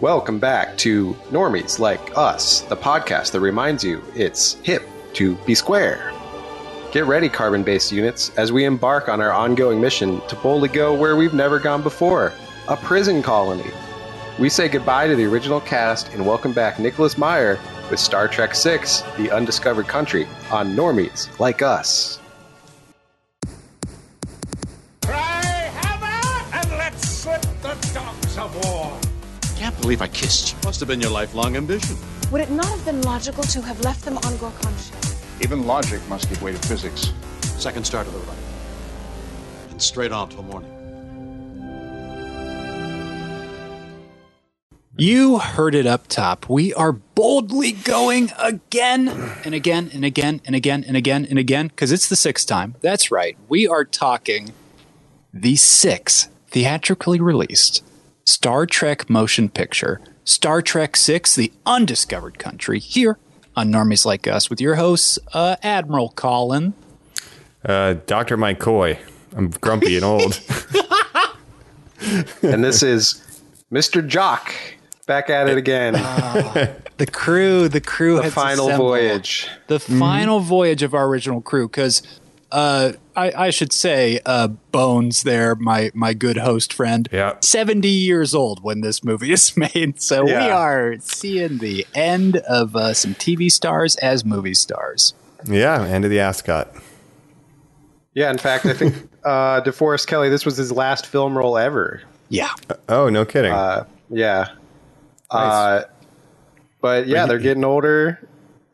Welcome back to Normies Like Us, the podcast that reminds you it's hip to be square. Get ready, carbon based units, as we embark on our ongoing mission to boldly go where we've never gone before a prison colony. We say goodbye to the original cast and welcome back Nicholas Meyer with Star Trek VI The Undiscovered Country on Normies Like Us. Cry hammer and let's slip the dogs of war. Can't believe I kissed you. Must have been your lifelong ambition. Would it not have been logical to have left them on Gorkonshi? Even logic must give way to physics. Second star to the right. And straight on till morning. You heard it up top. We are boldly going again and again and again and again and again and again because it's the sixth time. That's right. We are talking the sixth theatrically released Star Trek motion picture, Star Trek Six: The Undiscovered Country, here on Normies Like Us with your hosts, uh, Admiral Colin. Uh, Dr. Mike Coy. I'm grumpy and old. And this is Mr. Jock back at it again. The crew, the crew, the has final assembled. voyage. the final voyage of our original crew because uh, I, I should say uh, bones there my my good host friend Yeah. 70 years old when this movie is made so we Yeah. are seeing the end of uh, some tv stars as movie stars yeah, end of the ascot. Yeah, in fact, I think uh, DeForest Kelly, this was his last film role ever. yeah Oh, no kidding. Yeah. Uh, but yeah, they're getting older.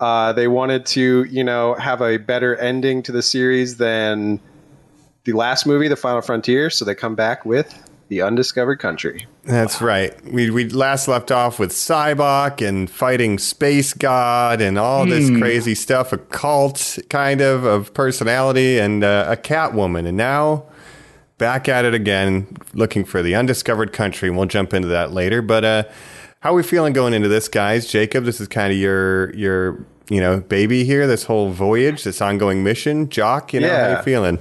Uh, they wanted to, you know, have a better ending to the series than the last movie, The Final Frontier. So they come back with The Undiscovered Country. That's right. We we last left off with Cybok and fighting Space God and all this Hmm. crazy stuff, a cult kind of of personality and uh, a Catwoman, and now back at it again, looking for the undiscovered country. We'll jump into that later, but uh, how are we feeling going into this, guys? Jacob, this is kind of your your you know baby here. This whole voyage, this ongoing mission, Jock. You know how Yeah. you feeling?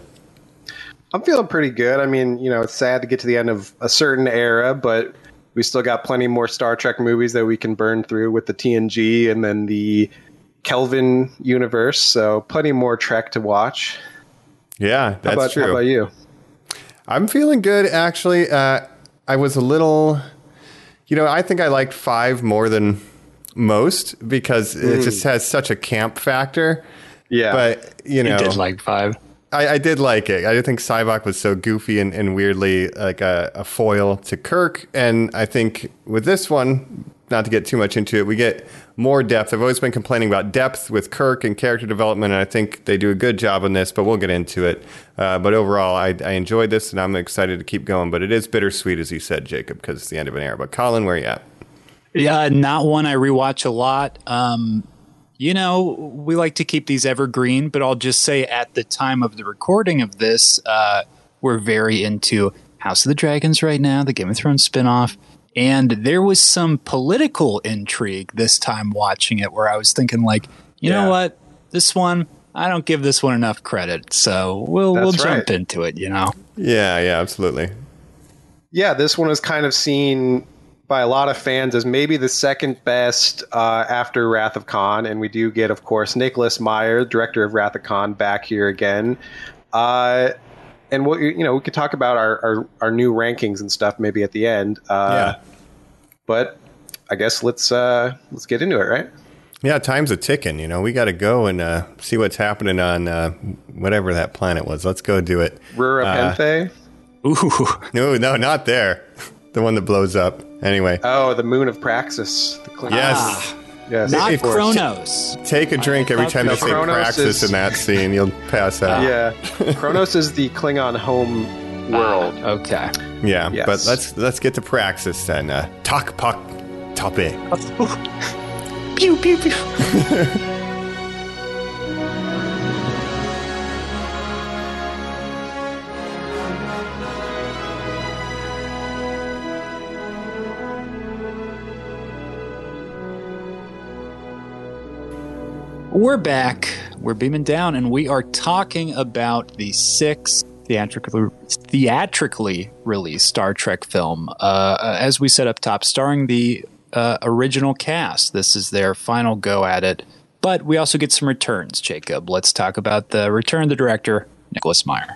I'm feeling pretty good. I mean, you know, it's sad to get to the end of a certain era, but we still got plenty more Star Trek movies that we can burn through with the TNG and then the Kelvin universe. So plenty more Trek to watch. Yeah, that's How about, true. How about you? I'm feeling good actually. Uh, I was a little, you know, I think I liked five more than most because it just has such a camp factor. Yeah. But you know, did like five I, I did like it. I did think Cybok was so goofy and, and weirdly like a, a foil to Kirk. And I think with this one, not to get too much into it, we get more depth. I've always been complaining about depth with Kirk and character development, and I think they do a good job on this, but we'll get into it. Uh, but overall, I, I enjoyed this and I'm excited to keep going. But it is bittersweet, as you said, Jacob, because it's the end of an era. But Colin, where you at? yeah not one i rewatch a lot um you know we like to keep these evergreen but i'll just say at the time of the recording of this uh we're very into House of the Dragons right now, the Game of Thrones spinoff. And there was some political intrigue this time watching it where I was thinking like, you Yeah. know what? This one, I don't give this one enough credit. So we'll we'll That's jump right. into it, you know. Yeah, yeah, absolutely. yeah, this one was kind of seen by a lot of fans as maybe the second best uh, after Wrath of Khan. And we do get, of course, Nicholas Meyer, director of Wrath of Khan, back here again. Uh, and we'll, you know, we could talk about our, our, our new rankings and stuff maybe at the end. Uh, yeah. But I guess let's uh, let's get into it, right? Yeah, time's a ticking. You know, we got to go and uh, see what's happening on uh, whatever that planet was. Let's go do it. Rura Uh, Penthe. Ooh. No, no, not there. the one that blows up. Anyway, Oh, the Moon of Praxis. The Klingon. yes. yes. Not of course. Kronos. Take a drink every time No, they say Kronos Praxis is- in that scene. You'll pass out. yeah. Kronos is the Klingon home world. Okay. Yeah, Yes. But let's let's get to Praxis then. Uh, talk puck topic. Pew pew pew. We're back. We're beaming down, and we are talking about the sixth theatrically theatrically released Star Trek film. Uh, uh, as we said up top, starring the uh, original cast. This is their final go at it. But we also get some returns, Jacob. Let's talk about the return of the director, Nicholas Meyer.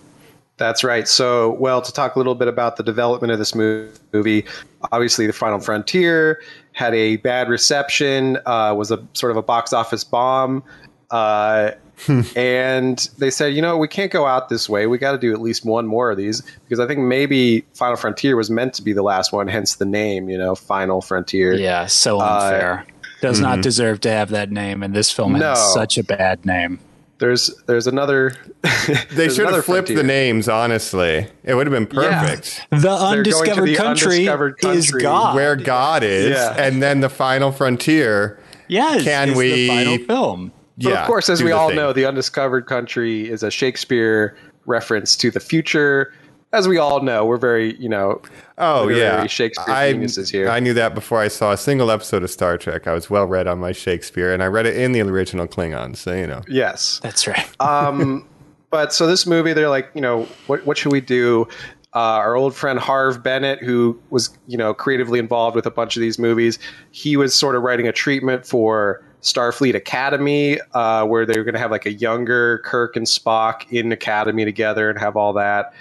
That's right. So, well, to talk a little bit about the development of this mo- movie, obviously, The Final Frontier had a bad reception, uh, was a sort of a box office bomb. Uh, Hmm. and they said, you know, we can't go out this way. We got to do at least one more of these because I think maybe Final Frontier was meant to be the last one, hence the name, you know, Final Frontier. Yeah, Uh, so unfair. Does not deserve to have that name, and this film mm-hmm. No. has such a bad name. There's there's another. They should have flipped the name. names, honestly. It would have been perfect. The going to undiscovered, the country undiscovered is country God. Where God is, Yeah. and then the final frontier. yes, Can is we- the final film? But yeah, of course, as do we the all thing. know, The Undiscovered Country is a Shakespeare reference to the future. As we all know, we're very, you know, oh literary yeah, Shakespeare I, geniuses here. I knew that before I saw a single episode of Star Trek. I was well read on my Shakespeare, and I read it in the original Klingon. So you know, yes. That's right. But so this movie, they're like, you know, what, what should we do? Uh, our old friend Harv Bennett, who was, you know, creatively involved with a bunch of these movies, he was sort of writing a treatment for Starfleet Academy, uh, where they were going to have like a younger Kirk and Spock in Academy together and have all that.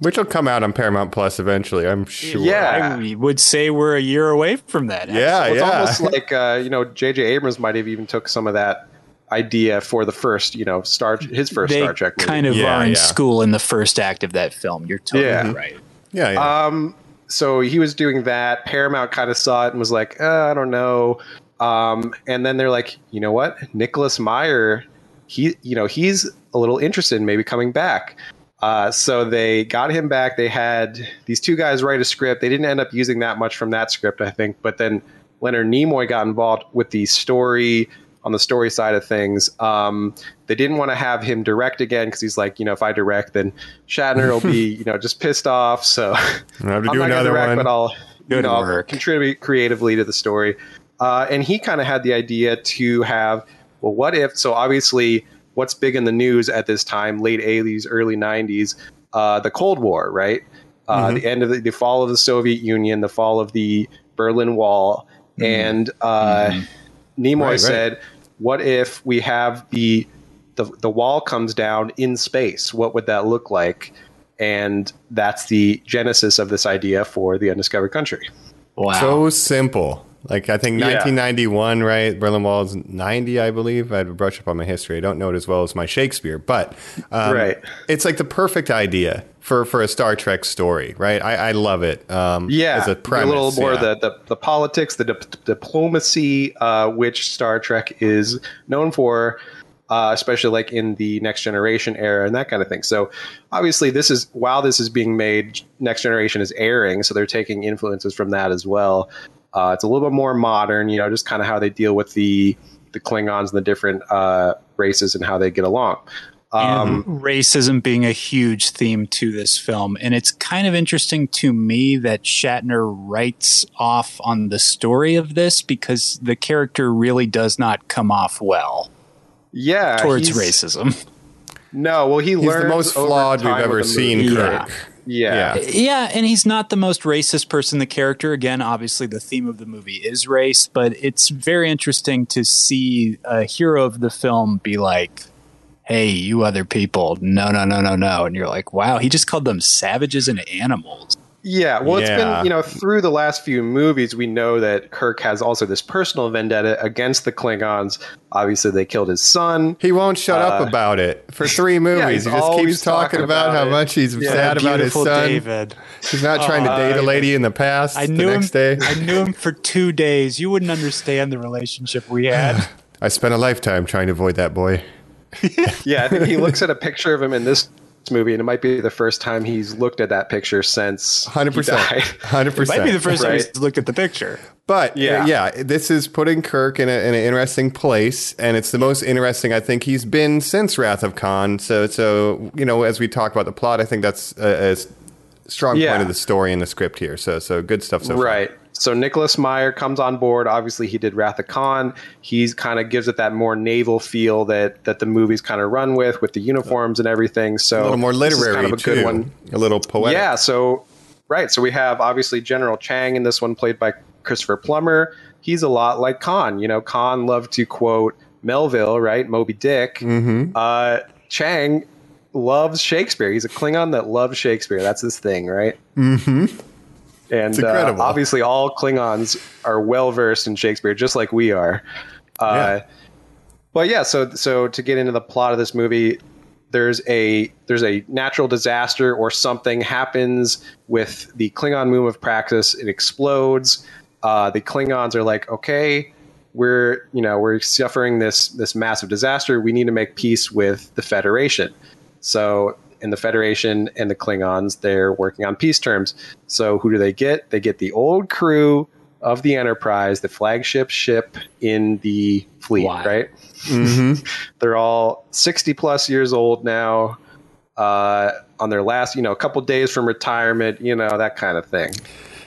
which will come out on Paramount Plus eventually, I'm sure. Yeah. I would say we're a year away from that. yeah, Well, it's yeah. almost like uh, you know J.J. Abrams might have even took some of that idea for the first you know Star his first they Star Trek movie. kind of Yeah, are in yeah. school in the first act of that film. You're totally Yeah. right. yeah, yeah. uh, so he was doing that. Paramount kind of saw it and was like, uh, I don't know. Um, and then they're like, you know what, Nicholas Meyer, he you know he's a little interested in maybe coming back. Uh, so they got him back. They had these two guys write a script. They didn't end up using that much from that script, I think. But then Leonard Nimoy got involved with the story on the story side of things. Um, they didn't want to have him direct again because he's like, you know, if I direct, then Shatner will be, you know, just pissed off. So I'll have to I'm do not gonna another direct, one. but I'll you Good know, I'll work. contribute creatively to the story. Uh, and he kind of had the idea to have, well, what if? So obviously, what's big in the news at this time, late 80s, early 90s, uh, the Cold War, right? Uh, Mm-hmm. The end of the, the fall of the Soviet Union, the fall of the Berlin Wall, Mm-hmm. and uh, Nimoy Right, right. said, "What if we have the, the the wall comes down in space? What would that look like?" And that's the genesis of this idea for the undiscovered country. Wow. So simple. Like I think Yeah. 1991, right? Berlin Wall's 90, I believe. I had to brush up on my history. I don't know it as well as my Shakespeare, but um, Right. it's like the perfect idea for for a Star Trek story, right? I, I love it. Um, Yeah, as a premise, a little more yeah. the, the the politics, the dip- diplomacy, uh, which Star Trek is known for. Uh, especially like in the next generation era and that kind of thing. So obviously this is while this is being made, next generation is airing, so they're taking influences from that as well. Uh, it's a little bit more modern, you know, just kind of how they deal with the the Klingons and the different uh, races and how they get along. um, racism being a huge theme to this film. And it's kind of interesting to me that Shatner writes off on the story of this because the character really does not come off well Yeah, towards he's- racism. No, well, he He's learns the most over flawed we've time with ever the seen, movie. Yeah. Kirk. yeah. Yeah. Yeah, and he's not the most racist person, the character. Again, obviously, the theme of the movie is race, but it's very interesting to see a hero of the film be like, hey, you other people, no, no, no, no, no. And you're like, wow, he just called them savages and animals. Yeah, well, it's Yeah. been you know through the last few movies, we know that Kirk has also this personal vendetta against the Klingons. Obviously, they killed his son. He won't shut up about it for three movies. Uh, he's he just always keeps talking, talking about, about how it. much he's sad about his Beautiful son. David. He's not trying Uh, to date a lady in the past. I knew the him. next day, I knew him for two days. You wouldn't understand the relationship we had. I spent a lifetime trying to avoid that boy. Yeah, I think he looks at a picture of him in this movie, and it might be the first time he's looked at that picture since he Hundred percent. died. Hundred percent. Might be the first time Right. he's looked at the picture. But yeah. Yeah. yeah, this is putting Kirk in, a, in an interesting place, and it's the most interesting I think he's been since Wrath of Khan. So, so you know, as we talk about the plot, I think that's a, a s- strong Yeah. point of the story and the script here. So, so good stuff so far. Right. So Nicholas Meyer comes on board. Obviously, he did Wrath of Khan. He's kind of gives it that more naval feel that that the movies kind of run with, with the uniforms and everything. So A little more Oh, this is literary kind of a too. good one. A little poetic. Yeah, so right, so we have obviously General Chang in this one, played by Christopher Plummer, he's a lot like Khan. You know, Khan loved to quote Melville, right? Moby Dick. Mm-hmm. Uh, Chang loves Shakespeare. He's a Klingon that loves Shakespeare. That's his thing, right? Mm-hmm. And It's incredible. Uh, obviously, all Klingons are well versed in Shakespeare, just like we are. Uh, Yeah. But yeah, so so to get into the plot of this movie, there's a there's a natural disaster or something happens with the Klingon moon of Praxis. It explodes. Uh, the Klingons are like, okay, we're you know we're suffering this this massive disaster. We need to make peace with the Federation. So in the Federation and the Klingons, they're working on peace terms. So who do they get? They get the old crew of the Enterprise, the flagship ship in the fleet, Wow. right? they're all 60 plus years old now uh, on their last you know a couple days from retirement you know that kind of thing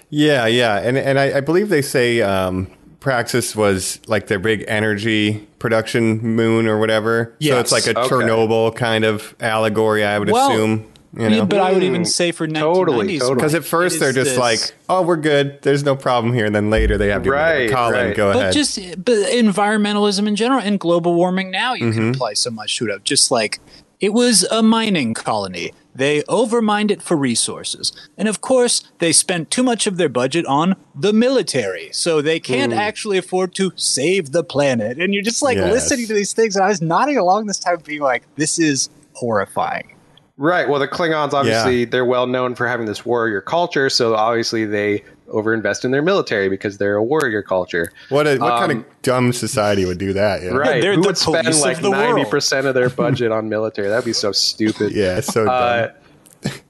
Yeah, yeah, and and I, I believe they say um, Praxis was like their big energy production moon or whatever. So Yes. it's like a Okay. Chernobyl kind of allegory, I would Well, assume. You know, But I would even say for 1990s, totally. because at it first is they're just this- like, "Oh, we're good. There's no problem here," and then later they have to Right, Colin, right. go but ahead. just but environmentalism in general and global warming now you Mm-hmm. can apply so much to it just like it was a mining colony they overmined it for resources and of course they spent too much of their budget on the military so they can't actually afford to save the planet and you're just like Yes. listening to these things and i was nodding along this time being like this is horrifying right well the klingons obviously Yeah. they're well known for having this warrior culture so obviously they overinvest in their military because they're a warrior culture what a, what kind of dumb society would do that? Yeah. um, right they're who the would spend police of like the world. 90% of their budget on military that'd be so stupid Yeah, it's so dumb. uh,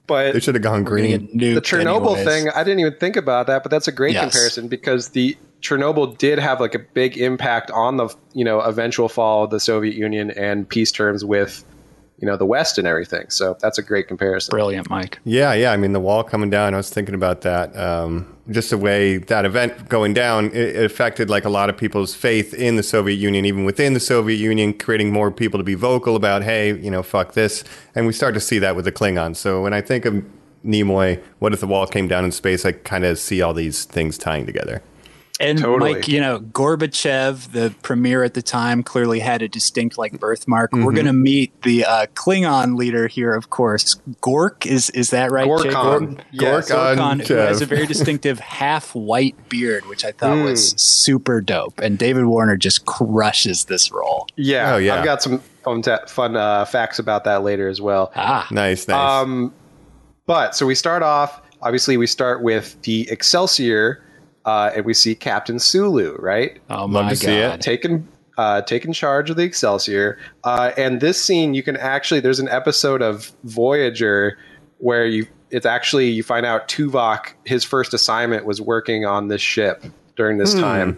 but they should have gone green. the Chernobyl anyways. thing, I didn't even think about that, but that's a great Yes. comparison because the Chernobyl did have like a big impact on the you know eventual fall of the Soviet Union and peace terms with you know the West and everything. So that's a great comparison. brilliant mike Yeah, yeah. I mean, the wall coming down. I was thinking about that. Um, just the way that event going down, it, it affected like a lot of people's faith in the Soviet Union, even within the Soviet Union, creating more people to be vocal about, hey, you know, fuck this. And we start to see that with the Klingons. So when I think of Nimoy, what if the wall came down in space? I kind of see all these things tying together. And Totally. Mike, you know, Gorbachev, the premier at the time, clearly had a distinct like birthmark. We're going to meet the uh, Klingon leader here, of course. Gork is is that right? Gorkon. Jake? Gork- Yes. Gorkon. Gorkon, who has Jeff. a very distinctive half white beard, which I thought was super dope. And David Warner just crushes this role. Yeah, Oh, yeah. I've got some fun ta- fun uh, facts about that later as well. Ah, Nice, nice. Um, but so we start off. Obviously, we start with the Excelsior, uh, and we see Captain Sulu, right? oh my to see it. god! taken uh, taken charge of the Excelsior. Uh, and this scene, you can actually there's an episode of Voyager where you it's actually you find out Tuvok his first assignment was working on this ship during Hmm. this time.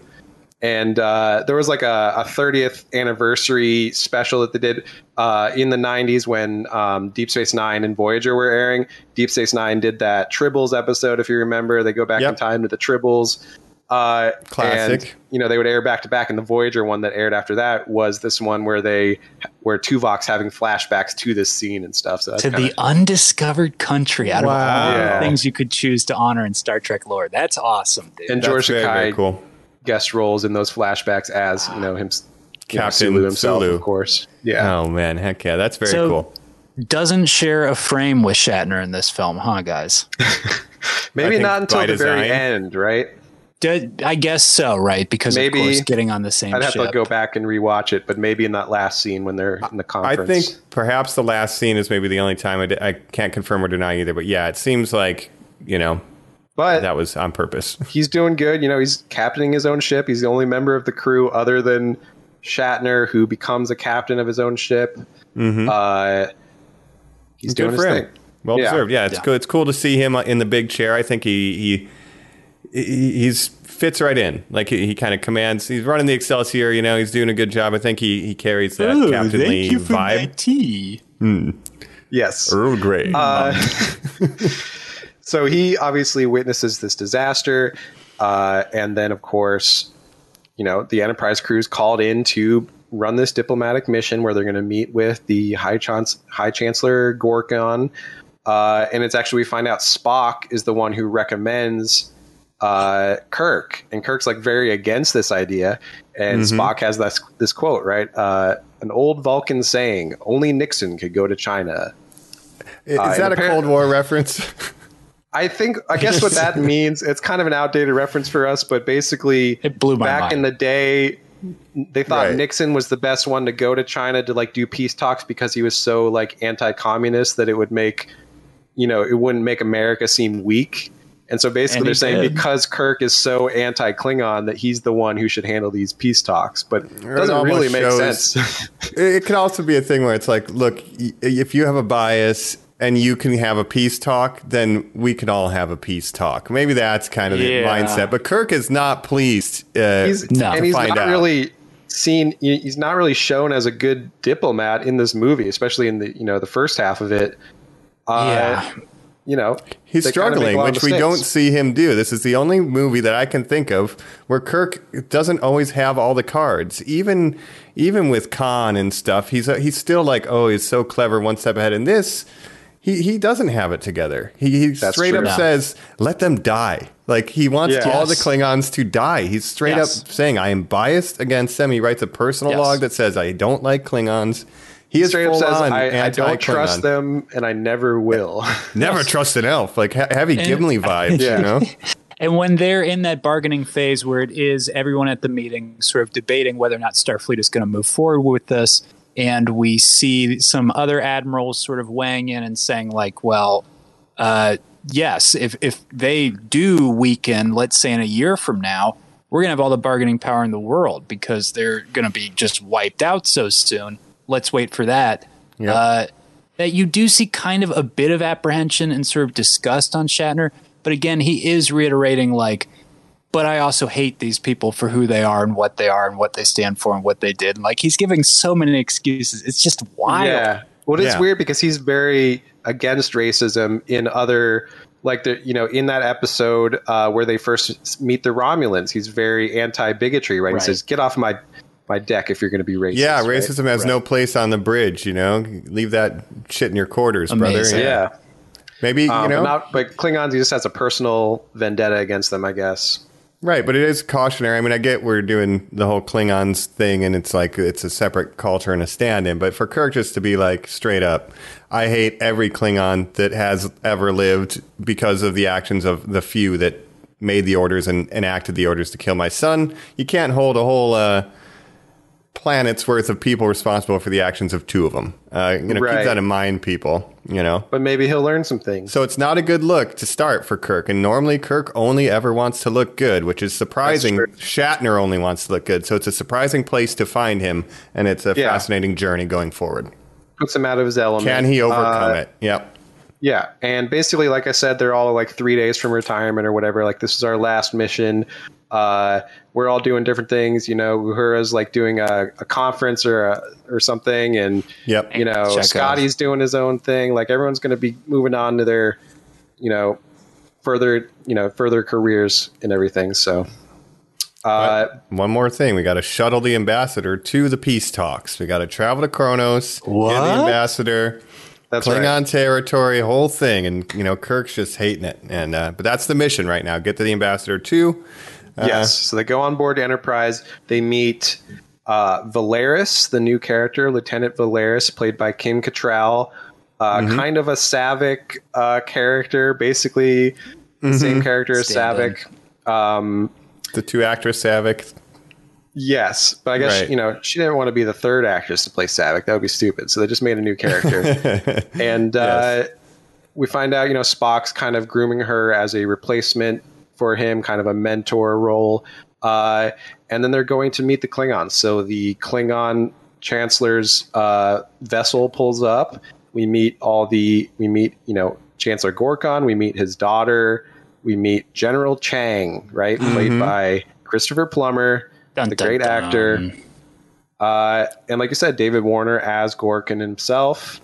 And uh, there was like a, a 30th anniversary special that they did uh, in the 90s when um, Deep Space Nine and Voyager were airing. Deep Space Nine did that Tribbles episode, if you remember. They go back Yep. in time to the Tribbles. Uh, Classic. and, you know, they would air back to back, and the Voyager one that aired after that was this one where they where Tuvok's having flashbacks to this scene and stuff. So that's To kinda, the undiscovered country out of all Wow. the things you could choose to honor in Star Trek lore. That's awesome, dude. and That's George very, very Takei cool. guest roles in those flashbacks as you know him, you know, Captain Sulu himself, Sulu. of course. Yeah, Oh, man. Heck yeah. That's very So- cool. doesn't share a frame with Shatner in this film, huh, guys? I maybe think not until by the very design- end, right? D- I guess so, right? Because Maybe- of course, getting on the same I'd have ship. to go back and rewatch it, but maybe in that last scene when they're in the I conference. think perhaps the last scene is maybe the only time I, d- I can't confirm or deny either. But yeah, it seems like you know but that was on purpose. he's doing good. You know, he's captaining his own ship. He's the only member of the crew other than Shatner who becomes a captain of his own ship. Uh, he's doing his thing. Well Yeah. deserved. Yeah, it's Yeah. cool. It's cool to see him uh, in the big chair. I think he he he- he's fits right in. Like he, he kind of commands. He's running the Excelsior. You know, he's doing a good job. I think he he carries that captainly vibe. tea. Yes. Earl Grey. Uh, So he obviously witnesses this disaster, uh, and then of course, you know, the Enterprise crew is called in to run this diplomatic mission where they're going to meet with the High, Chans- High Chancellor Gorkon, uh, and it's actually we find out Spock is the one who recommends uh, Kirk, and Kirk's like very against this idea. And Spock has this this quote, right? Uh, an old Vulcan saying, "Only Nixon could go to China." Is Uh, that a apparent- Cold War reference? I think I guess what that means it's kind of an outdated reference for us, but basically It blew my back mind. in the day they thought Right. Nixon was the best one to go to China to like do peace talks because he was so like anti-communist that it would make you know, it wouldn't make America seem weak. And so basically And he they're saying did. because Kirk is so anti-Klingon that he's the one who should handle these peace talks, but it doesn't almost really make shows- sense. it it could also be a thing where it's like, look, y- if you have a bias and you can have a peace talk, then we can all have a peace talk. Maybe that's kind of Yeah. the mindset. But Kirk is not pleased. Uh, he's No. and he's Find not out. really seen he- he's not really shown as a good diplomat in this movie especially in the you know the first half of it uh, yeah. you know He's they kinda make struggling, a lot of which we don't mistakes. see him do. This is the only movie that I can think of where Kirk doesn't always have all the cards. Even even with Khan and stuff, he's uh, he's still like, oh, he's so clever, one step ahead. And this, he he doesn't have it together. He, he That's straight true. up No. says, let them die. Like he wants Yeah. all the Yes. Klingons to die. He's straight Yes. up saying, I am biased against them. He writes a personal Yes. log that says, I don't like Klingons. He is straight up full says on I, I don't trust anti-Klingon. them and i never will Never trust an elf. Like ha- heavy Gimli vibes, Yeah. you know? And when they're in that bargaining phase where it is everyone at the meeting sort of debating whether or not Starfleet is going to move forward with this, and we see some other admirals sort of weighing in and saying, like, well, uh, yes, if, if they do weaken, let's say in a year from now, we're going to have all the bargaining power in the world because they're going to be just wiped out so soon. Let's wait for that. Uh, that you do see kind of a bit of apprehension and sort of disgust on Shatner. But again, he is reiterating, like, but I also hate these people for who they are and what they are and what they stand for and what they did. And, like, he's giving so many excuses. It's just wild. yeah well it's Yeah. weird because he's very against racism in other like the you know in that episode uh, where they first meet the romulans he's very anti-bigotry right, Right. he says get off my my deck if you're going to be racist Yeah, right? racism has no place on the bridge, you know? Leave that shit in your quarters, Amazing. brother. yeah Maybe, Um, you know, but, not, but Klingons, he just has a personal vendetta against them, I guess. right, but it is cautionary. I mean, I get we're doing the whole Klingons thing and it's like it's a separate culture and a stand in, but for Kirk just to be like straight up, I hate every Klingon that has ever lived because of the actions of the few that made the orders and enacted the orders to kill my son. You can't hold a whole, uh, planet's worth of people responsible for the actions of two of them. Uh, you know, Right. keep that in mind, people. You know, But maybe he'll learn some things. so it's not a good look to start for Kirk. And normally, Kirk only ever wants to look good, which is surprising. Shatner only wants to look good, so it's a surprising place to find him, and it's a Yeah. fascinating journey going forward. Puts him out of his element. Can he overcome Uh, it? Yep. Yeah. And basically, like I said, they're all like three days from retirement or whatever. Like, this is our last mission. Uh, we're all doing different things. You know, Uhura's like doing a, a conference or a, or something. And, Yep. you know, Check Scotty's doing his own thing. Like, everyone's going to be moving on to their, you know, further, you know, further careers and everything. So, uh, One more thing. We got to shuttle the ambassador to the peace talks. We got to travel to Kronos, What? get the ambassador, that's right. Klingon territory, whole thing, and you know Kirk's just hating it. And uh, but that's the mission right now: get to the ambassador too. Yes. So they go on board the Enterprise. They meet uh, Valeris, the new character, Lieutenant Valeris, played by Kim Cattrall. Uh, Kind of a Savick uh, character, basically the same character as Stand-in. Savick. The two actress Savick. Yes, but I guess Right. you know she didn't want to be the third actress to play Savick. That would be stupid. So they just made a new character, and uh, we find out you know Spock's kind of grooming her as a replacement for him, kind of a mentor role. Uh, and then they're going to meet the Klingons. So the Klingon Chancellor's uh, vessel pulls up. We meet all the we meet you know Chancellor Gorkon. We meet his daughter. We meet General Chang, right, played by Christopher Plummer Mm-hmm. Dun, the dun, great dun. actor. Uh, and like you said, David Warner as Gorkin himself.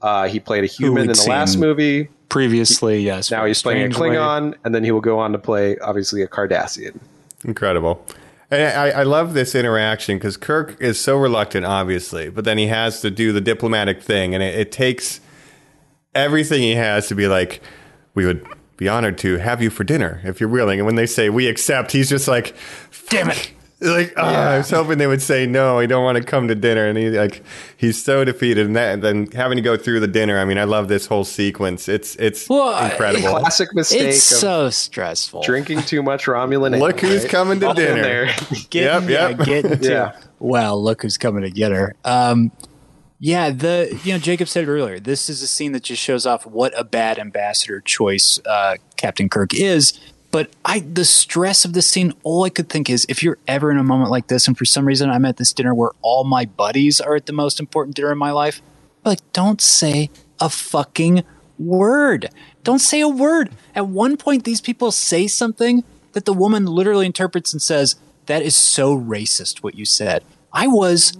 Uh, he played a human in we'd the last seen movie. Previously, yes. Now he's playing a Strange Way. Klingon, and then he will go on to play, obviously, a Cardassian. Incredible. And I, I love this interaction because Kirk is so reluctant, obviously, but then he has to do the diplomatic thing, and it, it takes everything he has to be like, we would be honored to have you for dinner if you're willing. And when they say we accept, he's just like, damn it. Like "Ah, I was hoping they would say no. I don't want to come to dinner, and he like he's so defeated. And that, and then having to go through the dinner. I mean, I love this whole sequence. It's it's Well, I- incredible. Classic mistake It's of so stressful. drinking too much Romulan. ale, Look who's right? coming to All in dinner. there. Get- Yep, yeah, yep. get to- Yeah. Well, look who's coming to get her. Um, yeah, the you know Jacob said it earlier. This is a scene that just shows off what a bad ambassador choice uh, Captain Kirk is. But I, the stress of this scene, all I could think is, if you're ever in a moment like this, and for some reason I'm at this dinner where all my buddies are at the most important dinner in my life, like don't say a fucking word. Don't say a word. At one point, these people say something that the woman literally interprets and says, "That is so racist what you said." I was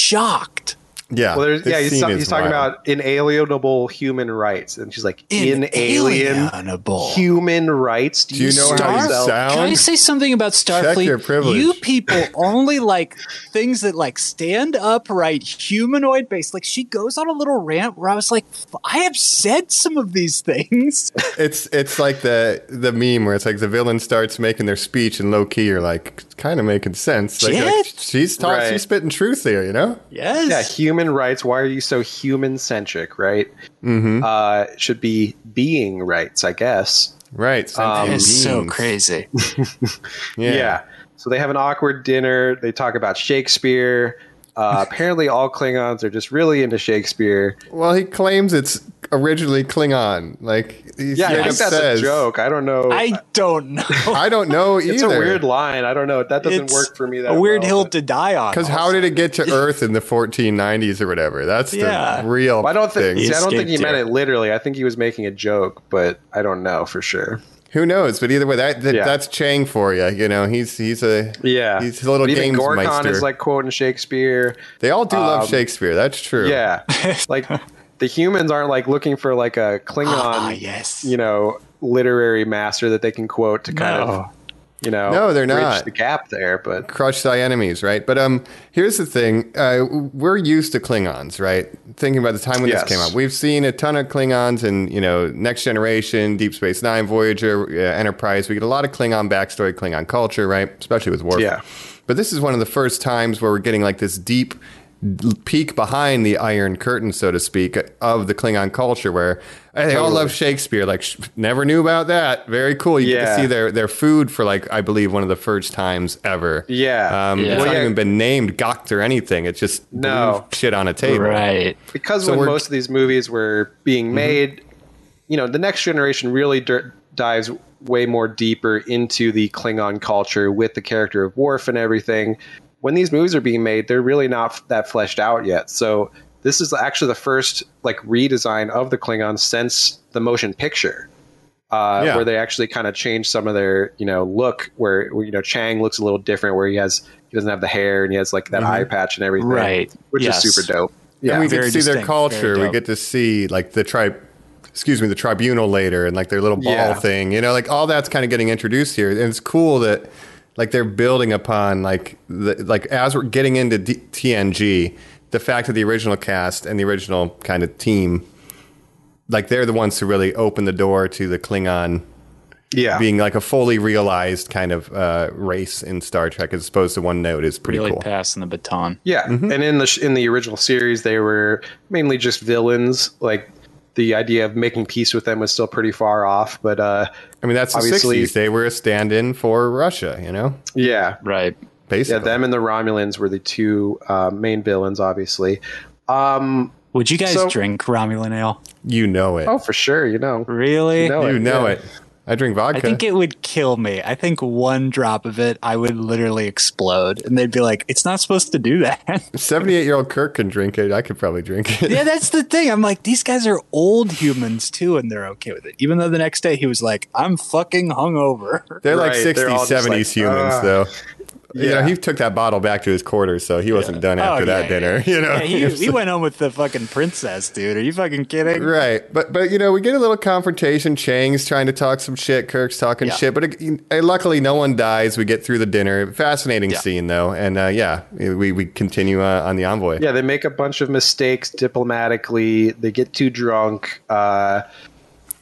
shocked. Yeah, Well, there's, this yeah, he's, scene ta- is he's talking wild. about inalienable human rights, and she's like, inalien Inalienable. human rights. Do you know how starve you yourself? sound? Can I say something about Starfleet? your privilege. You people only like things that like stand upright, humanoid based. Like she goes on a little rant where I was like, "F- I have said some of these things. It's it's like the the meme where it's like the villain starts making their speech and low key you're like kind of making sense. Like, you're like, Shit. she's talking, Right. she's spitting truth here, you know? Yeah, yes. human rights. Why are you so human centric, right? Mm-hmm. Uh, should be being rights, I guess. Right. sentient it's so beings. crazy. Yeah. Um, Yeah. So they have an awkward dinner. They talk about Shakespeare. Uh, apparently, all Klingons are just really into Shakespeare. Well, he claims it's originally Klingon. Like he Yeah, I straight up think that's says, a joke. I don't know. I don't know. I don't know either. it's a weird line. I don't know. That doesn't It's work for me. That a weird well, hill but- to die on. because how also. did it get to Earth in the 1490s or whatever? That's Yeah. the real Well, I don't think. thing. see, I don't think escaped he meant here. it literally. I think he was making a joke, but I don't know for sure. Who knows? But either way, that, that Yeah. that's Chang for you. You know, he's he's a Yeah, he's a little But even games Gorkon meister. is like quoting Shakespeare. they all do love um, Shakespeare. That's true. Yeah, like the humans aren't like looking for like a Klingon, Ah, yes. you know, literary master that they can quote to kind of, No. you know, No, they're bridge not. the gap there. But crush thy enemies, right? But um, here's the thing: uh, we're used to Klingons, right? Thinking about the time when Yes. this came out, we've seen a ton of Klingons in you know Next Generation, Deep Space Nine, Voyager, uh, Enterprise. We get a lot of Klingon backstory, Klingon culture, right? Especially with Worf. Yeah. But this is one of the first times where we're getting like this deep l- peek behind the iron curtain, so to speak, of the Klingon culture, where hey, they all love Shakespeare. Like, sh- never knew about that. Very cool. You get Yeah. to see their their food for like I believe one of the first times ever. Yeah. Um, Yeah. It's Well, not yeah. even been named, gawked, or anything. It's just No. blue shit on a table. Right. because So when we're- Mm-hmm. most of these movies were being made, you know, the next generation really dir- dives way more deeper into the Klingon culture with the character of Worf and everything. When these movies are being made, they're really not f- that fleshed out yet. So this is actually the first like redesign of the Klingons since the motion picture. Uh, Yeah. Where they actually kind of changed some of their, you know, look. Where where, you know Chang looks a little different, where he has he doesn't have the hair and he has like that eye patch and everything, Right. Which Yes. is super dope. Yeah, Mm-hmm. and we get Very to see their distinct, very culture. We dope. get to see like the tri excuse me, the tribunal later and like their little ball Yeah. thing. You know, like all that's kind of getting introduced here. And it's cool that like they're building upon like the like as we're getting into D- TNG, the fact that the original cast and the original kind of team like they're the ones who really open the door to the Klingon Yeah, being like a fully realized kind of uh, race in Star Trek as opposed to one note is pretty Really cool. passing the baton. Yeah, and in the sh- in the original series, they were mainly just villains. Like the idea of making peace with them was still pretty far off. But uh, I mean, that's Obviously- the 60s. They were a stand in for Russia, you know? yeah, Right. yeah, Basically. them and the Romulans were the two uh, main villains, obviously. Um, Would you guys So- drink Romulan ale? you know it. oh, for sure, you know, Really? you know, you it, know yeah. it. I drink vodka. I think it would kill me. I think one drop of it, I would literally explode. And they'd be like, it's not supposed to do that. 78 year old Kirk can drink it. I could probably drink it. yeah, that's the thing. I'm like, these guys are old humans too, and they're okay with it. Even though the next day he was like, I'm fucking hungover. They're like Right, 60s, they're all 70s just like, humans, "Ugh." though. You know, Yeah. he took that bottle back to his quarters, so he wasn't done Oh, after yeah, that dinner. You know, Yeah, he, was he went home with the fucking princess, dude. Are you fucking kidding? Right, but but you know we get a little confrontation. Chang's trying to talk some shit. Kirk's talking Yeah. shit, but it, uh, luckily no one dies. We get through the dinner. Fascinating Yeah. scene though, and uh, yeah, we we continue uh, on the envoy. Yeah, they make a bunch of mistakes diplomatically. They get too drunk. Uh,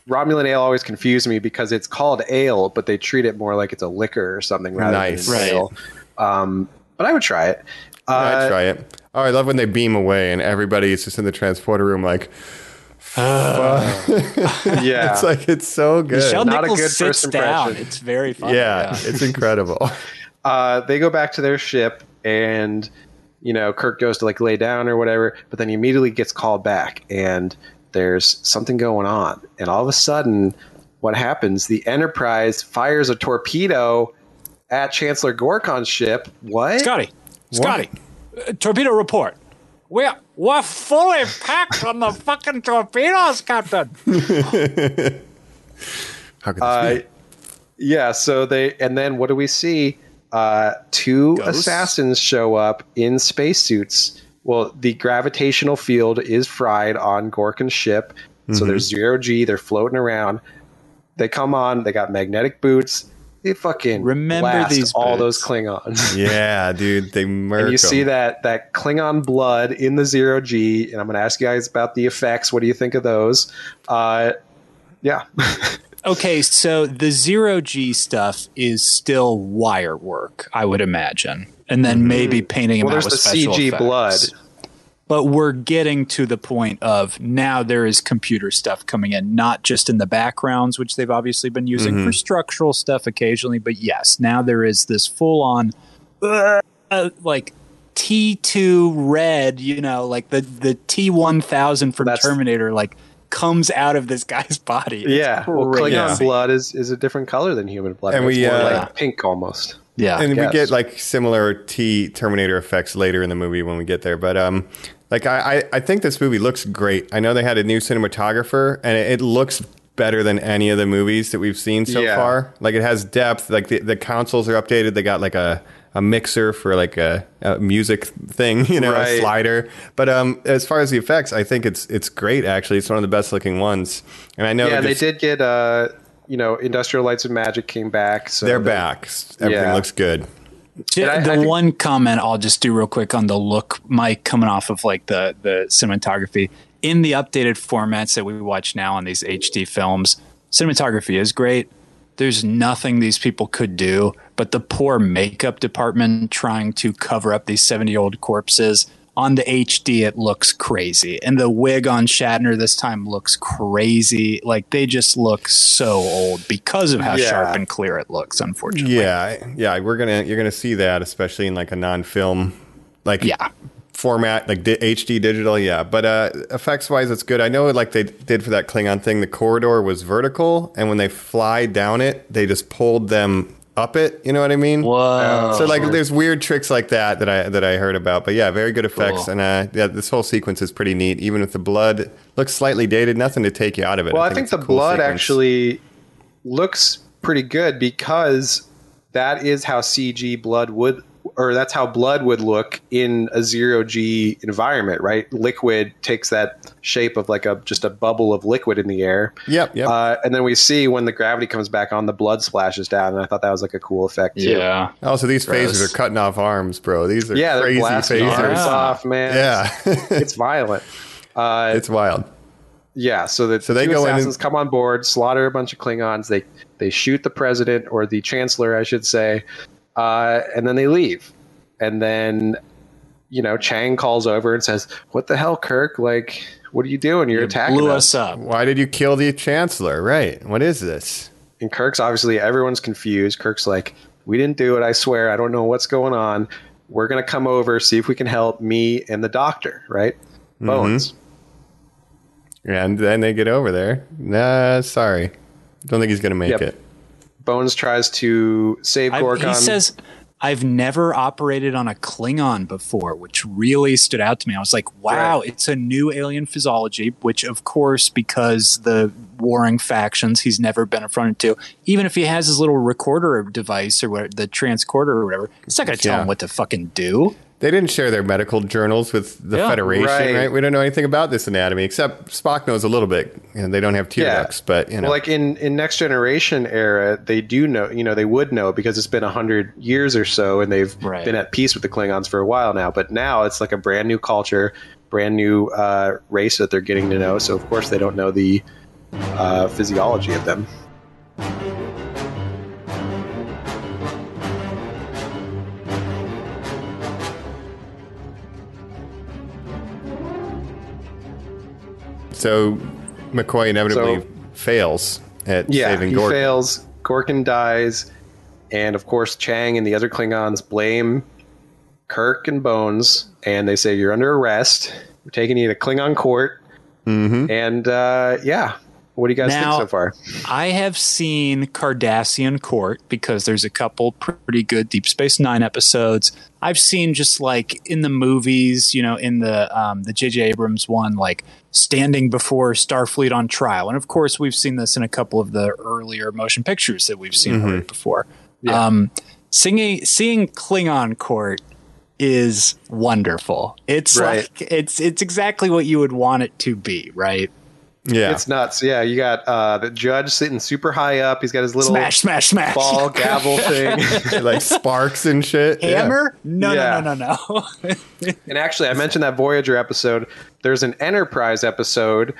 Romulan ale always confused me because it's called ale, but they treat it more like it's a liquor or something rather Nice. than an Right. ale. Um, but I would try it. Uh, I'd try it. Oh, I love when they beam away and everybody's just in the transporter room like, Yeah, it's like, it's so good. Michelle Not a Nichols good sits first down. impression. It's very funny. yeah, it's incredible. uh, they go back to their ship and you know kirk goes to like lay down or whatever but then he immediately gets called back and there's something going on and all of a sudden what happens the enterprise fires a torpedo at chancellor gorkon's ship what Scotty, Scotty, uh, torpedo report. We're, we're fully packed on the fucking torpedoes, Captain. How could this Uh, be? yeah so they and then what do we see uh, two Ghosts? assassins show up in spacesuits well the gravitational field is fried on gorkon's ship so there's Mm-hmm. zero g they're floating around they come on they got magnetic boots they fucking Remember blast these all boots. those klingons Yeah, dude, they murk And you see 'em. that that Klingon blood in the zero G, and I'm going to ask you guys about the effects. What do you think of those? Uh, yeah, Okay, so the zero G stuff is still wire work, I would imagine. And then maybe painting Mm-hmm. Well, them out there's with the special CG effects. blood. But we're getting to the point of now there is computer stuff coming in, not just in the backgrounds, which they've obviously been using Mm-hmm. for structural stuff occasionally, but yes, now there is this full on uh, like T2 red, you know, like the, the T1000 from That's- Terminator, like comes out of this guy's body. It's yeah. Well, Klingon crazy. blood is, is a different color than human blood. And It's we, more uh, like pink almost. Yeah. and we guess. get like similar T Terminator effects later in the movie when we get there. But um, like I, I, I think this movie looks great. I know they had a new cinematographer, and it, it looks better than any of the movies that we've seen so Yeah. far. Like it has depth. Like the, the consoles are updated. They got like a a mixer for like a, a music thing, you know, Right. a slider. But um, as far as the effects, I think it's it's great. Actually, it's one of the best looking ones. And I know Yeah, they just- did get uh, you know, Industrial Lights and Magic came back. So They're they- back. Everything Yeah. looks good. Ju- And I- the I think- one comment I'll just do real quick on the look, Mike, coming off of like the the cinematography in the updated formats that we watch now on these HD films, cinematography is great. There's nothing these people could do, but the poor makeup department trying to cover up these 70 year old corpses on the HD, it looks crazy. And the wig on Shatner this time looks crazy. Like they just look so old because of how Yeah. sharp and clear it looks, unfortunately. Yeah, yeah, we're gonna you're gonna see that, especially in like a non-film, like Yeah. format, like di- HD digital. Yeah, but uh, effects wise, it's good. I know like they did for that Klingon thing, the corridor was vertical, and when they fly down it, they just pulled them up it. You know what I mean? Whoa. So like, there's weird tricks like that that I that I heard about. But yeah, very good effects, Cool. and uh, yeah, this whole sequence is pretty neat. Even if the blood looks slightly dated, nothing to take you out of it. Well, I think, it's a the cool blood sequence. actually looks pretty good because that is how CG blood would or that's how blood would look in a zero G environment, right? Liquid takes that shape of like a just a bubble of liquid in the air. Yep, yep. Uh, and then we see when the gravity comes back on, the blood splashes down, and I thought that was like a cool effect too. Yeah. Also, these Gross. phasers are cutting off arms, bro. These are Yeah, they're crazy blasting phasers. arms off, man. Yeah, it's violent. Uh, it's wild. yeah, so the So they two go in and- assassins come on board, slaughter a bunch of Klingons. They they shoot the president or the chancellor, I should say, uh, and then they leave. And then, you know, Chang calls over and says, "What the hell, Kirk? Like, what are you doing? You're attacking blew us. us up. Why did you kill the chancellor? Right? What is this? And Kirk's obviously everyone's confused. Kirk's like, "We didn't do it. I swear. I don't know what's going on. We're gonna come over, see if we can help me and the doctor." Right, Mm-hmm. Bones. And then they get over there. Nah, sorry. Don't think he's gonna make Yep. it. Bones tries to save I- Gorkon. he says, "I've never operated on a Klingon before," which really stood out to me. I was like, "Wow, Right. it's a new alien physiology." Which, of course, because the warring factions, he's never been affronted to. Even if he has his little recorder device or what, the transcorder or whatever, it's not going to tell Yeah. him what to fucking do. They didn't share their medical journals with the Yeah, Federation, right. right. We don't know anything about this anatomy except Spock knows a little bit, and they don't have tear Yeah. ducts. But you know, Well, like in in next generation era, they do know, you know, they would know because it's been a hundred years or so, and they've Right. been at peace with the Klingons for a while now. But now it's like a brand new culture, brand new uh, race that they're getting to know. So of course they don't know the uh, physiology of them. So McCoy inevitably So- fails at Yeah, saving he Gork. fails. Gorkin dies, and of course Chang and the other Klingons blame Kirk and Bones, and they say you're under arrest. We're taking you to Klingon court, mm-hmm. and uh, yeah. What do you guys Now- think so far? I have seen Cardassian Court because there's a couple pretty good Deep Space Nine episodes. I've seen just like in the movies, you know, in the um, the J.J. Abrams one, like standing before Starfleet on trial, and of course we've seen this in a couple of the earlier motion pictures that we've seen of it before. Um, singing, seeing Klingon Court is wonderful. It's Right. like it's it's exactly what you would want it to be, right? Yeah. It's nuts. Yeah, you got uh, the judge sitting super high up. He's got his little Smash, smash, smash. ball gavel thing. like sparks and shit. Yeah. hammer? No, Yeah. no, no, no, no. And actually, I mentioned that Voyager episode. There's an Enterprise episode.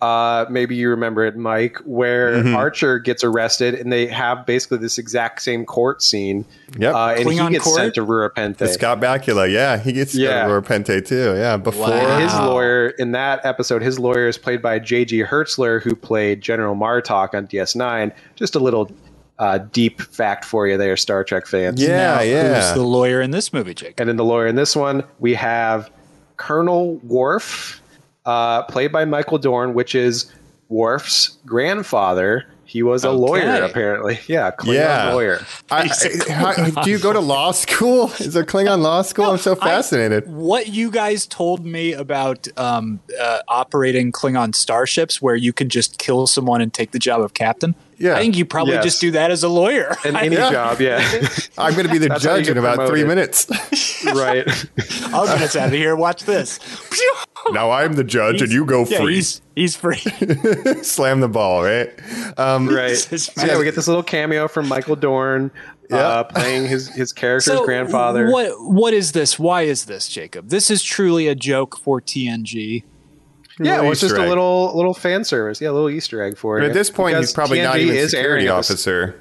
Uh, maybe you remember it, Mike, where Archer gets arrested, and they have basically this exact same court scene. Yep. Uh, and Klingon he gets court? sent to Rurapente. Scott Bakula, yeah, he gets Yeah. yeah. Pente too, yeah. Before and his Wow. lawyer in that episode, his lawyer is played by J.G. Hertzler, who played General Martok on DS9. Just a little uh, deep fact for you there, Star Trek fans. yeah, Who's Oh, yeah, the lawyer in this movie, Jake? And in the lawyer in this one, we have Colonel Worf, uh, played by Michael Dorn, which is Worf's grandfather. He was a Okay. lawyer, apparently. Yeah, Klingon Yeah. lawyer. I, I- how- do you go to law school? Is there Klingon law school? I'm so fascinated. What you guys told me about um, uh, operating Klingon starships, where you can just kill someone and take the job of captain. Yeah. I think you probably Yes. just do that as a lawyer. In I any think- job, yeah. I, am going to be the That's how you judge in get about three promoted. minutes. right. I'll get us out of here. Watch this. now I'm the judge, and you go yeah, free. he's, he's free. Slam the ball, right? Um, Right. is So yeah, we get this little cameo from Michael Dorn Yeah. uh, playing his, his character's grandfather. What what is this? Why is this, Jacob? This is truly a joke for TNG. Yeah, well, it's Easter just a egg. little little fan service. Yeah, a little Easter egg for But you. at this point, Because he's probably not TNG even is airing security it this- officer.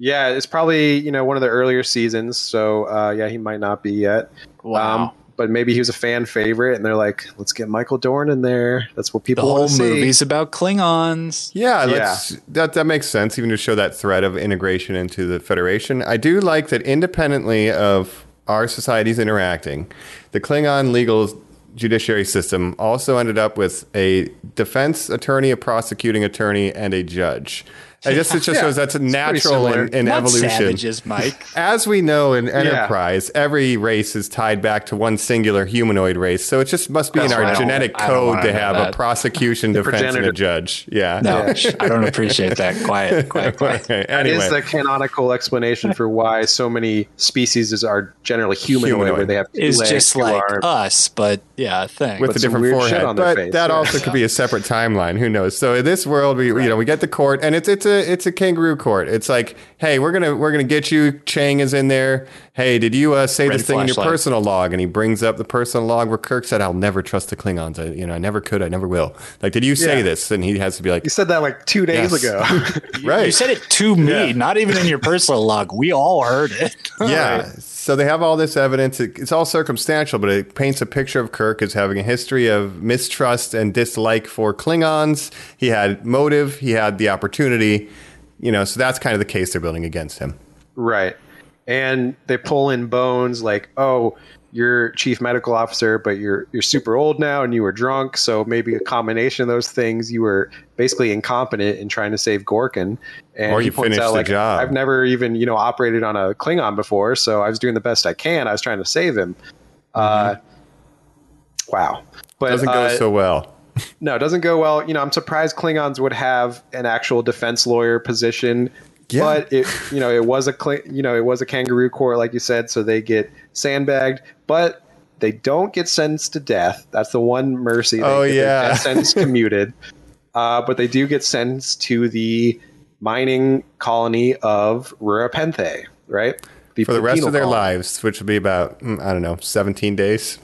Yeah, it's probably you know one of the earlier seasons, so uh, yeah, he might not be yet. Um, Wow. but maybe he was a fan favorite, and they're like, "Let's get Michael Dorn in there." That's what The people whole want to see. movie's about Klingons. Yeah, Yeah. let's, that that makes sense. Even to show that thread of integration into the Federation, I do like that independently of our societies interacting, the Klingon legal judiciary system also ended up with a defense attorney, a prosecuting attorney, and a judge. I guess it just shows that's a natural similar. in, in Not evolution. savages, Mike. As we know in Enterprise, every race is tied back to one singular humanoid race. So it just must be That's in why I our don't- genetic I don't code wanna to know have a that. prosecution, defense, and progenitor. a judge. Yeah. No, sh- I don't appreciate that. Quiet, quiet, quiet. Okay, It is the anyway. canonical explanation for why so many species are generally humanoid, Humanoid. where they have two It's legs, just two like uh, arms. us, but yeah, thanks. With a put some different weird shit forehead, on their but face, that yeah. also could be a separate timeline. Who knows? So in this world, we you know we get the court, and it's it's a it's a kangaroo court. It's like, hey, we're gonna we're gonna get you. Chang is in there. Hey, did you uh, say Red this thing in your flashlight. personal log? And he brings up the personal log where Kirk said, "I'll never trust the Klingons. I, you know, I never could. I never will." Like, did you say Yeah. this? And he has to be like, You said that like two days Yes. ago. right. You said it to me, not even in your personal log. We all heard it. yeah. So they have all this evidence. It, it's all circumstantial, but it paints a picture of Kirk as having a history of mistrust and dislike for Klingons. He had motive, he had the opportunity, you know, so that's kind of the case they're building against him. Right. And they pull in bones like, oh, you're chief medical officer, but you're you're super old now and you were drunk, so maybe a combination of those things. You were basically incompetent in trying to save Gorkin. And Or he you points finished out the like job. I've never even, you know, operated on a Klingon before, so I was doing the best I can. I was trying to save him. Uh wow. But Mm-hmm. Doesn't go uh, so well. no, it doesn't go well. You know, I'm surprised Klingons would have an actual defense lawyer position. Yeah. But it, you know, it was a Kling- you know, it was a kangaroo court, like you said, so they get sandbagged, but they don't get sentenced to death. That's the one mercy. They Oh, get their yeah. death sentence commuted. Uh, but they do get sentenced to the mining colony of Rurapenthe, right? For the rest penal of their colony. lives, which would be about, mm, I don't know, 17 days.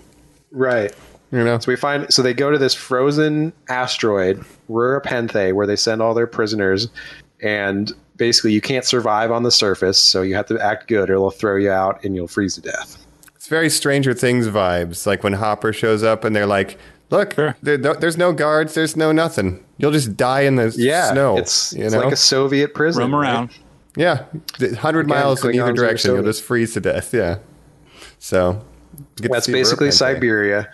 right? You know, So we find so they go to this frozen asteroid, Rurapenthe, where they send all their prisoners, and basically you can't survive on the surface, so you have to act good, or they'll throw you out and you'll freeze to death. it's very Stranger Things vibes. Like when Hopper shows up and they're like, "Look, Sure. there, no- there's no guards, there's no nothing. You'll just die in the Yeah, snow." it's, you it's know, like a Soviet prison. Roam right? around. yeah, hundred miles in Klingons either are direction. so- You'll just freeze to death. Yeah, so get to That's see the basically Rurapente. Siberia.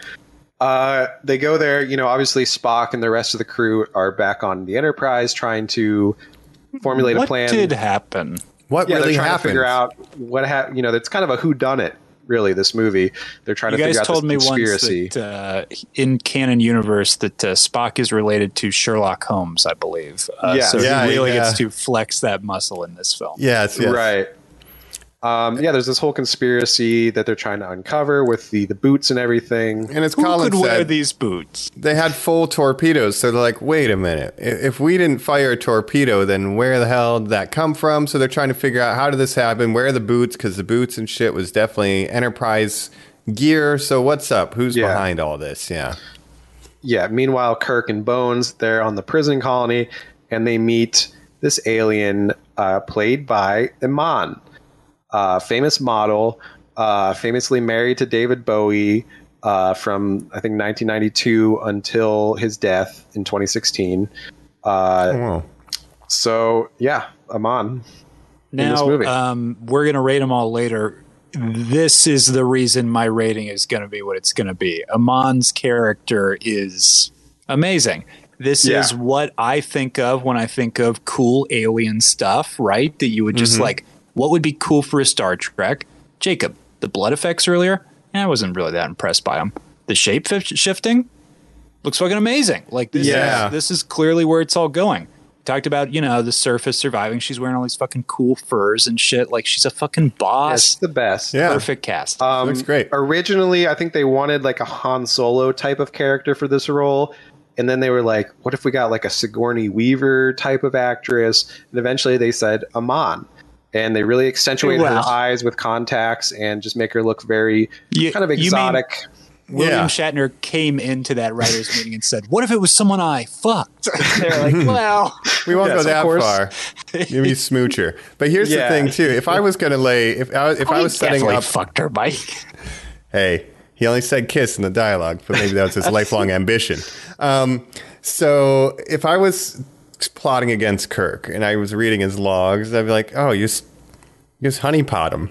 Uh, they go there, you know, obviously Spock and the rest of the crew are back on the Enterprise trying to formulate a What plan. did happen? What yeah, really they're trying happened? to figure out what happened. You know, it's kind of a who done it. Really, this movie. They're trying You to guys figure out told this me conspiracy. once that uh, in canon universe that uh, Spock is related to Sherlock Holmes, I believe. Uh, Yeah. so Yeah, he really yeah. gets to flex that muscle in this film. Yes, yes. Right. Um, yeah, there's this whole conspiracy that they're trying to uncover with the, the boots and everything. And as Who Colin could wear said, these boots? they had full torpedoes. So they're like, wait a minute. I- If we didn't fire a torpedo, then where the hell did that come from? So they're trying to figure out how did this happen? Where are the boots? Because the boots and shit was definitely Enterprise gear. So what's up? Who's Yeah. behind all this? Yeah. Yeah. Meanwhile, Kirk and Bones they're on the prison colony, and they meet this alien uh, played by Iman, uh, famous model, uh, famously married to David Bowie uh, from I think 1992 until his death in 2016. Oh, So yeah, Iman. Now, this movie. Um, we're going to rate them all later. This is the reason my rating is going to be what it's going to be. Amon's character is amazing. This Yeah. is what I think of when I think of cool alien stuff, right? That you would just Mm-hmm. like, what would be cool for a Star Trek? Jacob, the blood effects earlier, eh, I wasn't really that impressed by them. The shape fi- shifting looks fucking amazing. Like, this, Yeah. is, this is clearly where it's all going. Talked about, you know, the surface surviving. She's wearing all these fucking cool furs and shit. Like, she's a fucking That's boss. the best. yeah. Uh, Perfect cast. Um, Looks great. Originally, I think they wanted like a Han Solo type of character for this role, and then they were like, "What if we got like a Sigourney Weaver type of actress?" And eventually, they said Amon, and they really accentuated Well. her eyes with contacts and just make her look very You- kind of you mean- exotic. William yeah. Shatner came into that writers' meeting and said, "What if it was someone I fucked?" They're like, "Well, We won't Yes, go of that course. far. You mean smoocher. But here's Yeah. the thing, too. If I was going to lay, if I, if I was setting definitely up fucked her, Mike." hey, he only said kiss in the dialogue, but maybe that was his lifelong ambition. Um, so if I was plotting against Kirk and I was reading his logs, I'd be like, oh, you just, you just honeypot him.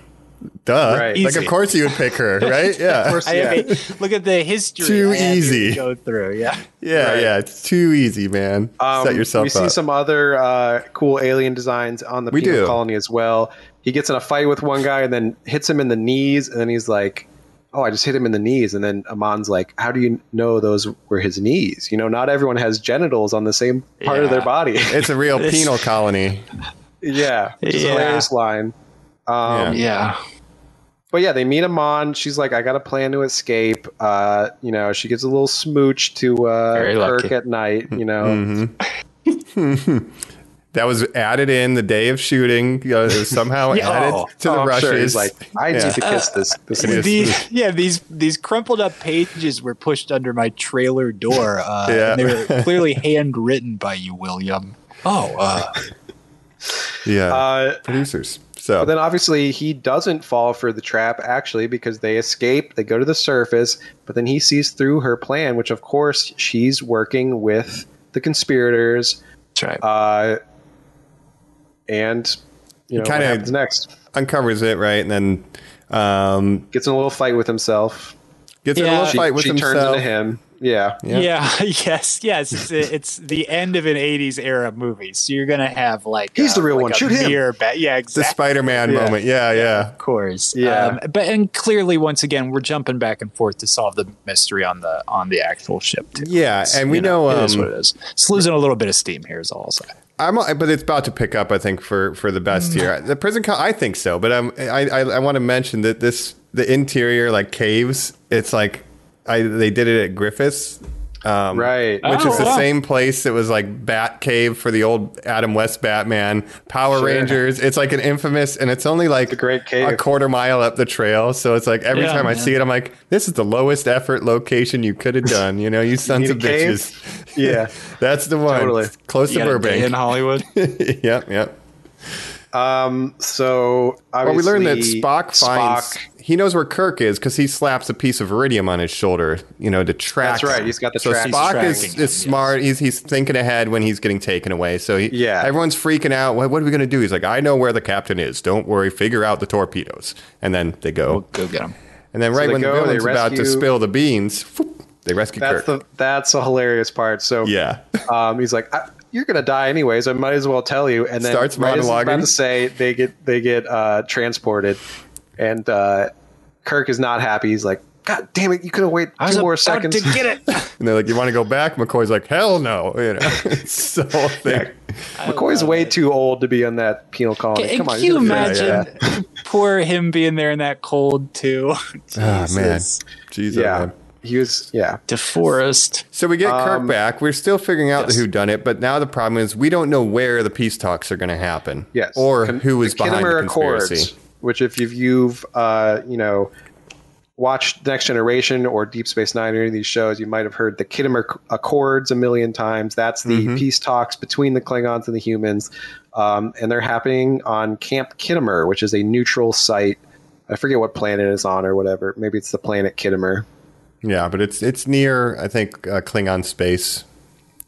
Duh. Right. Like, Easy. of course you would pick her, right? Yeah. Of course, I yeah. mean, look at the history. Too I had to easy. go through. Yeah, yeah, Right. yeah. It's too easy, man. Um, Set yourself we see up. some other uh, cool alien designs on the We penal do. colony as well. He gets in a fight with one guy and then hits him in the knees, and then he's like, "Oh, I just hit him in the knees." And then Amon's like, "How do you know those were his knees? You know, not everyone has genitals on the same part of their Yeah. body." it's a real This- penal colony. yeah, which is a Yeah. hilarious line. Um, Yeah. yeah. But yeah, they meet Amon. She's like, "I got a plan to escape." Uh, you know, she gets a little smooch to uh, Very Kirk lucky. at night. You know, Mm-hmm. That was added in the day of shooting. Uh, it was somehow Yeah. added to Oh, the I'm rushes. sure he's like, "I Yeah. need to kiss this." This It is. These, yeah, these these crumpled up pages were pushed under my trailer door. Uh, Yeah. and they were clearly handwritten by you, William. Oh, uh, yeah. Uh, Producers. So But then obviously he doesn't fall for the trap actually because they escape, they go to the surface, but then he sees through her plan, which of course she's working with the conspirators, that's right. uh, and you know kinda- what happens next. uncovers it, right? And then um, Gets in a little fight with himself. gets in a Yeah. little She, fight with she himself. turns into him. Yeah. Yeah. Yeah. yes. Yes. It's, it's the end of an '80s era movie, so you're gonna have like uh, He's the real like one. a Shoot him. mirror ba- yeah, The exactly. Spider-Man Yeah. moment. Yeah, yeah. Of course. Yeah. but and clearly, once again, we're jumping back and forth to solve the mystery on the on the actual ship. Too. Yeah, It's, and we you know, it is um, what it is. It's losing a little bit of steam here. Is all I'll say. I'm, but it's about to pick up, I think, for for the Mm. best here. The prison, co- I think so, but um, I I, I want to mention that this the interior like caves. It's like I they did it at Griffiths Um, Right. Which Oh, is the wow. same place that was like Bat Cave for the old Adam West Batman, Power Sure. Rangers. It's like an infamous, and it's only like a great cave. a quarter mile up the trail. So it's like every Yeah, time I man. see it, I'm like, this is the lowest effort location you could have done. You know, you sons need a of cave? bitches. Yeah. That's the one. Totally. Close to in Burbank. Hollywood. yep, yep. So Well, we obviously, learned that Spock finds Spock- he knows where Kirk is because he slaps a piece of iridium on his shoulder, you know, to track. That's right. him. He's got the so track- Spock he's is, tracking is him, yes. smart. He's he's thinking ahead when he's getting taken away. So he, Yeah. everyone's freaking out. What, what are we going to do? He's like, I know where the captain is. Don't worry. Figure out the torpedoes, and then they go. Go get him. and then right they when go, the they villain's about to rescue- spill the beans, whoop, they rescue That's Kirk. the that's a hilarious part. So yeah. um, he's like, I, "You're gonna die anyways. I might as well tell you." And then Starts right as he's About monologuing. to say they get they get uh, transported, and uh, Kirk is not happy. He's like, "God damn it! You could have waited I was two more about seconds." to get it. And they're like, "You want to go back?" McCoy's like, "Hell no!" You know, it's the whole thing. McCoy's way too old to be on that penal colony. Can, Come on, you you're gonna- imagine poor him being there in that cold too? Ah, man, Jesus. Jesus. Yeah, man. he was. Yeah, DeForest. So we get Um, Kirk back. We're still figuring out the who done it, but now the problem is we don't know where the peace talks are going to happen. yes. Or Con- who is behind Kinnamer the conspiracy. which if you've you've uh, you know watched Next Generation or Deep Space Nine or any of these shows, you might have heard the Kittimer Accords a million times. That's the Mm-hmm. peace talks between the Klingons and the humans, um, and they're happening on Camp Kittimer, which is a neutral site. I forget what planet it's on or whatever. Maybe it's the planet Kittimer. Yeah, but it's it's near I think uh, Klingon space.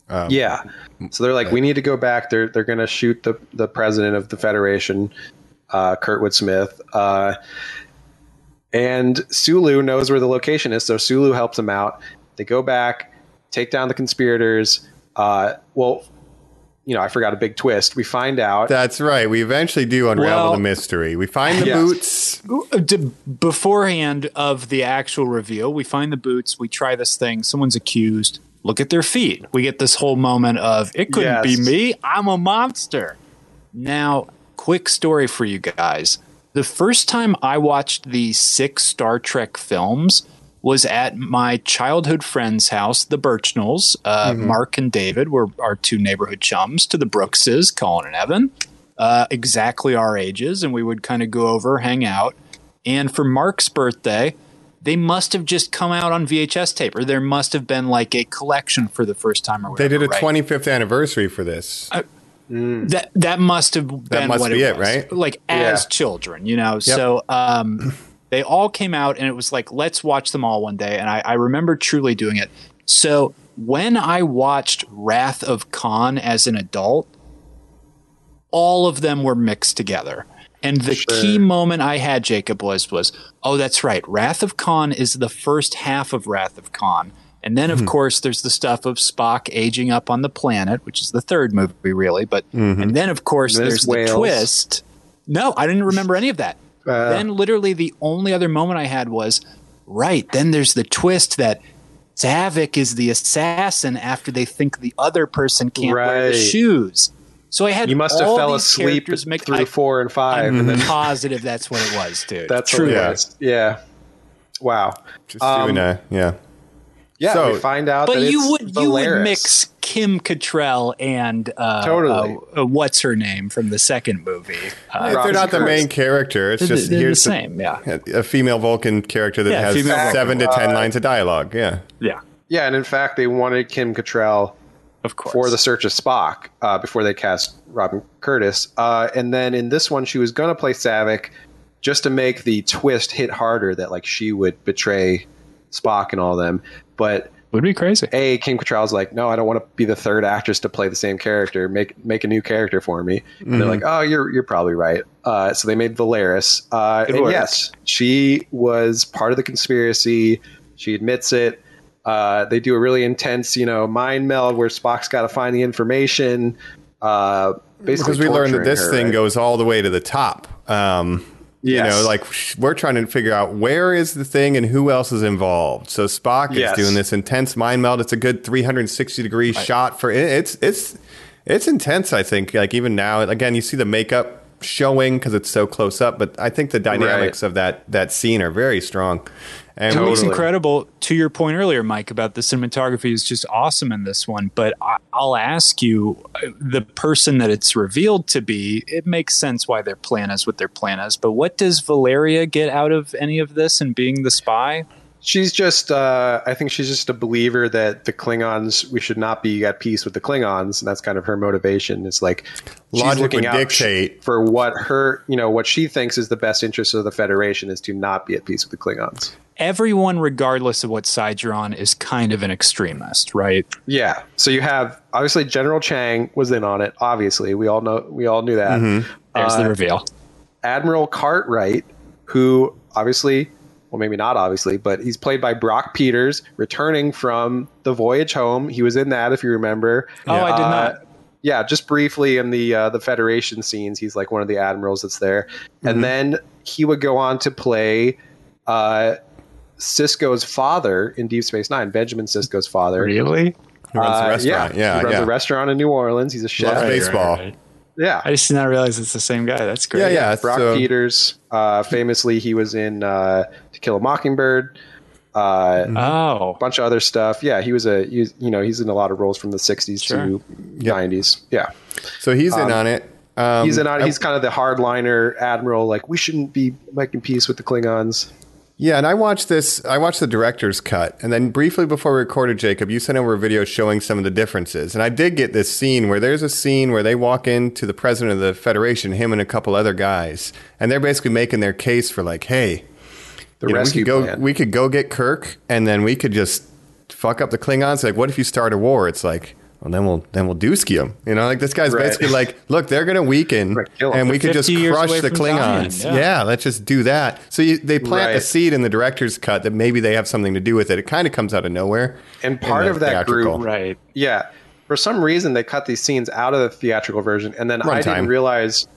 Mm. Yeah. So they're like, we need to go back. They're they're going to shoot the the president of the Federation, uh, Kurtwood Smith. Uh, and Sulu knows where the location is, so Sulu helps him out. They go back, take down the conspirators. Uh, well, you know, I forgot a big twist. We find out. That's right. We eventually do unravel Well- the mystery. We find the Yes. boots. uh, D- beforehand of the actual reveal, we find the boots, we try this thing, someone's accused, look at their feet. We get this whole moment of, it couldn't Yes. be me, I'm a monster. Now, quick story for you guys. The first time I watched the six Star Trek films was at my childhood friend's house, the Birchnells. Uh, Mark and David were our two neighborhood chums to the Brookses, Colin and Evan, uh, exactly our ages. And we would kind of go over, hang out. And for Mark's birthday, they must have just come out on VHS tape, or there must have been like a collection for the first time. Or They did a right? 25th anniversary for this. Uh, that that must have been must what be it, it, was. right? Like as children, you know. So um, they all came out, and it was like, let's watch them all one day. And I, I remember truly doing it. So when I watched Wrath of Khan as an adult, all of them were mixed together. And the key moment I had, Jacob, was was oh, that's right. Wrath of Khan is the first half of Wrath of Khan, and then of course there's the stuff of Spock aging up on the planet, which is the third movie really. But and then of course There's there's, whales. the twist. No, I didn't remember any of that. uh, then literally the only other moment I had was right. Then there's the twist that. Zavik is the assassin after they think the other person can't wear the Right. shoes. So I had you must have all fell these asleep characters make- through I- four and 5 and I'm then positive that's what it was, dude. that's True. true. Yeah. Yeah. Wow. Just um, doing a, yeah. Yeah. So- we find out. but that you it's would you would Valaris. mix Kim Cattrall and uh, Totally. uh, uh, what's her name from the second movie? Uh, They're Robin not the Kurtz. main character. It's they're just they're the here's the- same, yeah, a female Vulcan character that Yeah, has female Vulcan. seven to ten Uh, lines of dialogue. Yeah. yeah, Yeah, and in fact, they wanted Kim Cattrall of course. for the search of Spock uh, before they cast Robin Curtis. Uh, and then in this one, she was going to play Savick just to make the twist hit harder that like she would betray Spock and all them. But would be crazy. a Kim Cattrall's like, no, I don't want to be the third actress to play the same character. Make make a new character for me. And Mm-hmm. they're like, oh, you're you're probably right. Uh, so they made Valeris. Uh, and worked. yes, she was part of the conspiracy. She admits it. Uh, they do a really intense, you know, mind meld where Spock's got to find the information. Uh, basically, because we learned that torturing this her, thing right? goes all the way to the top. Um, Yes. You know, like sh- we're trying to figure out where is the thing and who else is involved. So Spock Yes. is doing this intense mind meld. It's a good 360 degree shot for it, it's it's it's intense. I think like even now, again, you see the makeup showing because it's so close up. But I think the dynamics of that that scene are very strong. And It looks we- incredible. To your point earlier, Mike, about the cinematography is just awesome in this one. But I, I'll ask you, uh, the person that it's revealed to be, it makes sense why their plan is what their plan is. But what does Valeria get out of any of this and being the spy? She's just, uh, I think she's just a believer that the Klingons, we should not be at peace with the Klingons. And that's kind of her motivation. It's like she's Logic looking would out dictate. for what her, you know, what she thinks is the best interest of the Federation is to not be at peace with the Klingons. Everyone, regardless of what side you're on, is kind of an extremist, right? Yeah. So you have obviously General Chang was in on it. Obviously, we all know we all knew that. There's Uh, the reveal. Admiral Cartwright, who obviously, well, maybe not obviously, but he's played by Brock Peters, returning from the voyage home. He was in that, if you remember. Oh, I did Uh, not. yeah, just briefly in the uh, the Federation scenes, he's like one of the admirals that's there, Mm-hmm. and then he would go on to play uh, Cisco's father in Deep Space Nine, Benjamin Cisco's father. Really? He runs the Uh, restaurant. Yeah, he runs yeah. a restaurant in New Orleans. He's a chef. Loves baseball. Yeah, I just did not realize it's the same guy. That's great. Yeah, yeah. Brock so- Peters. Uh, famously, he was in uh, To Kill a Mockingbird. Uh, a Oh, bunch of other stuff. Yeah, he was a he was, you know he's in a lot of roles from the '60s to '90s. Yeah, So he's in on it. Um, he's in on. He's kind of the hardliner admiral. Like we shouldn't be making peace with the Klingons. Yeah, and I watched this. I watched the director's cut, and then briefly before we recorded, Jacob, you sent over a video showing some of the differences. And I did get this scene where there's a scene where they walk into the president of the federation, him and a couple other guys, and they're basically making their case for like, hey, The you know, we rescue could go, plan. we could go get Kirk, and then we could just fuck up the Klingons. Like, what if you start a war? It's like. Well, then we'll then we'll dooski them. You know, like this guy's Right. basically like, look, they're gonna weaken, Right, kill 'em. and we They're could just 50 years crush away the from Klingons. dying, yeah. yeah, yeah, let's just do that. So you, they plant a Right. seed in the director's cut that maybe they have something to do with it. It kind of comes out of nowhere. And part in the of that group- theatrical. right. Yeah, for some reason they cut these scenes out of the theatrical version, and then I Runtime. didn't realize.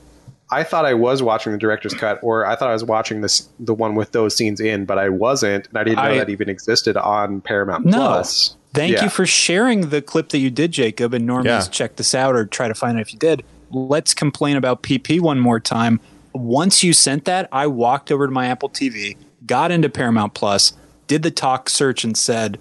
I thought I was watching the director's cut, or I thought I was watching this the one with those scenes in, but I wasn't, and I didn't know I- that even existed on Paramount No. Plus. Thank Yeah. you for sharing the clip that you did, Jacob. And Normies, Yeah. check this out or try to find out if you did. Let's complain about PP one more time. Once you sent that, I walked over to my Apple TV, got into Paramount Plus, did the talk search, and said,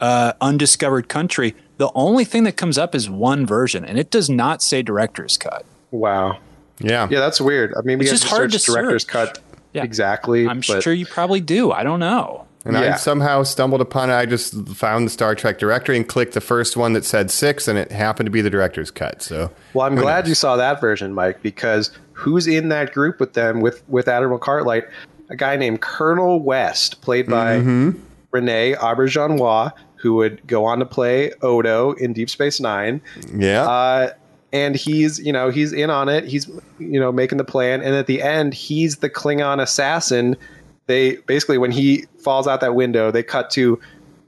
uh, "Undiscovered country." The only thing that comes up is one version, and it does not say director's cut. Wow. Yeah. Yeah, that's weird. I mean, we It's have just hard search to director's search. cut Yeah. exactly. I'm but- sure you probably do. I don't know. And I Yeah. somehow stumbled upon it. I just found the Star Trek directory and clicked the first one that said six, and it happened to be the director's cut. So, Well, I'm who glad knows? you saw that version, Mike, because who's in that group with them with with Admiral Cartwright? A guy named Colonel West, played by Mm-hmm. Renee Auberjonois, who would go on to play Odo in Deep Space Nine. Yeah. Uh, and he's, you know, he's in on it. He's, you know, making the plan. And at the end, he's the Klingon assassin. They basically, when he falls out that window, they cut to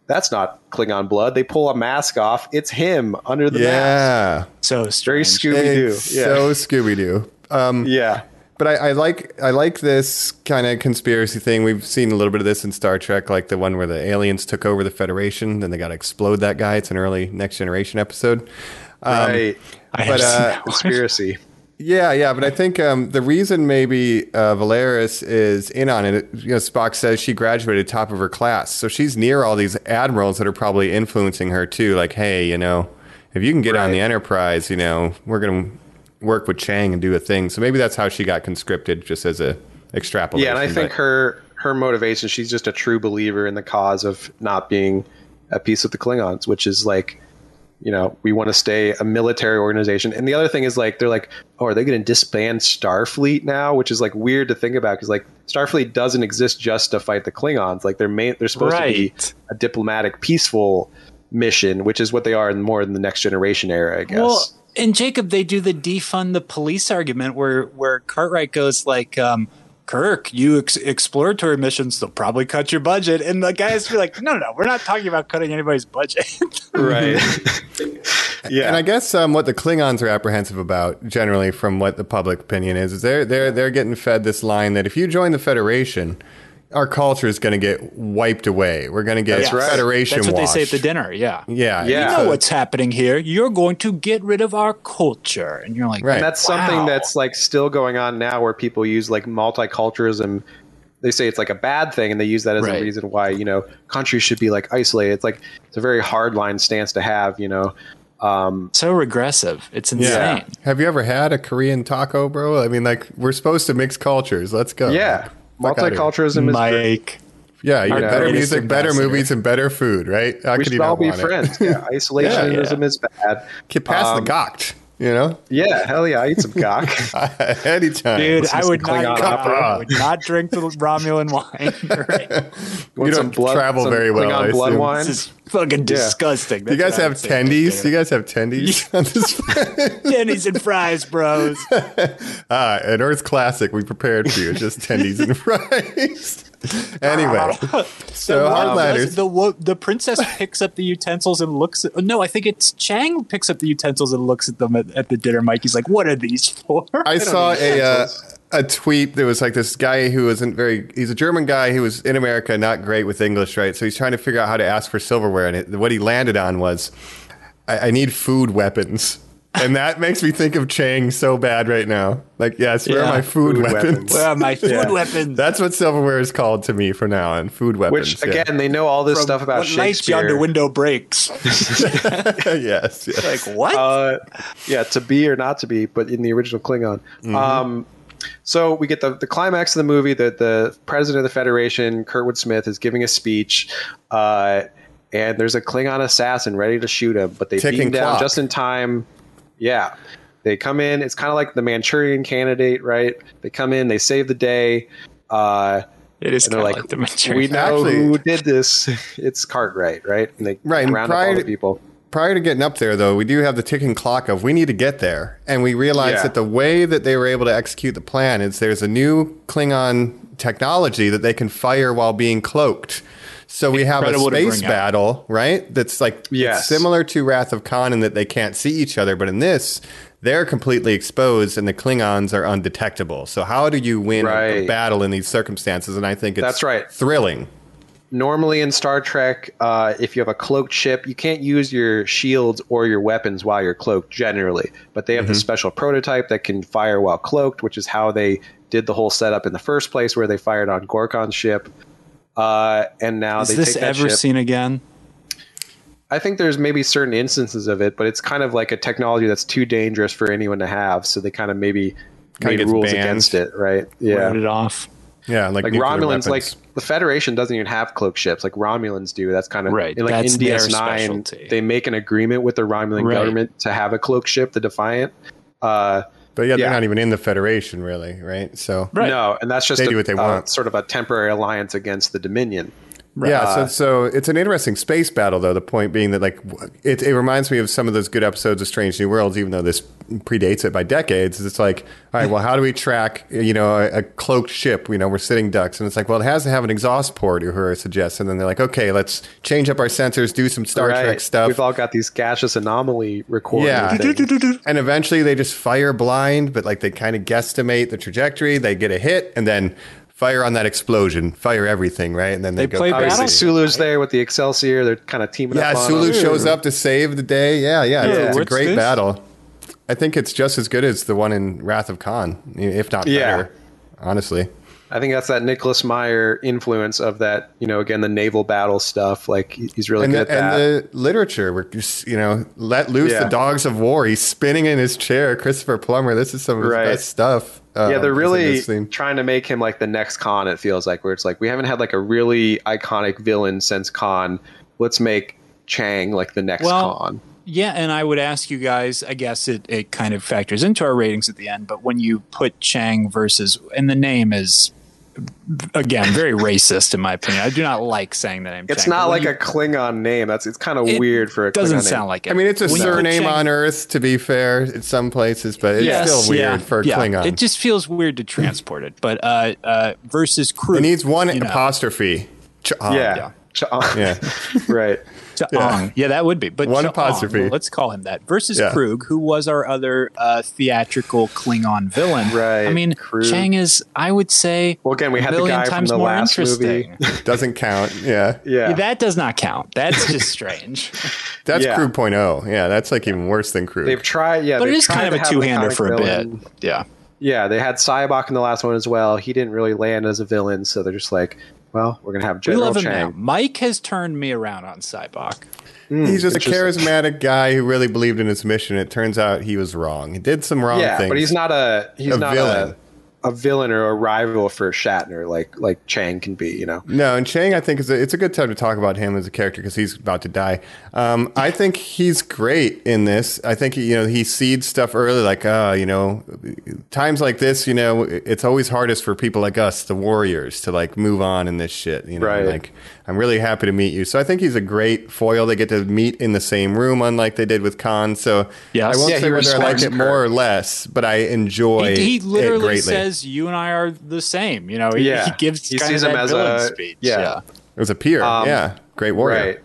that's not Klingon blood. They pull a mask off. It's him under the mask. yeah. So Very strange. Scooby Doo. Yeah. It's So Scooby Doo. Um, yeah. but I, I like I like this kind of conspiracy thing. We've seen a little bit of this in Star Trek, like the one where the aliens took over the Federation, then they got to explode that guy. It's an early Next Generation episode. Um, right. I have but, seen uh, that one. Conspiracy. Yeah, yeah, but I think um, the reason maybe uh, Valeris is in on it, you know, Spock says she graduated top of her class, so she's near all these admirals that are probably influencing her too. Like, hey, you know, if you can get on the Enterprise, you know, we're gonna work with Chang and do a thing. So maybe that's how she got conscripted, just as a extrapolation. Yeah, and I think but- her her motivation, she's just a true believer in the cause of not being at peace with the Klingons, which is like, you know, we want to stay a military organization. And the other thing is like they're like, oh, are they going to disband Starfleet now? Which is like weird to think about because like Starfleet doesn't exist just to fight the Klingons. Like they're main, they're supposed Right. to be a diplomatic, peaceful mission, which is what they are in more in the next generation era, I guess. Well, and Jacob, they do the defund the police argument where where Cartwright goes like, um, "Kirk, you ex- exploratory missions, they'll probably cut your budget," and the guys be like, "No, no, no, we're not talking about cutting anybody's budget." right. yeah. And I guess um, what the Klingons are apprehensive about, generally, from what the public opinion is, is they're they're they're getting fed this line that if you join the Federation, our culture is going to get wiped away. We're going to get That's right. federation That's what washed. they say at the dinner. Yeah. Yeah. Yeah. You know what's happening here. You're going to get rid of our culture. And you're like, Right. And that's something Wow. that's like still going on now where people use like multiculturalism. They say it's like a bad thing and they use that as a Right. reason why, you know, countries should be like isolated. It's like it's a very hard line stance to have, you know. so regressive. It's Yeah. insane. Have you ever had a Korean taco, bro? I mean, like we're supposed to mix cultures. Let's go. Yeah. Fuck outta here. Multiculturalism is great. Mike. Yeah, you Our get better greatest music, better ambassador. movies, and better food, right? How we could you should not all be want it? friends. Yeah, isolationism is bad. Get past Um, the gocht, you know, Yeah, hell yeah, I eat some cock. anytime. Dude, I would Klingon not, opera. I would not drink the Romulan wine. Want You don't travel some very well, Klingon I blood assume. wine. This is fucking disgusting. Do you guys have tendies? Do you guys have tendies on this? Denny's and fries, bros. Ah, an Earth classic we prepared for you. Just tendies and fries. anyway, so hard Does ladders. The wo- the princess picks up the utensils and looks. At, no, I think it's Chang picks up the utensils and looks at them at, at the dinner. Mike, he's like, "What are these for?" I saw a uh, a tweet that was like this guy who wasn't very. He's a German guy who was in America, not great with English, right? So he's trying to figure out how to ask for silverware, and it, what he landed on was, I, "I need food weapons," and that makes me think of Chang so bad right now. Like, yes, where are Yeah. my food, Food weapons? weapons. Where are my food weapons? That's what silverware is called to me for now, and food Which weapons. again, they know all this stuff about what lights yonder Shakespeare. window breaks. yeah. yes, yes. Like what? uh, yeah, to be or not to be, but in the original Klingon. Mm-hmm. Um, so we get the, the climax of the movie that the president of the Federation, Kurtwood Smith, is giving a speech, uh, and there's a Klingon assassin ready to shoot him, but they beat Ticking him down clock. just in time. Yeah, they come in. It's kind of like the Manchurian Candidate, right? They come in, they save the day. Uh, it is and they're kinda like, like the mature. we know Actually- who did this. It's Cartwright, right? And they Right, and round up all prior- the people. prior to getting up there, though, we do have the ticking clock of we need to get there. And we realize Yeah. that the way that they were able to execute the plan is there's a new Klingon technology that they can fire while being cloaked. So we have a Incredible to space bring up. battle, right? That's like it's Yes. similar to Wrath of Khan in that they can't see each other, but in this, they're completely exposed and the Klingons are undetectable. So how do you win a Right. battle in these circumstances? And I think it's That's right. thrilling. normally in Star Trek, uh, if you have a cloaked ship, you can't use your shields or your weapons while you're cloaked generally. But they have this special prototype that can fire while cloaked, which is how they did the whole setup in the first place, where they fired on Gorkon's ship. Uh, and now is they this take that ever ship. seen again? I think there's maybe certain instances of it, but it's kind of like a technology that's too dangerous for anyone to have. So they kind of maybe Kinda made gets rules banned. against it, right? Yeah. Wrote it off. Yeah, like, like nuclear Romulans, weapons. like the Federation doesn't even have cloak ships. Like Romulans do. That's kind of Right, In, like that's in their DS Nine, specialty. they make an agreement with the Romulan Right. government to have a cloak ship, the Defiant. Uh, But yeah, they're Yeah. not even in the Federation, really, right? So Right. No, and that's just They a, do what they uh, want. sort of a temporary alliance against the Dominion. yeah, Uh, so, so it's an interesting space battle, though. The point being that, like, w- it, it reminds me of some of those good episodes of Strange New Worlds, even though this predates it by decades. It's like, all right, well, how do we track, you know, a, a cloaked ship? You know, we're sitting ducks, and it's like, well, it has to have an exhaust port. Uhura suggests, and then they're like, okay, let's change up our sensors, do some Star right. Trek stuff. We've all got these gaseous anomaly recorders. Yeah. things. And eventually they just fire blind, but like they kind of guesstimate the trajectory. They get a hit and then fire on that explosion, fire everything, right? And then they, They go play crazy. Obviously, Battle- Sulu's there with the Excelsior. They're kind of teaming Yeah, up. on Sulu him. shows up to save the day. Yeah, yeah, it's, Yeah. it's a What's great this? battle. I think it's just as good as the one in Wrath of Khan, if not Yeah. better. Honestly, I think that's that Nicholas Meyer influence of that. You know, again, the naval battle stuff. Like he- he's really and good the, at that. and the literature, we're just, you know, let loose Yeah. the dogs of war. He's spinning in his chair. Christopher Plummer. This is some of his Right. best stuff. yeah, um, they're is in really this thing. trying to make him like the next Khan. It feels like where it's like we haven't had like a really iconic villain since Khan. Let's make Chang like the next Well, Khan. Yeah, and I would ask you guys. I guess it, it kind of factors into our ratings at the end. But when you put Chang versus, and the name is again very racist in my opinion. I do not like saying the name. It's Chang, but not like when you- a Klingon name. That's it's kind of It weird for a doesn't Klingon sound name. like it. I mean, it's a When you put surname Chang- on Earth, to be fair, in some places, but it's Yes, still weird yeah, for a yeah. Klingon. It just feels weird to transport it. But uh, uh, versus crew, It needs one you know. apostrophe. Ch- uh, Yeah. Yeah. Chong. Yeah. right. To Yeah. Ong. Yeah, that would be. But One to Ong, apostrophe. well, let's call him that. Versus Yeah. Krug, who was our other uh, theatrical Klingon villain. Right, I mean, Krug. Chang is, I would say, Well, again, we a had the million guy from times the more last interesting. movie. Doesn't count. Yeah. Yeah. That does not count. That's just strange. That's Yeah. Krug point oh. Yeah, that's like even worse than Krug. They've tried, yeah, but it they've is tried kind to of a have two hander iconic for a villain. bit. Yeah. Yeah, they had Cyborg in the last one as well. He didn't really land as a villain, so they're just like, well, we're gonna have We General love him now. Chang. Mike has turned me around on Cybok. He's just a Interesting. charismatic guy who really believed in his mission. It turns out he was wrong. He did some wrong Yeah, things. but he's not a he's A not villain. a a villain or a rival for Shatner like like Chang can be. You know, No, and Chang, I think is a, it's a good time to talk about him as a character because he's about to die. Um, I think he's great in this. I think you know he seeds stuff early, like uh, you know, times like this, you know, it's always hardest for people like us, the warriors, to like move on in this shit. You know, Right. like I'm really happy to meet you. So I think he's a great foil. They get to meet in the same room, unlike they did with Khan. So Yes. I won't Yeah, say he whether I like respects it her. more or less, but I enjoy. He, he it literally greatly. says, "You and I are the same." You know, he, Yeah. he gives He kind sees of him that as villain a- speech. yeah. it was a peer. yeah, great warrior. Um, right,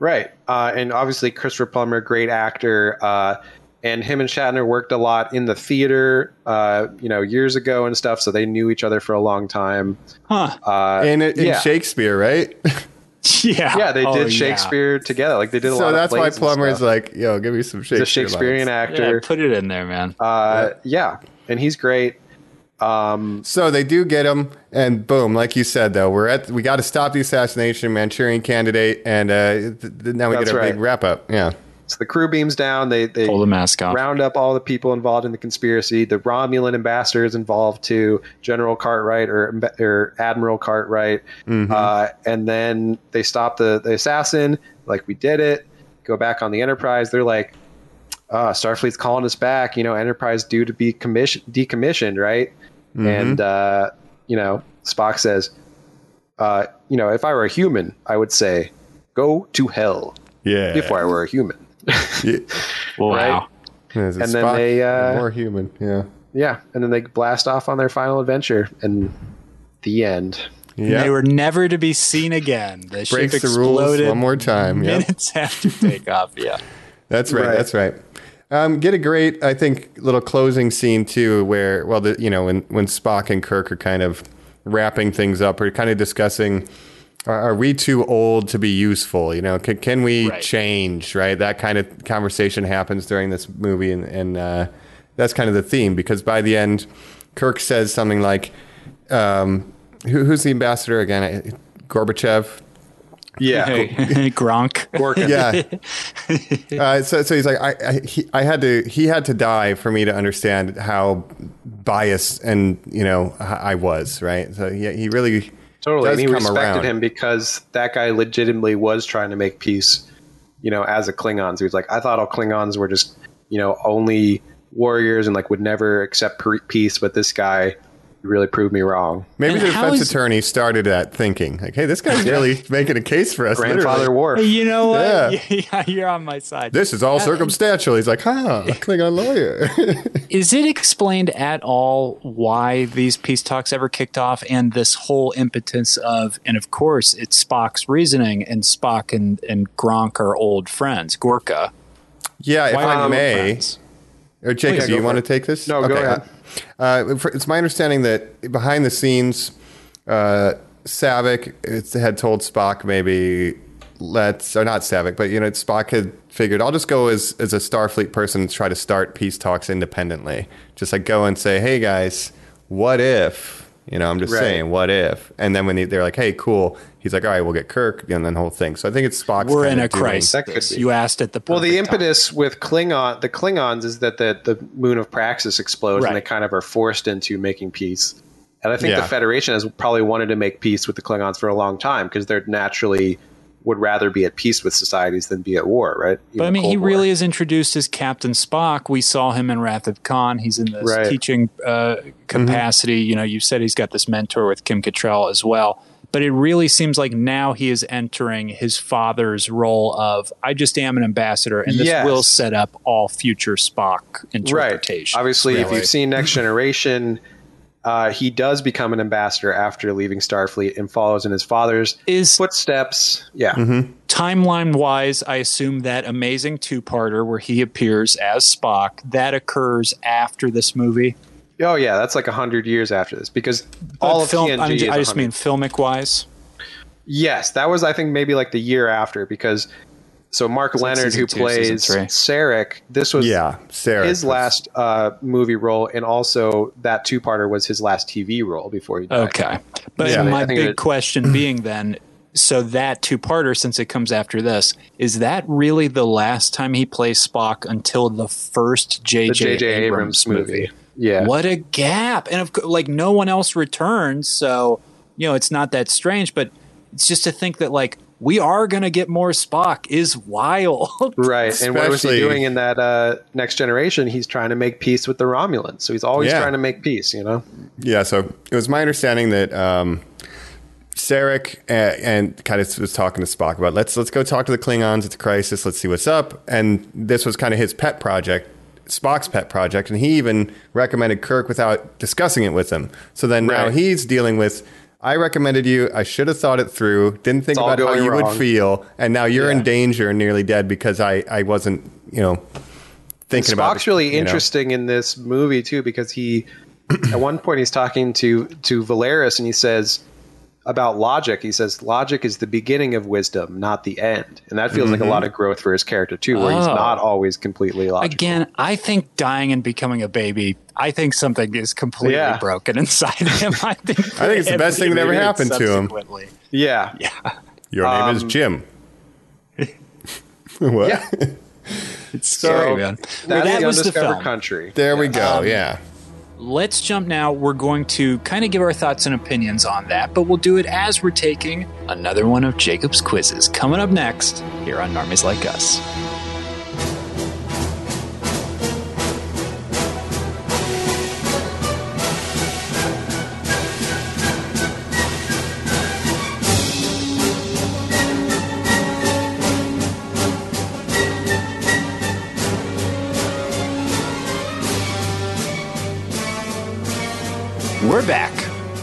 right, uh, and obviously Christopher Plummer, great actor, uh, and him and Shatner worked a lot in the theater, uh, you know, years ago and stuff. So they knew each other for a long time. Huh. Uh, And it, in yeah. Shakespeare, right? yeah. yeah, they Oh, did Shakespeare together. Like they did a lot. so of that's why plays and Plummer is stuff. like, yo, give me some Shakespeare. the Shakespearean lines. Yeah. actor. put it in there, man. Uh, yeah, and he's great. So they do get him, and boom, like you said, though, we're at we got to stop the assassination, Manchurian candidate, and uh, th- th- now we That's get a right. big wrap up. Yeah, So the crew beams down. They they Pull the mask off. round up all the people involved in the conspiracy. The Romulan ambassador is involved too. General Cartwright or or Admiral Cartwright. Uh, and then they stop the the assassin. Like we did it. Go back on the Enterprise. They're like, uh, Starfleet's calling us back. You know, Enterprise due to be commission decommissioned, right? And uh, you know, Spock says, uh, you know, if I were a human, I would say, go to hell. yeah. If I were a human. Yeah. wow. There's a And then Spock they, and uh, more human. Yeah, yeah, and then they blast off on their final adventure, and the end. yeah. They were never to be seen again. The ship breaks the rules exploded one more time. Yeah, minutes after takeoff. Yeah. that's right, Right. That's right. Um, get a great, I think, little closing scene too, where well, the, you know, when when Spock and Kirk are kind of wrapping things up or kind of discussing are, are we too old to be useful? You know, can, can we Right. change? Right, that kind of conversation happens during this movie, and, and uh, that's kind of the theme because by the end, Kirk says something like, um, who, "Who's the ambassador again? I- Gorbachev." Yeah, Gronk. Yeah. uh, so, so he's like, I, I, he, I had to, he had to die for me to understand how biased and you know I I was, right? So he, he really totally. does And he come respected around. him because that guy legitimately was trying to make peace. You know, as a Klingon, so he was like, I thought all Klingons were just, you know, only warriors and like would never accept pre- peace, but this guy really proved me wrong. Maybe And the how defense is- attorney started that thinking, like, hey, this guy's really making a case for us. Grandfather literally. Worf. You know what? Yeah. Yeah. you're on my side. This is all circumstantial. He's like, huh, Klingon lawyer. Is it explained at all why these peace talks ever kicked off and this whole impotence of, and of course, it's Spock's reasoning, and Spock and, and Gronk are old friends, Gorka. yeah, if Why I are they may. old friends? Or Jacob, Oh, yeah, do go you for want to it. take this? No, go ahead. Uh, for, it's my understanding that behind the scenes, uh, Savick it's, had told Spock maybe let's or not Savick, but you know Spock had figured I'll just go as as a Starfleet person and try to start peace talks independently. Just like go and say, hey guys, what if? You know, I'm just Right. saying, what if? And then when they, they're like, hey, cool, he's like, all right, we'll get Kirk, and then the whole thing. So I think it's Spock's We're in kinda a doing- That could crisis. be. You asked at the Well, the perfect time. impetus with Klingon, the Klingons, is that the, the moon of Praxis explodes, Right. and they kind of are forced into making peace. And I think Yeah. the Federation has probably wanted to make peace with the Klingons for a long time because they're naturally would rather be at peace with societies than be at war, right? But I Even mean, he Cold War. really is introduced as Captain Spock. We saw him in Wrath of Khan. He's in this Right. teaching uh, capacity. You know, you said he's got this mentor with Kim Cattrall as well. But it really seems like now he is entering his father's role of I just am an ambassador, and this Yes. will set up all future Spock right. interpretation. Obviously, if really. you've seen Next Generation, Uh, he does become an ambassador after leaving Starfleet and follows in his father's Is Mm-hmm. footsteps. Yeah. timeline wise, I assume that amazing two parter where he appears as Spock that occurs after this movie. Oh yeah, that's like hundred years after this because But all of film, TNG. I'm is ju- I 100. just mean filmic wise. Yes, that was I think maybe like the year after because so Mark like Leonard who season two, season plays three. Sarek, this was Yeah, Sarah. his last uh, movie role, and also that two-parter was his last TV role before he died. Okay, but Yeah. I my think big it- question being then, so that two parter since it comes after this, is that really the last time he plays Spock until the first the J.J. J.J. Abrams, movie. Yeah, What a gap. And of co- like no one else returns, so you know, it's not that strange, but it's just to think that like we are going to get more Spock is wild. right. and what was he Especially- doing in that uh, Next Generation? He's trying to make peace with the Romulans, so he's always Yeah. trying to make peace. You know, Yeah, so it was my understanding that um, Sarek and, and kind of was talking to Spock about let's let's go talk to the Klingons. It's a crisis. Let's see what's up. And this was kind of his pet project, Spock's pet project, and he even recommended Kirk without discussing it with him. So then now Right. he's dealing with. I recommended you. I should have thought it through. Didn't think all about how going you wrong." would feel, and now you're in danger and nearly dead because I, I wasn't you know thinking about Spock's really you know. interesting in this movie too because he, at one point, he's talking to to Valeris and he says about logic. He says logic is the beginning of wisdom, not the end, and that feels like a lot of growth for his character too, where he's Oh. not always completely logical. Again, I think dying and becoming a baby, I think something is completely Yeah. broken inside him. I think, I think it's the best thing that ever happened to him. subsequently. Yeah, Your name is Jim. what? Um, Yeah. It's scary, So, man. That's Well, that the was the undiscovered film. country. There we go. Um, yeah. Let's jump now. We're going to kind of give our thoughts and opinions on that, but we'll do it as we're taking another one of Jacob's quizzes coming up next here on Normies Like Us. We're back.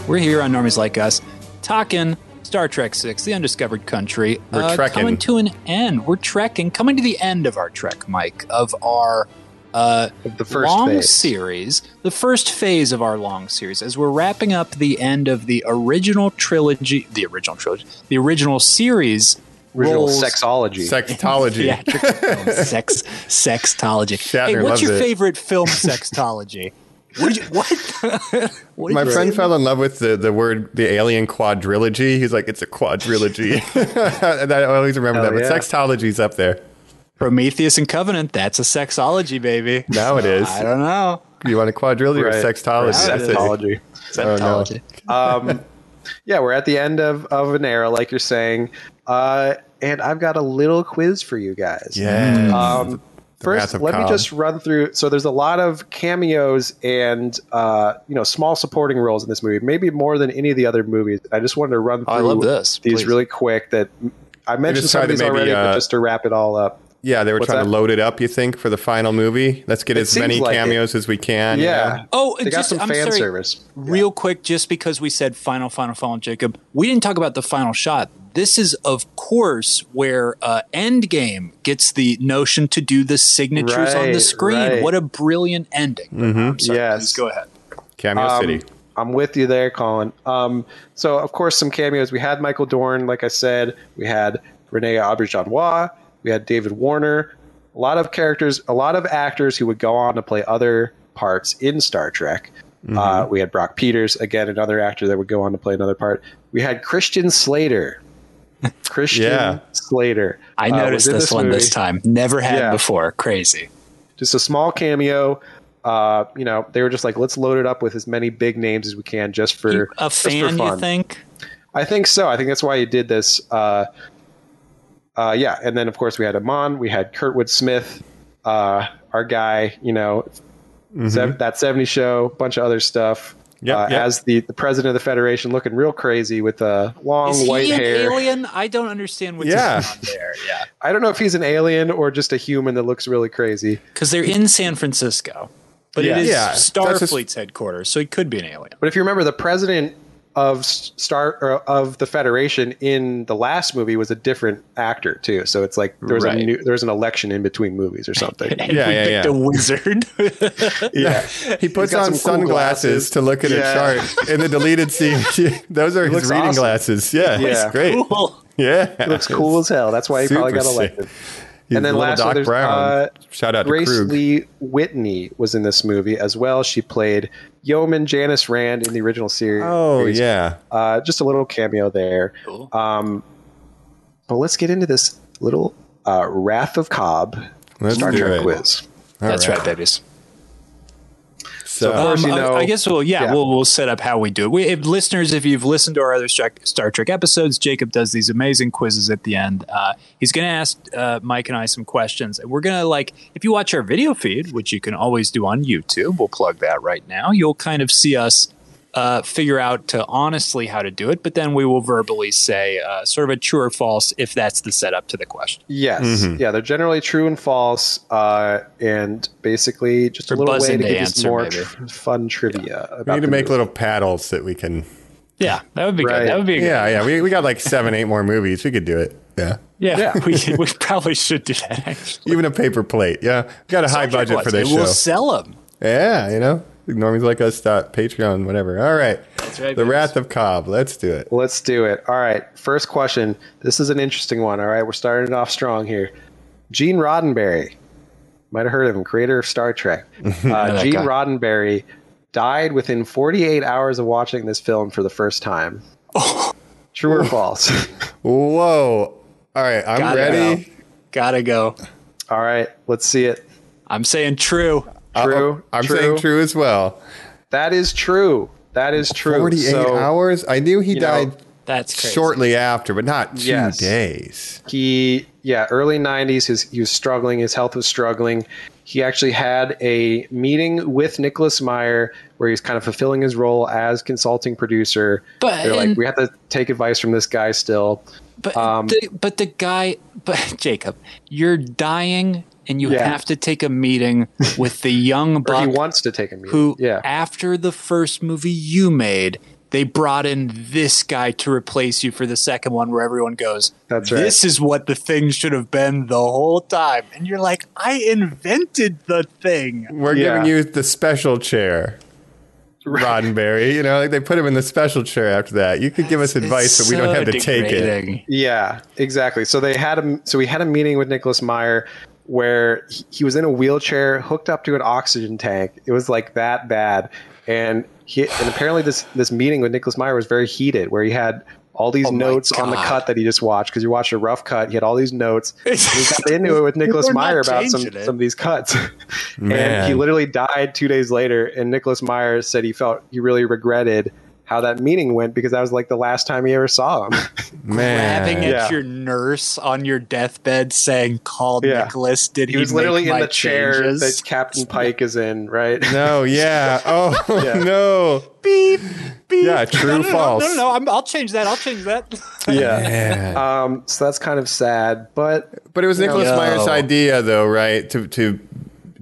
We're here on Normies Like Us, talking Star Trek Six: The Undiscovered Country. Uh, We're trekking. coming to an end. We're trekking, coming to the end of our trek, Mike, of our uh, The first long phase. series, the first phase of our long series, as we're wrapping up the end of the original trilogy, the original trilogy, the original series. original roles- sexology. Sextology. Theatrical film, sex, sextology. hey, Shatner what's loves your it. favorite film, sextology? What? Did you, what? what did My you say? friend fell in love with the, the word the alien quadrilogy. He's like, it's a quadrilogy. And I always remember Hell that. But yeah. sextology's up there. Prometheus and Covenant. That's a sexology, baby. Now it is. I don't know. You want a quadrilogy Right. or sextology? Right. That's it. Oh, Sexology. Sextology. um, yeah, we're at the end of, of an era, like you're saying. Uh, and I've got a little quiz for you guys. Yes. Um, Wrath first, of let me Khan. just run through. So there's a lot of cameos and uh, you know small supporting roles in this movie, maybe more than any of the other movies. I just wanted to run through Oh, I love this, these please. really quick. That I mentioned just some of tried these to maybe, already, but uh, just to wrap it all up. yeah, they were What's trying that? to load it up, you think, for the final movie? Let's get as seems many like it. cameos as we can. you Yeah. know? Oh, they got just- some I'm fan sorry. service. Real quick, just because we said final, final, final, Jacob, we didn't talk about the final shot. This is, of course, where uh, Endgame gets the notion to do the signatures on the Right, screen. right. Mm-hmm. What a brilliant ending! I'm sorry, Yes. please go ahead. Cameo Um, City. I'm with you there, Colin. Um, so, of course, some cameos. We had Michael Dorn, like I said. We had Renee Auberjonois. We had David Warner. A lot of characters, a lot of actors who would go on to play other parts in Star Trek. Mm-hmm. Uh, we had Brock Peters, again, another actor that would go on to play another part. We had Christian Slater. Christian Yeah. Slater. I uh, was noticed in this, one movie this time. Never had Yeah. before. Crazy. just a small cameo. Uh, you know, they were just like, let's load it up with as many big names as we can, just for a just for fan, you fun. think? I think so. I think that's why he did this. Uh, uh, yeah, and then of course we had Amon, we had Kurtwood Smith, uh, our guy, you know, sev- that '70s show, bunch of other stuff. Mm-hmm. Yep, uh, yep. As the, the president of the federation, looking real crazy with the long Is white he an hair. alien? I don't understand what's Yeah. going on there. Yeah, I don't know if he's an alien or just a human that looks really crazy. because they're in San Francisco. But Yeah. it is Yeah, that's just- Starfleet's headquarters, so it could be an alien. But if you remember, the president of S- Star or of the Federation in the last movie was a different actor too. So it's like there was Right. a new, there was an election in between movies or something. And Yeah, we yeah, picked yeah. a wizard. Yeah. He puts got on some cool sunglasses glasses. to look at Yeah. a chart in the deleted scene. Those are his looks reading awesome. glasses. Yeah. Yeah. It's great. cool. Yeah. Looks cool as hell. That's why he probably Super got elected. And then Little last one, Doc there's Brown. uh, Shout out to Grace Krug. Lee Whitney was in this movie as well. She played Yeoman Janice Rand in the original series. Oh, yeah. Uh, just a little cameo there. Cool. Um, but let's get into this little uh, Wrath of Cobb Let's Star do Trek it. quiz. All That's right, babies. So, course, Um, you I- know- I, guess we'll yeah, yeah. we'll we'll set up how we do it. We, if listeners, if you've listened to our other Star, Star Trek episodes, Jacob does these amazing quizzes at the end. Uh, he's going to ask uh, Mike and I some questions, and we're going to like if you watch our video feed, which you can always do on YouTube. We'll plug that right now. You'll kind of see us. Uh, figure out to honestly how to do it, but then we will verbally say uh, sort of a true or false if that's the setup to the question. Yes. Mm-hmm. Yeah, they're generally true and false, uh, and basically just a Or little buzz way in to to give us answer, more maybe. tr- fun trivia. About we need to the make movie. little paddles that we can. Yeah, that would be Right. good. That would be a good. Yeah, yeah. We, we got like seven, eight more movies. We could do it. Yeah. Yeah, Yeah. We, we probably should do that. Actually. Even a paper plate. Yeah. We got a high budget for this We'll show. sell them. Yeah, you know, normies like us. Dot Patreon, whatever. All right, that's right, The babies. Wrath of Cobb. Let's do it. Let's do it. All right. First question. This is an interesting one. All right. We're starting it off strong here. Gene Roddenberry. Might have heard of him, creator of Star Trek. Uh, that Gene guy. Roddenberry died within 48 hours of watching this film for the first time. True or false? Whoa! All right, I'm Gotta ready. Go. Gotta go. All right. Let's see it. I'm saying true. True. I'm saying true as well. That is true. That is true. Forty-eight So hours. I knew he know, died That's crazy. shortly after, but not two Yes. days. He, yeah, early 90s, his, he was struggling. His health was struggling. He actually had a meeting with Nicholas Meyer where he was kind of fulfilling his role as consulting producer. But- They're like, and- we have to take advice from this guy still. But um, the, but the guy, but Jacob, you're dying, and you Yeah. have to take a meeting with the young Or he buck wants to take a meeting. who, yeah. after the first movie you made, they brought in this guy to replace you for the second one, where everyone goes, That's right. "This is what the thing should have been the whole time," and you're like, "I invented the thing." We're Yeah. giving you the special chair. Roddenberry, you know, like they put him in the special chair after that. You could give us advice, but we don't have to take it. Yeah, exactly. So they had him. So we had a meeting with Nicholas Meyer where he- he was in a wheelchair hooked up to an oxygen tank. It was like that bad, and he and apparently this this meeting with Nicholas Meyer was very heated, where he had all these Oh my notes on the God. cut that he just watched because you watched a rough cut. He had all these notes. and he got into it with Nicholas We're not Meyer about some changing it. some of these cuts, and he Man. literally died two days later. And Nicholas Meyer said he felt he really regretted how that meeting went because that was like the last time he ever saw him. Man, Grabbing Yeah. at your nurse on your deathbed, saying, "Call Yeah. Nicholas." Did he, he was literally make in my the chair changes? that Captain Pike is in, right? No, yeah. Oh no. Beep. Beep. Yeah, true, No, no, no, false. No, no, no. I'm, I'll change that. I'll change that. yeah. Yeah. Um, so that's kind of sad, but But it was Nicholas No. Meyer's idea, though, right? To to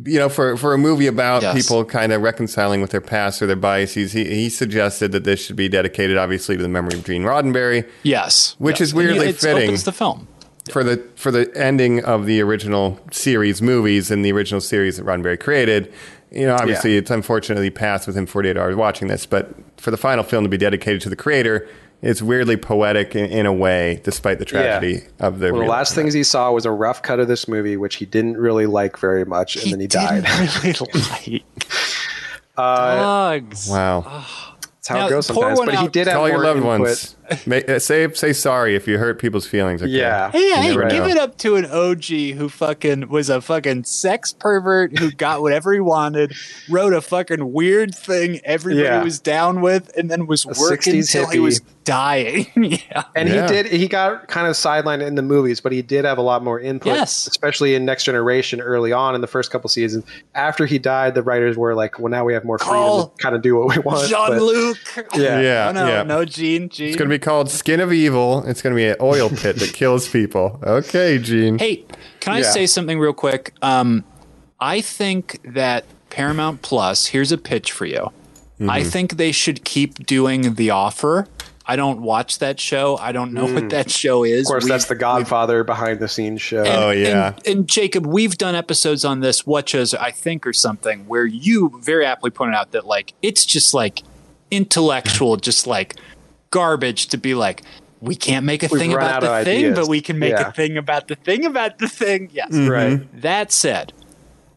you know, for for a movie about Yes. people kind of reconciling with their past or their biases, he he suggested that this should be dedicated, obviously, to the memory of Gene Roddenberry yes, Which yes. is weirdly it fitting. Opens the film. for the for the ending of the original series movies and the original series that Roddenberry created. You know, obviously, Yeah. it's unfortunately passed within 48 hours watching this, but for the final film to be dedicated to the creator, it's weirdly poetic in, in a way, despite the tragedy of the. one of real- the last things he saw was a rough cut of this movie, which he didn't really like very much, and then he died. Didn't really like Uh, dogs. Wow. That's how Now, it goes pour sometimes. one But he out. did have Call more your loved input. ones. Make, uh, say say sorry if you hurt people's feelings. Okay? Yeah. Hey, hey, never give know. it up to an OG who fucking was a fucking sex pervert who got whatever he wanted, wrote a fucking weird thing everybody Yeah. was down with, and then was working 60s until he hippie. was dying. yeah. And Yeah. he did. He got kind of sidelined in the movies, but he did have a lot more input, Yes. especially in Next Generation early on in the first couple seasons. After he died, the writers were like, "Well, now we have more Call freedom to kind of do what we want." Jean but- Luc. Yeah. Yeah, Oh, no, yeah. no, Gene. Gene. It's gonna be called Skin of Evil. It's gonna be an oil pit that kills people. Okay, Gene. Hey, can I Yeah. say something real quick? Um, I think that Paramount Plus, here's a pitch for you. I Mm-hmm. think they should keep doing The Offer. I don't watch that show. I don't know what that show is. Mm. Of course, that's the Godfather behind the scenes show. Oh, yeah. And, and Jacob, we've done episodes on this, what shows I think or something, where you very aptly pointed out that like it's just like intellectual, just like garbage to be like, we can't make a We've thing run about out the of thing, ideas. but we can make Yeah. a thing about the thing about the thing. Yes. right. That said,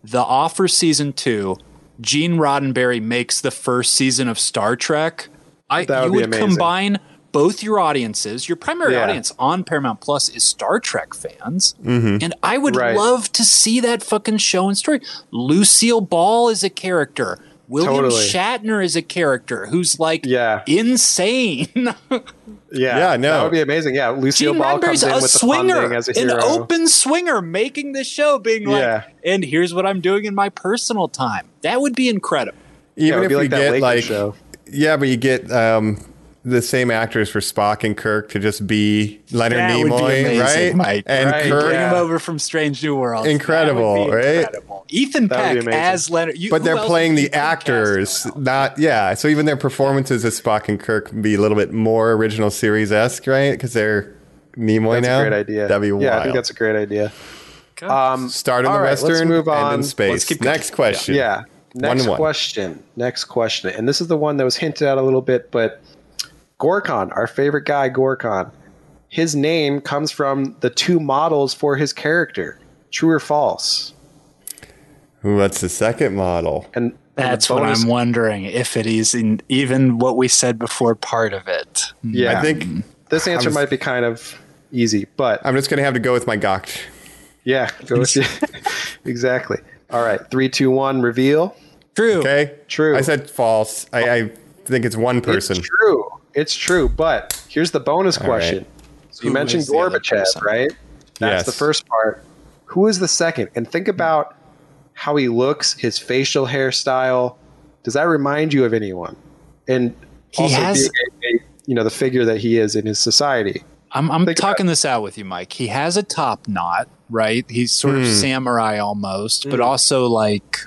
the offer season two, Gene Roddenberry makes the first season of Star Trek. I That would you be would amazing. combine both your audiences. Your primary Yeah. audience on Paramount Plus is Star Trek fans, and I would Mm-hmm. Right. love to see that fucking show and story. Lucille Ball is a character. William Totally. Shatner is a character who's like Yeah. insane. Yeah, Yeah, no. that would be amazing. Yeah, Lucille Gene Ball comes Roddenberry's in a with the funding swinger, as a an hero. open swinger, making the show, being like, Yeah. and here's what I'm doing in my personal time. That would be incredible. it Even would if be like we that get Laker like, show. yeah, but you get um, the same actors for Spock and Kirk to just be Leonard That would be Nimoy, amazing, right? Mike. And Right, Kirk, Bring yeah. him over from Strange New World. Incredible, That would be right? incredible. Ethan That would be Peck amazing. as Leonard. You, but who they're else playing would the Ethan Peck cast actors, around? not yeah. So even their performances as Spock and Kirk can be a little bit more original series esque, right? Because they're Nimoy That's now. a great idea. That'd be wild. Yeah, I think that's a great idea. Okay. Um, Start in all the right, western, Let's move on. end in Let's space. keep going. Next question. Yeah. Next to one. question. Next question. And this is the one that was hinted at a little bit, but Gorkon, our favorite guy, Gorkon, his name comes from the two models for his character. True or false? Ooh, that's the second model. And and the That's what bonus- I'm wondering if it is in even what we said before part of it. Yeah, Mm. I think this answer I'm- might be kind of easy, but I'm just gonna have to go with my Gokch. yeah, go with you. exactly. All right, three, two, one. Reveal. True. Okay. True. I said false. I, I think it's one person. It's true. It's true. But here's the bonus question. So you Who mentioned is the other Gorbachev, person? right? That's Yes. the first part. Who is the second? And Hmm. think about how he looks, his facial hairstyle. Does that remind you of anyone? And He also has- being a, a, you know the figure that he is in his society. I'm, I'm Think talking this out with you, Mike. He has a top knot, right? He's sort Hmm. of samurai almost, but also like,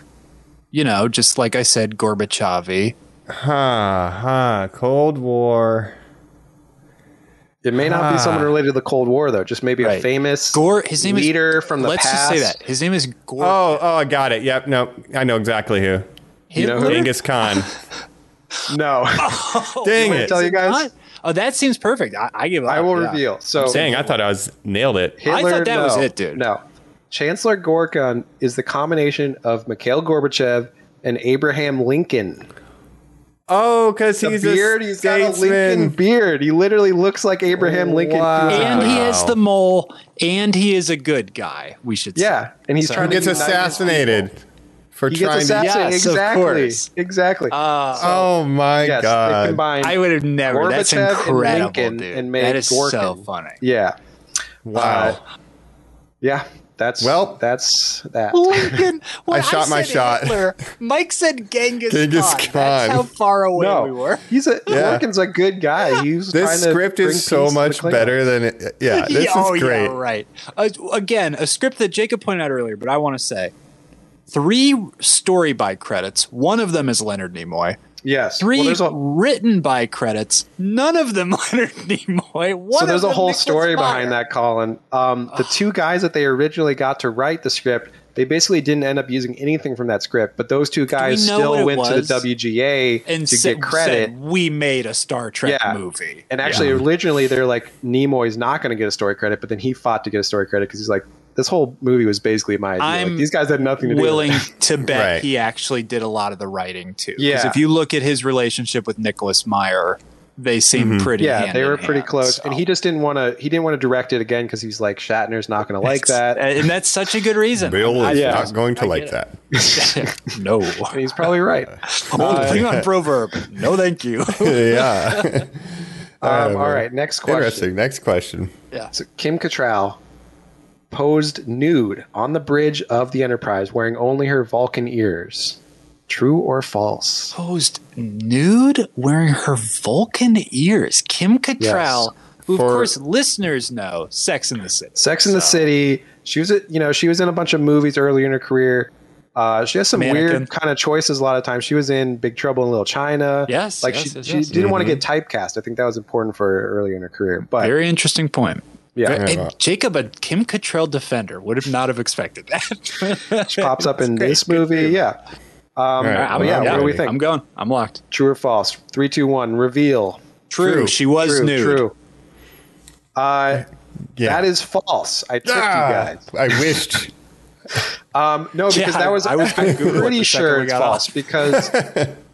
you know, just like I said, Gorbachev. Huh, huh. Cold War. It may not be someone related to the Cold War though. Just maybe a Ah. Right. famous Gore, his name leader is, from the let's past. just say that his name is Gore. Oh, oh, I got it. Yep. No, I know exactly who. know who Hitler? Genghis Khan. No, Dang wanna it. tell you guys? What? Oh, that seems perfect. I, I give. Up. I will yeah. reveal. So Dang, I thought I was nailed it. I thought that was it, dude. No. Chancellor Gorkon is the combination of Mikhail Gorbachev and Abraham Lincoln. Oh, because The he's beard, a he's got a statesman. Lincoln beard. He literally looks like Abraham Lincoln. Wow. And he has Wow. the mole, and he is a good guy. We should. Yeah, say. and he's So- trying He gets to unite his assassinated for He gets trying to. assassinated. Yes, of exactly. course. Exactly. Oh my yes, they god! combined. I would have never. that's Gorbachev and incredible, Lincoln dude. and made that is so Gorkin. funny. yeah, Wow. uh, yeah. That's Well- that's that. Lincoln. When I shot my said shot. Hitler, Mike said Genghis, Genghis Khan. Khan. That's how far away No, we were. he's a Yeah. Gorkin's a good guy. He's this trying to script bring is so peace to the much Klingons. better than it. Yeah, Uh, this oh, is great. yeah, right. Uh, again, a script that Jacob pointed out earlier, but I want to say three story by credits. One of them is Leonard Nimoy. Yes. Well, Three there's a- written by credits. None of them Leonard Nimoy. One so there's of a them whole Nicholas story Meyer. behind that, Colin. Um, the two guys that they originally got to write the script, they basically didn't end up using anything from that script. But those two guys know still what it went to was? the WGA and to sa- get credit. Said, we made a Star Trek Yeah. movie. and actually, originally they're like Nimoy's not going to get a story credit, but then he fought to get a story credit because he's like, this whole movie was basically my idea. Like, I'm these guys had nothing to do. with willing it. to bet Right. he actually did a lot of the writing too. 'Cause Yeah. if you look at his relationship with Nicholas Meyer, they seem pretty. Yeah, hand they in were pretty hand, close, so. and he just didn't want to. He didn't want to direct it again because he's like Shatner's not going to like that. And and that's such a good reason. Bill is Yeah. not going to I like get that. no, he's probably right. only on proverb. No, thank you. yeah. Um, all right, next question. Interesting. Next question. So Kim Cattrall posed nude on the bridge of the Enterprise wearing only her Vulcan ears. True or false? Posed nude, wearing her Vulcan ears. Kim Cattrall, who of For- course listeners know, Sex in the City. Sex in the City. She was, a- you know, she was in a bunch of movies earlier in her career. Uh, she has some Mannequin. weird kind of choices a lot of times. She was in Big Trouble in Little China. Yes, like yes, she, yes, she yes. Mm-hmm. didn't want to get typecast. I think that was important for her earlier in her career. But Very interesting point. yeah, And Jacob, a Kim Cattrall defender, would have not have expected that. she pops up in this movie. Yeah, All but Um, I'm- right, well, yeah, I'm what do we ready. think? I'm going. I'm locked. True or false? Three, two, one. Reveal. True. She was true, nude. True. Uh, Yeah. That is false. I tricked Ah, you guys. I wished. Um, no, because Yeah, that was I- I was gonna I'm Google it pretty the second sure we it's got false off. because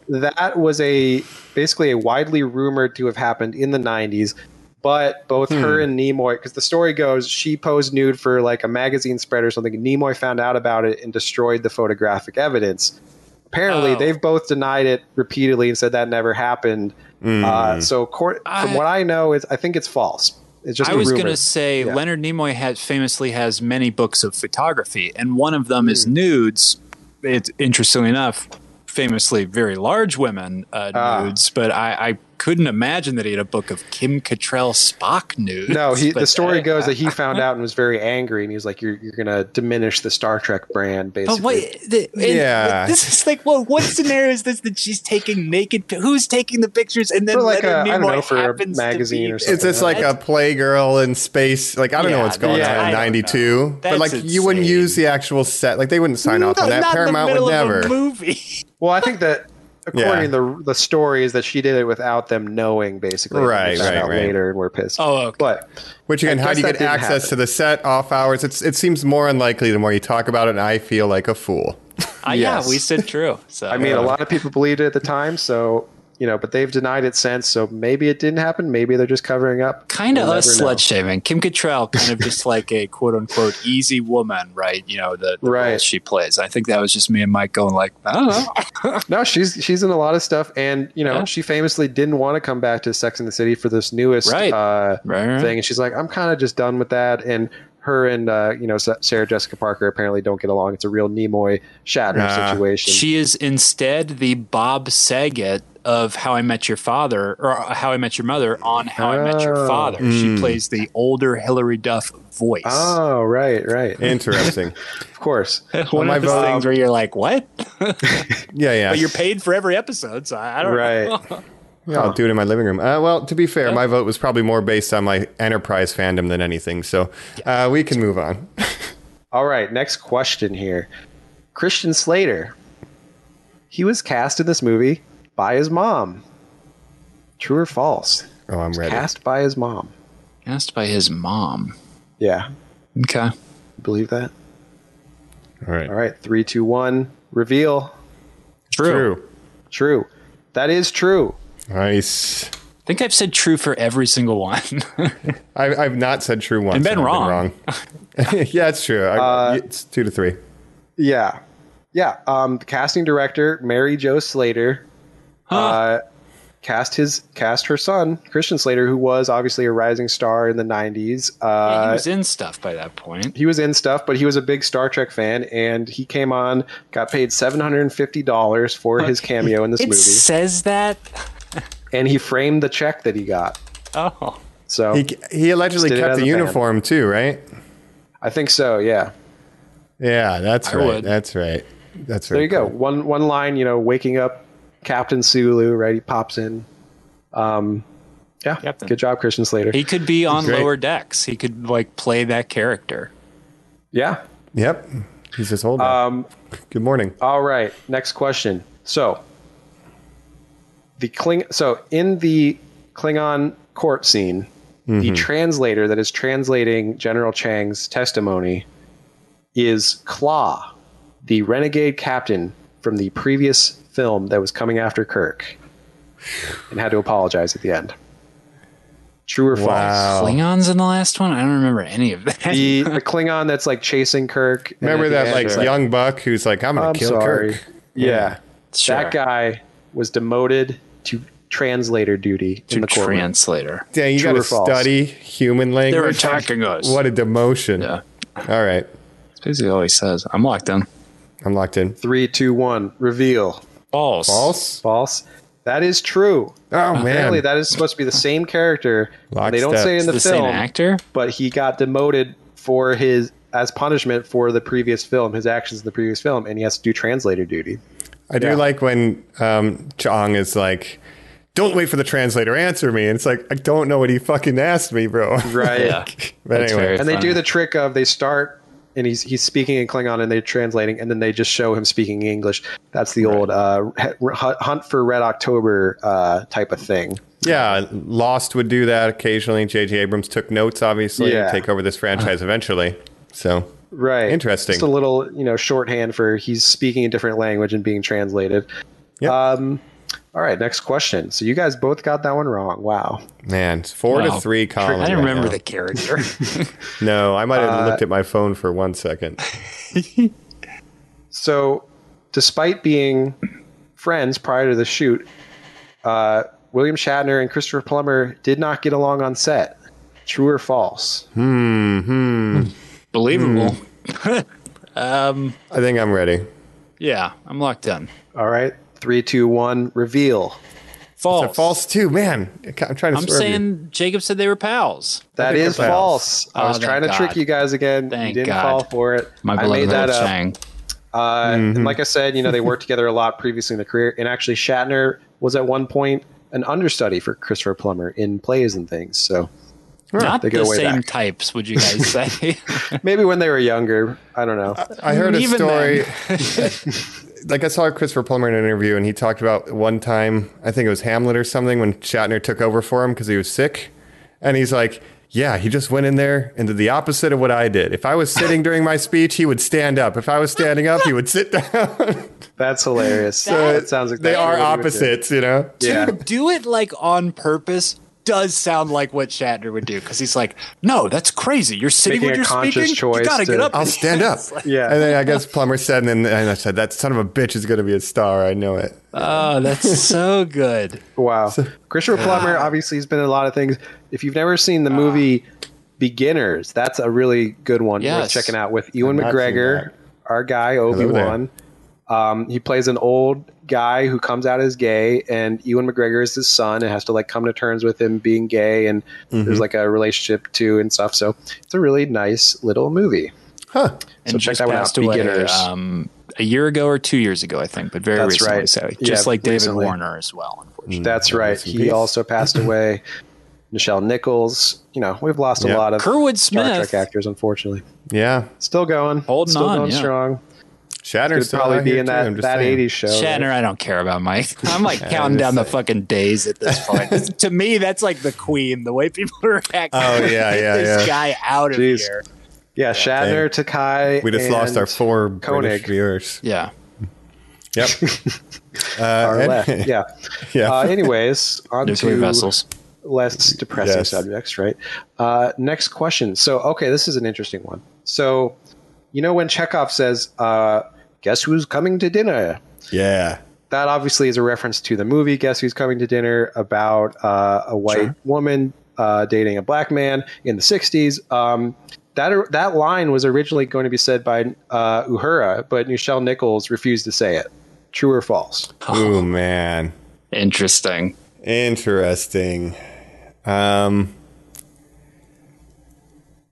that was a basically a widely rumored to have happened in the 90s. But both Hmm. her and Nimoy, because the story goes, she posed nude for like a magazine spread or something. And Nimoy found out about it and destroyed the photographic evidence. Apparently, Oh. they've both denied it repeatedly and said that never happened. Uh, so, court, Hmm. I- from what I know, is I think it's false. It's just I a was rumor. going to say Yeah. Leonard Nimoy has, famously has many books of photography, and one of them Hmm. is nudes. It's interestingly enough, famously very large women uh, Ah. nudes, but I, I couldn't imagine that he had a book of Kim Cattrall Spock nudes. No, he, but uh, the story I- goes that he found out and was very angry, and he was like, "You're you're gonna diminish the Star Trek brand, But basically." wait, the, and Yeah. this is like, well, what scenario is this that she's taking naked? pi- Who's taking the pictures? And then For like Leonard a- I don't Nimoy know, for a happens to magazine be- or something. It's just like a playgirl in space. Like I don't Yeah, know what's going yeah, on I in don't '92, but That's like you wouldn't insane. use the actual set. Like they wouldn't sign off No, on that. not in the Paramount middle would of a never. movie. well, I think that Yeah. according to the the story is that she did it without them knowing, basically. and they Right, found right, out right. Later, and we're pissed. Oh, okay. but Which again, I how guess do you that get didn't access happen. to the set off hours? It's it seems more unlikely the more you talk about it. and I feel like a fool. Uh, Yes. Yeah, we said true. So I mean, a lot of people believed it at the time, so you know, but they've denied it since. So maybe it didn't happen. Maybe they're just covering up. kind of We'll us never know. slut shaming. Kim Cattrall, kind of just like a quote unquote easy woman, right? You know the, the Right. roles she plays. I think that was just me and Mike going like, I don't know. No, she's she's in a lot of stuff, and you know, Yeah. she famously didn't want to come back to Sex in the City for this newest Right. uh, Right, right. thing, and she's like, I'm kind of just done with that. And her and uh, you know Sa- Sarah Jessica Parker apparently don't get along. It's a real Nimoy Shatner Nah. situation. She is instead the Bob Saget of How I Met Your Father or How I Met Your Mother on How I Met Your Oh. Father. Hmm. She plays the older Hillary Duff voice. oh, right, right, Interesting. of course. One my of those vote- things where you're like, what? yeah, yeah. But you're paid for every episode, so I I don't know. Right. Yeah, I'll do it in my living room. Uh, well, to be fair, my vote was probably more based on my Enterprise fandom than anything. So uh, we can move on. All right, next question here. Christian Slater. He was cast in this movie by his mom. True or false? Oh, I'm ready. Cast by his mom. Asked by his mom. Yeah, Okay. believe that. All right. All right, three, two, one. Reveal. True. True. That is true. Nice. I think I've said true for every single one. I, I've not said true once. And been I've wrong. wrong. yeah, it's true. Uh, I, it's two to three. Yeah, yeah. Um, the casting director Mary Jo Slater uh, cast his cast her son Christian Slater, who was obviously a rising star in the '90s. Uh, he was in stuff by that point. he was in stuff, but he was a big Star Trek fan, and he came on, got paid seven hundred and fifty dollars for his cameo in this It movie, says that. and he framed the check that he got. Oh. So He he allegedly Just did it kept as the a fan. uniform too, right? I think so. Yeah. Yeah, that's I right. would. That's right. That's right. There you go. One one line. You know, waking up Captain Sulu. Right, he pops in. Um, yeah. Captain. Good job, Christian Slater. He could be on Great. lower decks. He could like play that character. yeah. Yep. He's just holding. Um, Good morning. All right, next question. So the Kling so in the Klingon court scene, the Mm-hmm. translator that is translating General Chang's testimony is Claw, the renegade captain from the previous film that was coming after Kirk and had to apologize at the end. True or false? Wow. Klingons in the last one? I don't remember any of that. The, the Klingon that's like chasing Kirk. and Remember at the that end like is young buck who's like, I'm gonna I'm kill sorry. Kirk. Yeah. Sure. That guy was demoted to translator duty to in the courtroom. translator. Dang, you True got to or false? study human language. attacking us. What a demotion. Yeah. All right. That's basically all he says. I'm locked in. I'm locked in. Three, two, one. Reveal. False. False. False. That is true. Oh, Apparently, man. that is supposed to be the same character. Lock they don't step. say in The, the, same film, actor? but he got demoted for his as punishment for the previous film, his actions in the previous film, and he has to do translator duty. I do like when um, Chong is like, "Don't wait for the translator. Answer me." And it's like, I don't know what he fucking asked me, bro. Right. Yeah. but That's anyway, very and they funny. do the trick of they start and he's he's speaking in Klingon and they're translating and then they just show him speaking English. That's the old uh, Hu- hunt for Red October uh, type of thing. yeah, Lost would do that occasionally. J.J. Abrams took notes, obviously, Yeah. to take over this franchise eventually. So Right. Interesting. Just a little, you know, shorthand for he's speaking a different language and being translated. Yep. Um, all right, next question. So you guys both got that one wrong. Wow. man, it's four Wow. to three. Colin, I didn't right remember now. the character. No, I might have looked at my phone for one second. So, despite being friends prior to the shoot, uh, William Shatner and Christopher Plummer did not get along on set. True or false? Believable. Hmm. I think I'm ready. Yeah, I'm locked in. All right. Three, two, one. Reveal. False. It's a false too, man. I'm trying to. I'm swerve you. saying Jacob said they were pals. That think is they're false. I Oh, was thank trying to God. trick you guys again. you Thank didn't God. fall for it. My I beloved made that up. Chang. Uh, And like I said, you know, they worked together a lot previously in the career. And actually, Shatner was at one point an understudy for Christopher Plummer in plays and things. So Not they go the way same back. types, would you guys say? maybe when they were younger, I don't know. I heard a Even story. like I saw Christopher Plummer in an interview, and he talked about one time. I think it was Hamlet or something when Shatner took over for him because he was sick, and he's like. Yeah, he just went in there and did the opposite of what I did. If I was sitting during my speech, he would stand up. If I was standing up, he would sit down. That's hilarious. So that sounds like they that's what are we would do. opposites, you know. Yeah. To do it like on purpose does sound like what Shatner would do because he's like, no, that's crazy. You're sitting Making when a you're conscious speaking. choice you gotta get to- up. I'll and- stand up. Yeah. And then I guess Plummer said, and then and I said, that son of a bitch is going to be a star. I know it. Oh, that's so good. Wow. Christopher Plummer obviously has been in a lot of things. If you've never seen the Ah. movie Beginners, that's a really good one worth Yes. checking out with Ewan I've not seen McGregor, that. our guy Obi Wan. Um, he plays an old guy who comes out as gay, and Ewan McGregor is his son, and has to like come to terms with him being gay, and Mm-hmm. there's like a relationship too and stuff. So it's a really nice little movie. Huh. So check just that one out. passed away, Beginners. um, a year ago or two years ago, I think, but very That's recently. right. So Yeah, just like David recently. Warner as well, unfortunately. That's right. in He peace. also passed away. Nichelle Nichols. You know, we've lost Yeah. a lot of Kerwood Star Trek Smith. actors, unfortunately. Yeah. Still going. Holding still on, going yeah. strong. Shatner's Could still probably out be here in too, I'm that, just that saying. 80s show. Shatner, I don't care about Mike. I'm like counting down the fucking days at this point. to me, that's like the queen. The way people are acting. Oh, yeah, Get yeah, this yeah. guy out of Jeez. here. Yeah, Shatner, Takai. We just lost and our four British Koenig. viewers. Yeah. Yep. uh, our and- left. Yeah. yeah. Uh, anyways, on Nuclear to vessels. less depressing Yes. subjects, right? Uh, next question. So, okay, this is an interesting one. So, you know when Chekhov says, uh, "Guess who's coming to dinner?" yeah. that obviously is a reference to the movie Guess Who's Coming to Dinner about uh, a white woman uh, dating a black man in the 60s. Um, that, that line was originally going to be said by uh, Uhura, but Nichelle Nichols refused to say it. True or false? Oh. Ooh, man. Interesting. Interesting. Um.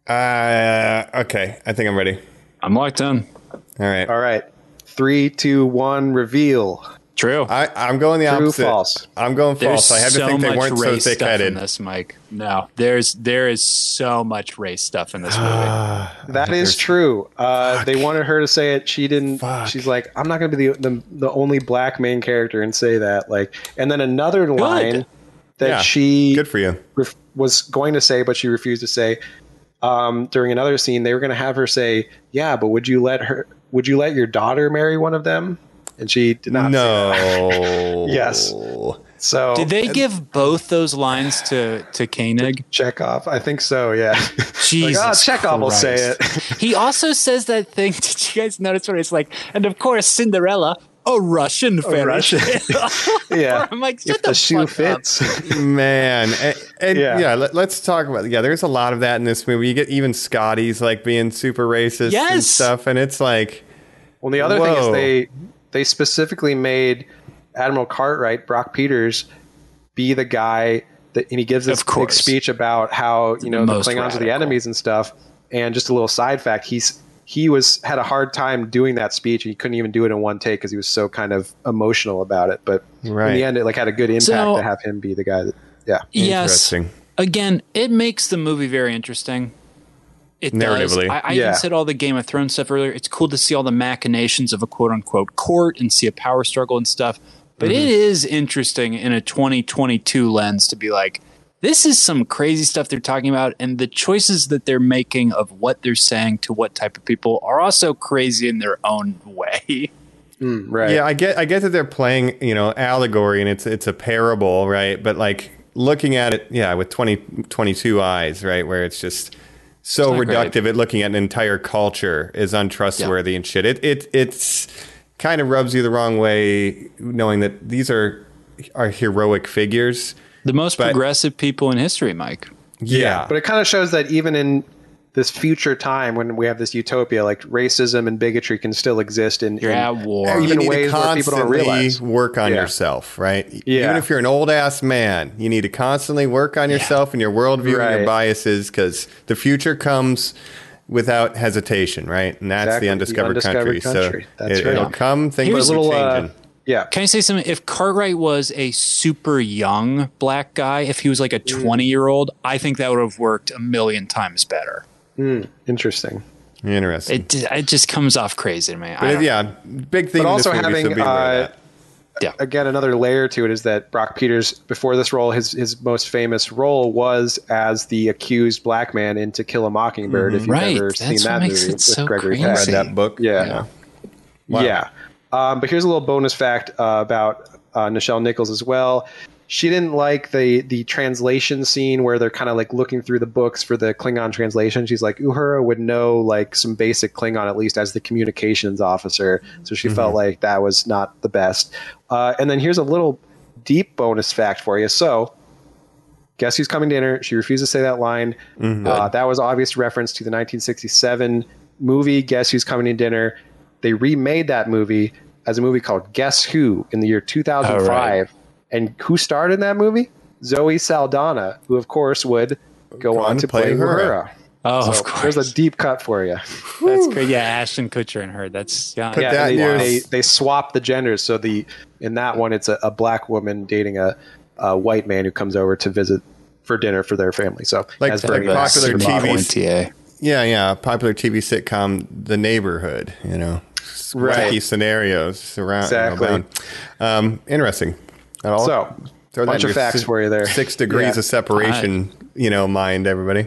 Uh, okay. I think I'm ready. I'm locked in. All right. All right. Three, two, one, reveal. True. I, I'm going the True, opposite. false. I'm going Ah, false. I had to think they weren't so race thick stuff in headed. this, Mike. No, there's there is so much race stuff in this movie. That is true. Uh, they wanted her to say it. She didn't. She's like, I'm not going to be the, the the only black main character and say that. Like, and then another line that Yeah. she Good for you. ref- was going to say, but she refused to say. Um, during another scene, they were going to have her say, "Yeah, but would you let her? Would you let your daughter marry one of them?" And she did not. say that. No. Yes. So Oh, Did they give both those lines to to Koenig? Chekhov? I think so. Yeah. Jesus, "Ah, like, oh, Chekhov will say it. Christ. he also says that thing. Did you guys notice when it's like? And of course, Cinderella, a Russian fairy. Russian. tale." yeah. I'm like, shut if the, the shoe fuck up. fits. man and, and Yeah. yeah, let, us talk about yeah there's a lot of that in this movie you get even scotty's like being super racist and Yes. stuff and it's like Well, the other thing is Whoa. they they specifically made Admiral Cartwright, Brock Peters, be the guy that, and he gives this Of course. big speech about how you know the most Klingons are the radical. enemies and stuff. And just a little side fact, he's he was had a hard time doing that speech, and he couldn't even do it in one take because he was so kind of emotional about it. But in Right. the end, it like had a good impact So- to have him be the guy. That, yeah, Yes. Interesting. Again, it makes the movie very interesting. It Narratively, does. I, I yeah. even said all the Game of Thrones stuff earlier. It's cool to see all the machinations of a quote unquote court and see a power struggle and stuff. But Mm-hmm. it is interesting in a 2022 lens to be like, this is some crazy stuff they're talking about. And the choices that they're making of what they're saying to what type of people are also crazy in their own way. right. Yeah, I get I get that they're playing, you know, allegory and it's it's a parable, right? But like looking at it, yeah, with 20, 22 eyes, right, where it's just so It's not reductive at looking at an entire culture is untrustworthy and shit. It it it's kind of rubs you the wrong way knowing that these are are heroic figures. The most But- progressive people in history, Mike. Yeah. But it kind of shows that even in this future time when we have this utopia, like racism and bigotry can still exist in, You're in- at war. even you need ways to where people don't constantly realize. work on Yeah. yourself, right? E-, Yeah. Even if you're an old ass man, you need to constantly work on yourself and your worldview and Right. your biases because the future comes without hesitation, right? And that's Exactly, the the undiscovered, undiscovered country. country. So That's it, right. will come. Things Here's are a little, uh, changing. Yeah. Can I say something? If Cartwright was a super young black guy, if he was like a Mm. 20 year old, I think that would have worked a million times better. Interesting. Interesting. It, ju- it just comes off crazy to me. I But don't- yeah, big thing. But in also this movie, having, so be aware of uh, that. yeah. Again, another layer to it is that Brock Peters, before this role, his his most famous role was as the accused black man in To Kill a Mockingbird. If you've Mm-hmm. Right. ever That's seen what that makes movie it with so Gregory crazy. Peck. read that book. Yeah. Yeah. Wow. Yeah. Um, but here's a little bonus fact uh, about uh, Nichelle Nichols as well. She didn't like the the translation scene where they're kind of like looking through the books for the Klingon translation. She's like, Uhura would know like some basic Klingon at least as the communications officer, so she felt like that was not the best. Uh, and then here's a little deep bonus fact for you. So, guess who's coming to dinner? She refused to say that line. Uh, that was obvious reference to the 1967 movie Guess Who's Coming to Dinner. They remade that movie as a movie called Guess Who in the year 2005. And who starred in that movie? Zoe Saldana, who of course would go on to play Uhura. Oh, So of There's course. a deep cut for you. That's great. Yeah, Ashton Kutcher and her. That's yeah. Put Yeah, that and they, in your- they they swap the genders. So the in that one, it's a, a black woman dating a, a white man who comes over to visit for dinner for their family. So Like- as like Bernie popular Mac. TV Supermodel and TA. Yeah, yeah. Popular TV sitcom, The Neighborhood. You know, Right. wacky scenarios around. Exactly. Around. Um, interesting. At all? So, throw bunch in of your facts si- for you there. Six degrees Yeah. of separation. You know, mind everybody.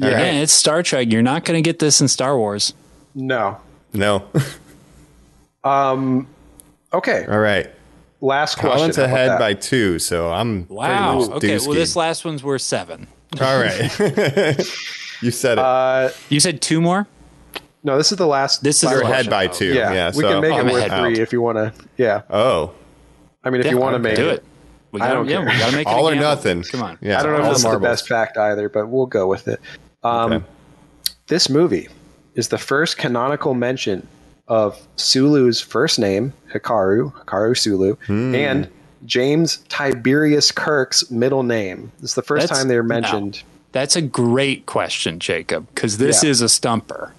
All Yeah, right. it's Star Trek. You're not going to get this in Star Wars. No. No. Okay. all right. Last question. Collins How about ahead that? by two, so I'm Wow. Pretty much Okay. Well, dooskied. this last one's worth seven. all right. you said it. Uh, You said two more. no. This is the last. This is You're the ahead question. by two. yeah. Yeah. we so can make I'm it worth ahead. three if you want to. Yeah. Oh, I mean, if Yeah, you want to make do it. it. We I gotta, don't yeah, care. we gotta make it a all or gamble. nothing. Come on. Yeah. I don't know if all this is the marbles. best fact either, but we'll go with it. Um, Okay. This movie is the first canonical mention of Sulu's first name, Hikaru, Hikaru Sulu, Hmm. and James Tiberius Kirk's middle name. It's the first That's- time they're no. mentioned. That's a great question, Jacob, because this Yeah. is a stumper.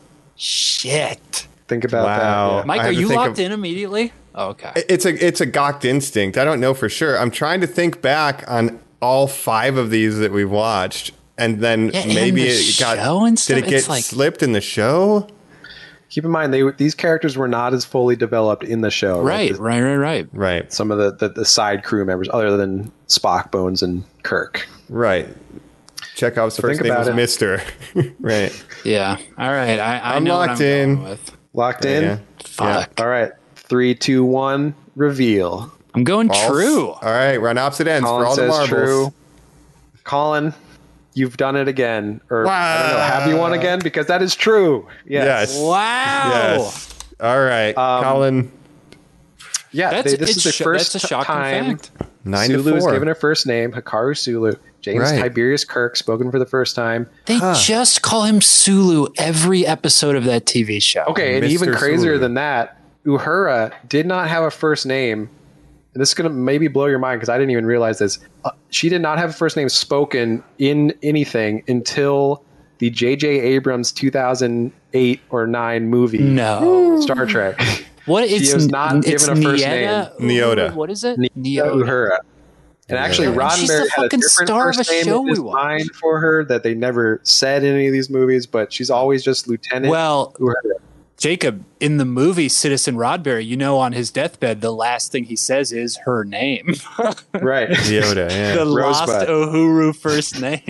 Shit. Think about Wow. that. yeah. Mike, I are had to you think locked of- in immediately? Oh, okay. It's a it's a gawked instinct. I don't know for sure. I'm trying to think back on all five of these that we've watched, and then Yeah, and maybe the it got show and stuff, did it get it's like- slipped in the show? Keep in mind, they these characters were not as fully developed in the show. Right, right, right, right. Right, Some of the, the, the side crew members, other than Spock, Bones, and Kirk. right. Chekhov's first think name was about Mister. right. Yeah. All right. I, I I'm know what locked I'm going in. with. Locked in. Yeah. Fuck. All right. Three, two, one. Reveal. I'm going False. true. All right, we're on opposite ends Colin for all the says marbles. true. Colin, you've done it again. Or I don't know, have you won again? Because that is true. Yes. Yes. Wow. Yes. All right, Um, Colin. Yeah. That's, they- this it's is the sho- first that's a shocking time fact. Nine Sulu to is four. given her first name, Hikaru Sulu. James Right. Tiberius Kirk spoken for the first time. They just call him Sulu every episode of that TV show. Okay, and even Mr. crazier Sulu. than that, Uhura did not have a first name. And this is going to maybe blow your mind because I didn't even realize this. Uh, she did not have a first name spoken in anything until the J.J. Abrams 2008 or 9 movie. No. Star Trek. What it's was not n- given it's a first Nieta- name. Niota. What is it? Neo Neota. Uhura. And actually, Yeah. Roddenberry She's the had a fucking different star of first a name show in his we watch. mind for her that they never said in any of these movies, but she's always just Lieutenant Well, Uhura. Jacob, in the movie Citizen Rodberry, you know, on his deathbed, the last thing he says is her name. Right. Yoda. Yeah. the lost Rosebud. Uhuru first name.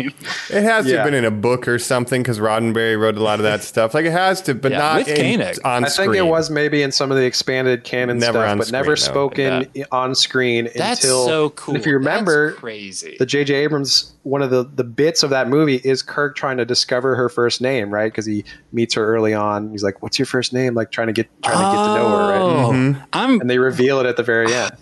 It has to Yeah. have been in a book or something because Roddenberry wrote a lot of that stuff. Like it has to, but Yeah, not with in, Koenig. on I screen. think it was maybe in some of the expanded canon Never stuff, on but screen, never no. spoken on screen That's until. so and cool. If you remember, That's crazy. the J.J. Abrams, one of the, the bits of that movie is Kirk trying to discover her first name, right? Because he meets her early on. He's like, "What's your first name?" Like trying to get trying to get to know her, right? Mm-hmm. Oh, I'm. And they reveal it at the very end.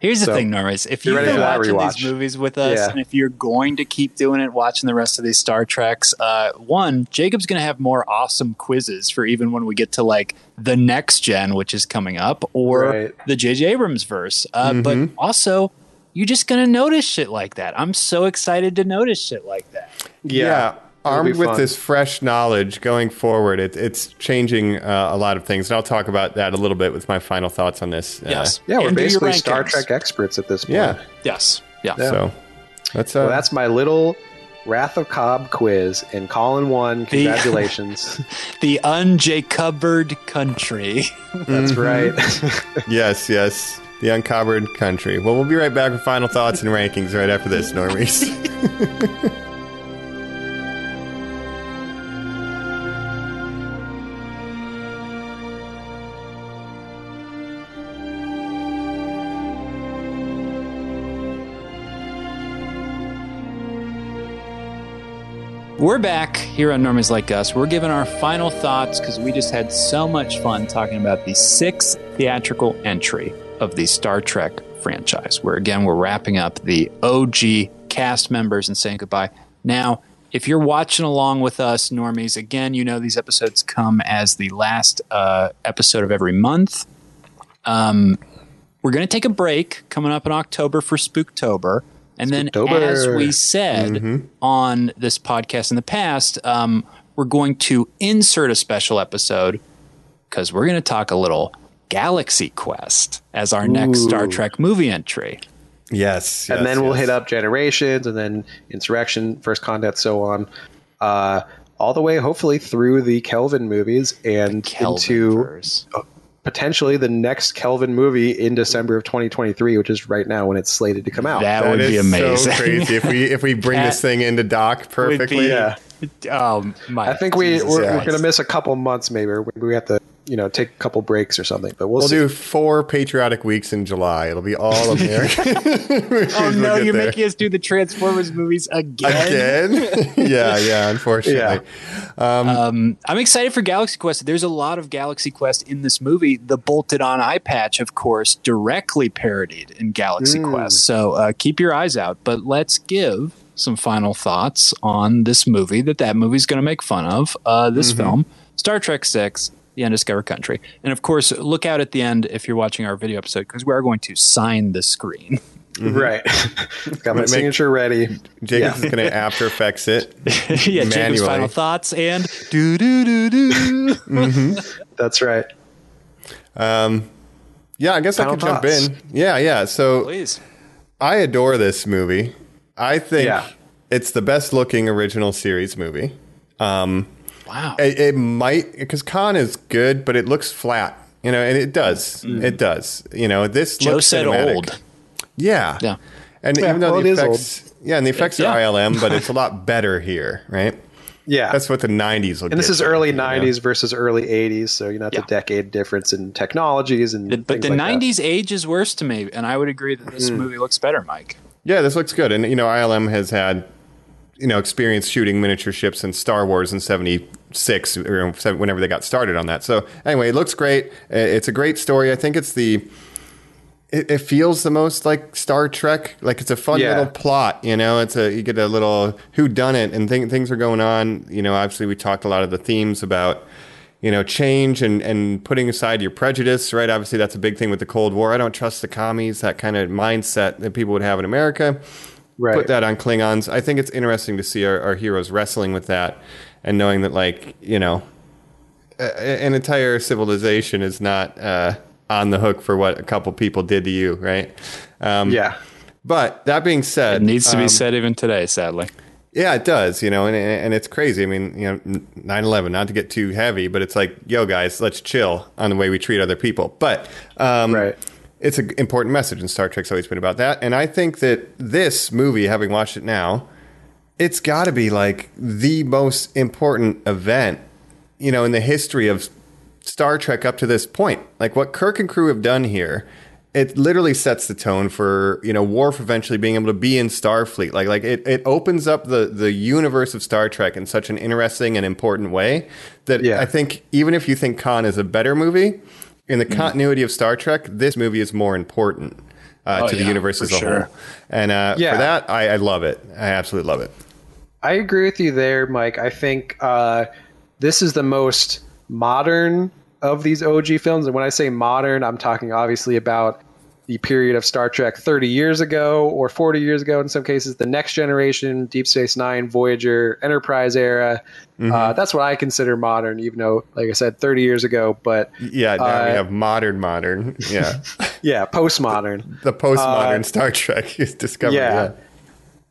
Here's the so, thing, Norris. If you're you've ready been for that watching rewatch. these movies with us, Yeah. and if you're going to keep doing it, watching the rest of these Star Treks, uh, one, Jacob's going to have more awesome quizzes for even when we get to like the next gen, which is coming up, or Right. Mm-hmm. the J.J. Abrams verse. Uh, But also, you're just going to notice shit like that. I'm so excited to notice shit like that. Yeah. Armed be with fun. this fresh knowledge going forward, it, it's changing uh, a lot of things. And I'll talk about that a little bit with my final thoughts on this. Uh, Yes. Yeah, we're And do your basically Star rankings. Trek experts at this point. Yeah. Yes. Yeah. So that's, uh, Well, that's my little Wrath of Cobb quiz, and Colin won. Congratulations. The unjacovered country. That's right. Mm-hmm. yes, yes. The uncovered country. Well, we'll be right back with final thoughts and rankings right after this, Normies. We're back here on Normies Like Us. We're giving our final thoughts because we just had so much fun talking about the sixth theatrical entry of the Star Trek franchise, where again we're wrapping up the OG cast members and saying goodbye. Now, if you're watching along with us, Normies, again, you know these episodes come as the last uh, episode of every month. We're going to take a break coming up in October for Spooktober. And then, Spooktober. as we said on this podcast in the past, um, we're going to insert a special episode because we're going to talk a little Galaxy Quest as our next Star Trek movie entry. yes, and then we'll yes. hit up Generations, and then Insurrection, First Contact, so on, uh, all the way hopefully through the Kelvin movies and into Kelvinverse. potentially the next Kelvin movie in December of 2023, which is right now when it's slated to come out. That, That would be is amazing. So crazy if we if we bring this That thing into dock Would be- perfectly. yeah. Oh, my I think we, Jesus we're, we're Christ. going to miss a couple months, maybe. or We have to, you know, take a couple breaks or something. But we'll, We'll see. do four patriotic weeks in July. It'll be all American. Oh, no, get you're there. making us do the Transformers movies Again? yeah, yeah, unfortunately. I'm excited for Galaxy Quest. There's a lot of Galaxy Quest in this movie. The bolted on eye patch, of course, directly parodied in Galaxy Hmm. Quest. So uh, keep your eyes out. But let's give some final thoughts on this movie that that movie's going to make fun of. Uh, this Mm-hmm. film, Star Trek Six. The Undiscovered Country. And of course, look out at the end if you're watching our video episode because we are going to sign the screen. Right. Mm-hmm. Got my Make- signature ready. Jacob's is going to After Effects it. yeah, Jacob's Manually. final thoughts and do do do do. That's right. Yeah, I guess I Final can jump thoughts. in. Yeah, yeah. So Please. I adore this movie. I think Yeah. it's the best looking original series movie. Um, Wow. It, it might because Khan is good, but it looks flat. You know, and it does. It does. You know, this Joe looks said cinematic. old. Yeah. Yeah. And even though well, the it is effects, yeah, and the effects Yeah. are ILM, but it's a lot better here, right? Yeah. That's what the '90s look. and this is early 90s versus early 80s. So, you know, it's Yeah. a decade difference in technologies and. The- but things the like that. 90s age is worse to me, and I would agree that this movie looks better, Mike. Yeah, this looks good, and you know, ILM has had you know experience shooting miniature ships in Star Wars in '76 or sev- whenever they got started on that. So anyway, it looks great. Uh, It's a great story. I think it's the it, it feels the most like Star Trek. Like it's a fun Yeah. little plot. You know, it's a you get a little who done it and thing, things are going on. You know, obviously we talked a lot of the themes about you know change and and putting aside your prejudice. Right, obviously that's a big thing with the Cold War. I don't trust the commies. That kind of mindset that people would have in America Right. put that on Klingons. I think it's interesting to see our, our heroes wrestling with that and knowing that like you know a- an entire civilization is not uh, on the hook for what a couple people did to you, right? Um, Yeah. But that being said, It needs to be said even today, sadly. yeah, it does, you know, and and it's crazy. I mean, you know, 9/11, not to get too heavy, but it's like, yo guys, let's chill on the way we treat other people. But um Right. it's an important message and Star Trek's always been about that. And I think that this movie, having watched it now, it's got to be like the most important event, you know, in the history of Star Trek up to this point. Like what Kirk and crew have done here, it literally sets the tone for you know Worf eventually being able to be in Starfleet. Like like it, it opens up the the universe of Star Trek in such an interesting and important way that Yeah. I think even if you think Khan is a better movie, in Mm. the continuity of Star Trek, this movie is more important. Uh, Oh, to the yeah, universe for as a sure. whole, and uh, Yeah. for that, I, I love it. I absolutely love it. I agree with you there, Mike. I think uh, this is the most modern of these OG films. And when I say modern, I'm talking obviously about the period of Star Trek 30 years ago or 40 years ago in some cases, the next generation, Deep Space Nine, Voyager, Enterprise era. Uh, that's what I consider modern, even though, like I said, 30 years ago. But Yeah, now we Uh, have modern, modern. Yeah, yeah, postmodern. the postmodern Star Trek is discovered. Uh, Yeah. Yeah.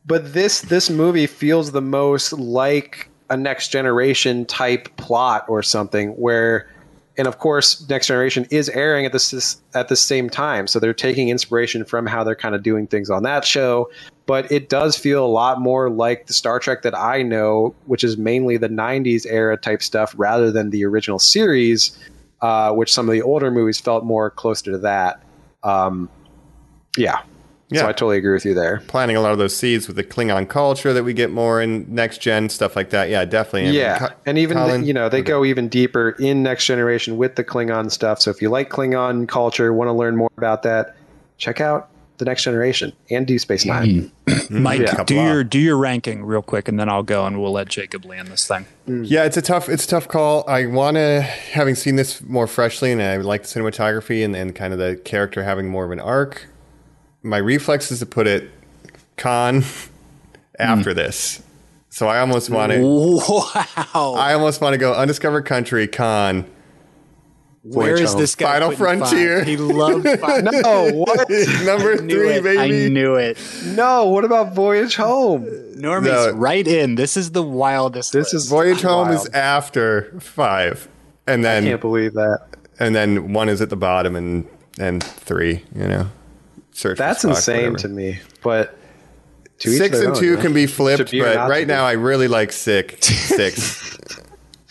but this this movie feels the most like a next generation type plot or something where and of course next generation is airing at this at the same time so they're taking inspiration from how they're kind of doing things on that show but it does feel a lot more like the star trek that i know which is mainly the 90s era type stuff rather than the original series uh, which some of the older movies felt more closer to that um, yeah Yeah. so i totally agree with you there planting a lot of those seeds with the Klingon culture that we get more in next gen stuff like that. Yeah, definitely. And yeah, Co- and even Colin- the, you know they go even deeper in Next Generation with the Klingon stuff. So if you like Klingon culture, want to learn more about that, check out the Next Generation and Deep Space Nine. Mm-hmm. Mike, Yeah. do Couple your do your ranking real quick, and then I'll go, and we'll let Jacob land this thing. yeah, it's a tough, it's a tough call. I want to, having seen this more freshly, and I like the cinematography and, and kind of the character having more of an arc. My reflex is to put it con Hmm. after this, so I almost want to, Wow, I almost want to go undiscovered country con. where is this guy? Final putting five? Frontier. He loved. Five. No, what? Number I knew three, it. baby. I knew it. no, what about Voyage Home? Normie's No. right in. This is the wildest. This list. is Voyage Home wild. is after five, and I then can't believe that. and then one is at the bottom and and three you know search for That's Spock, insane whatever. to me. But to each six their and own, two yeah. can be flipped To be or not but to right be. now i really like sick six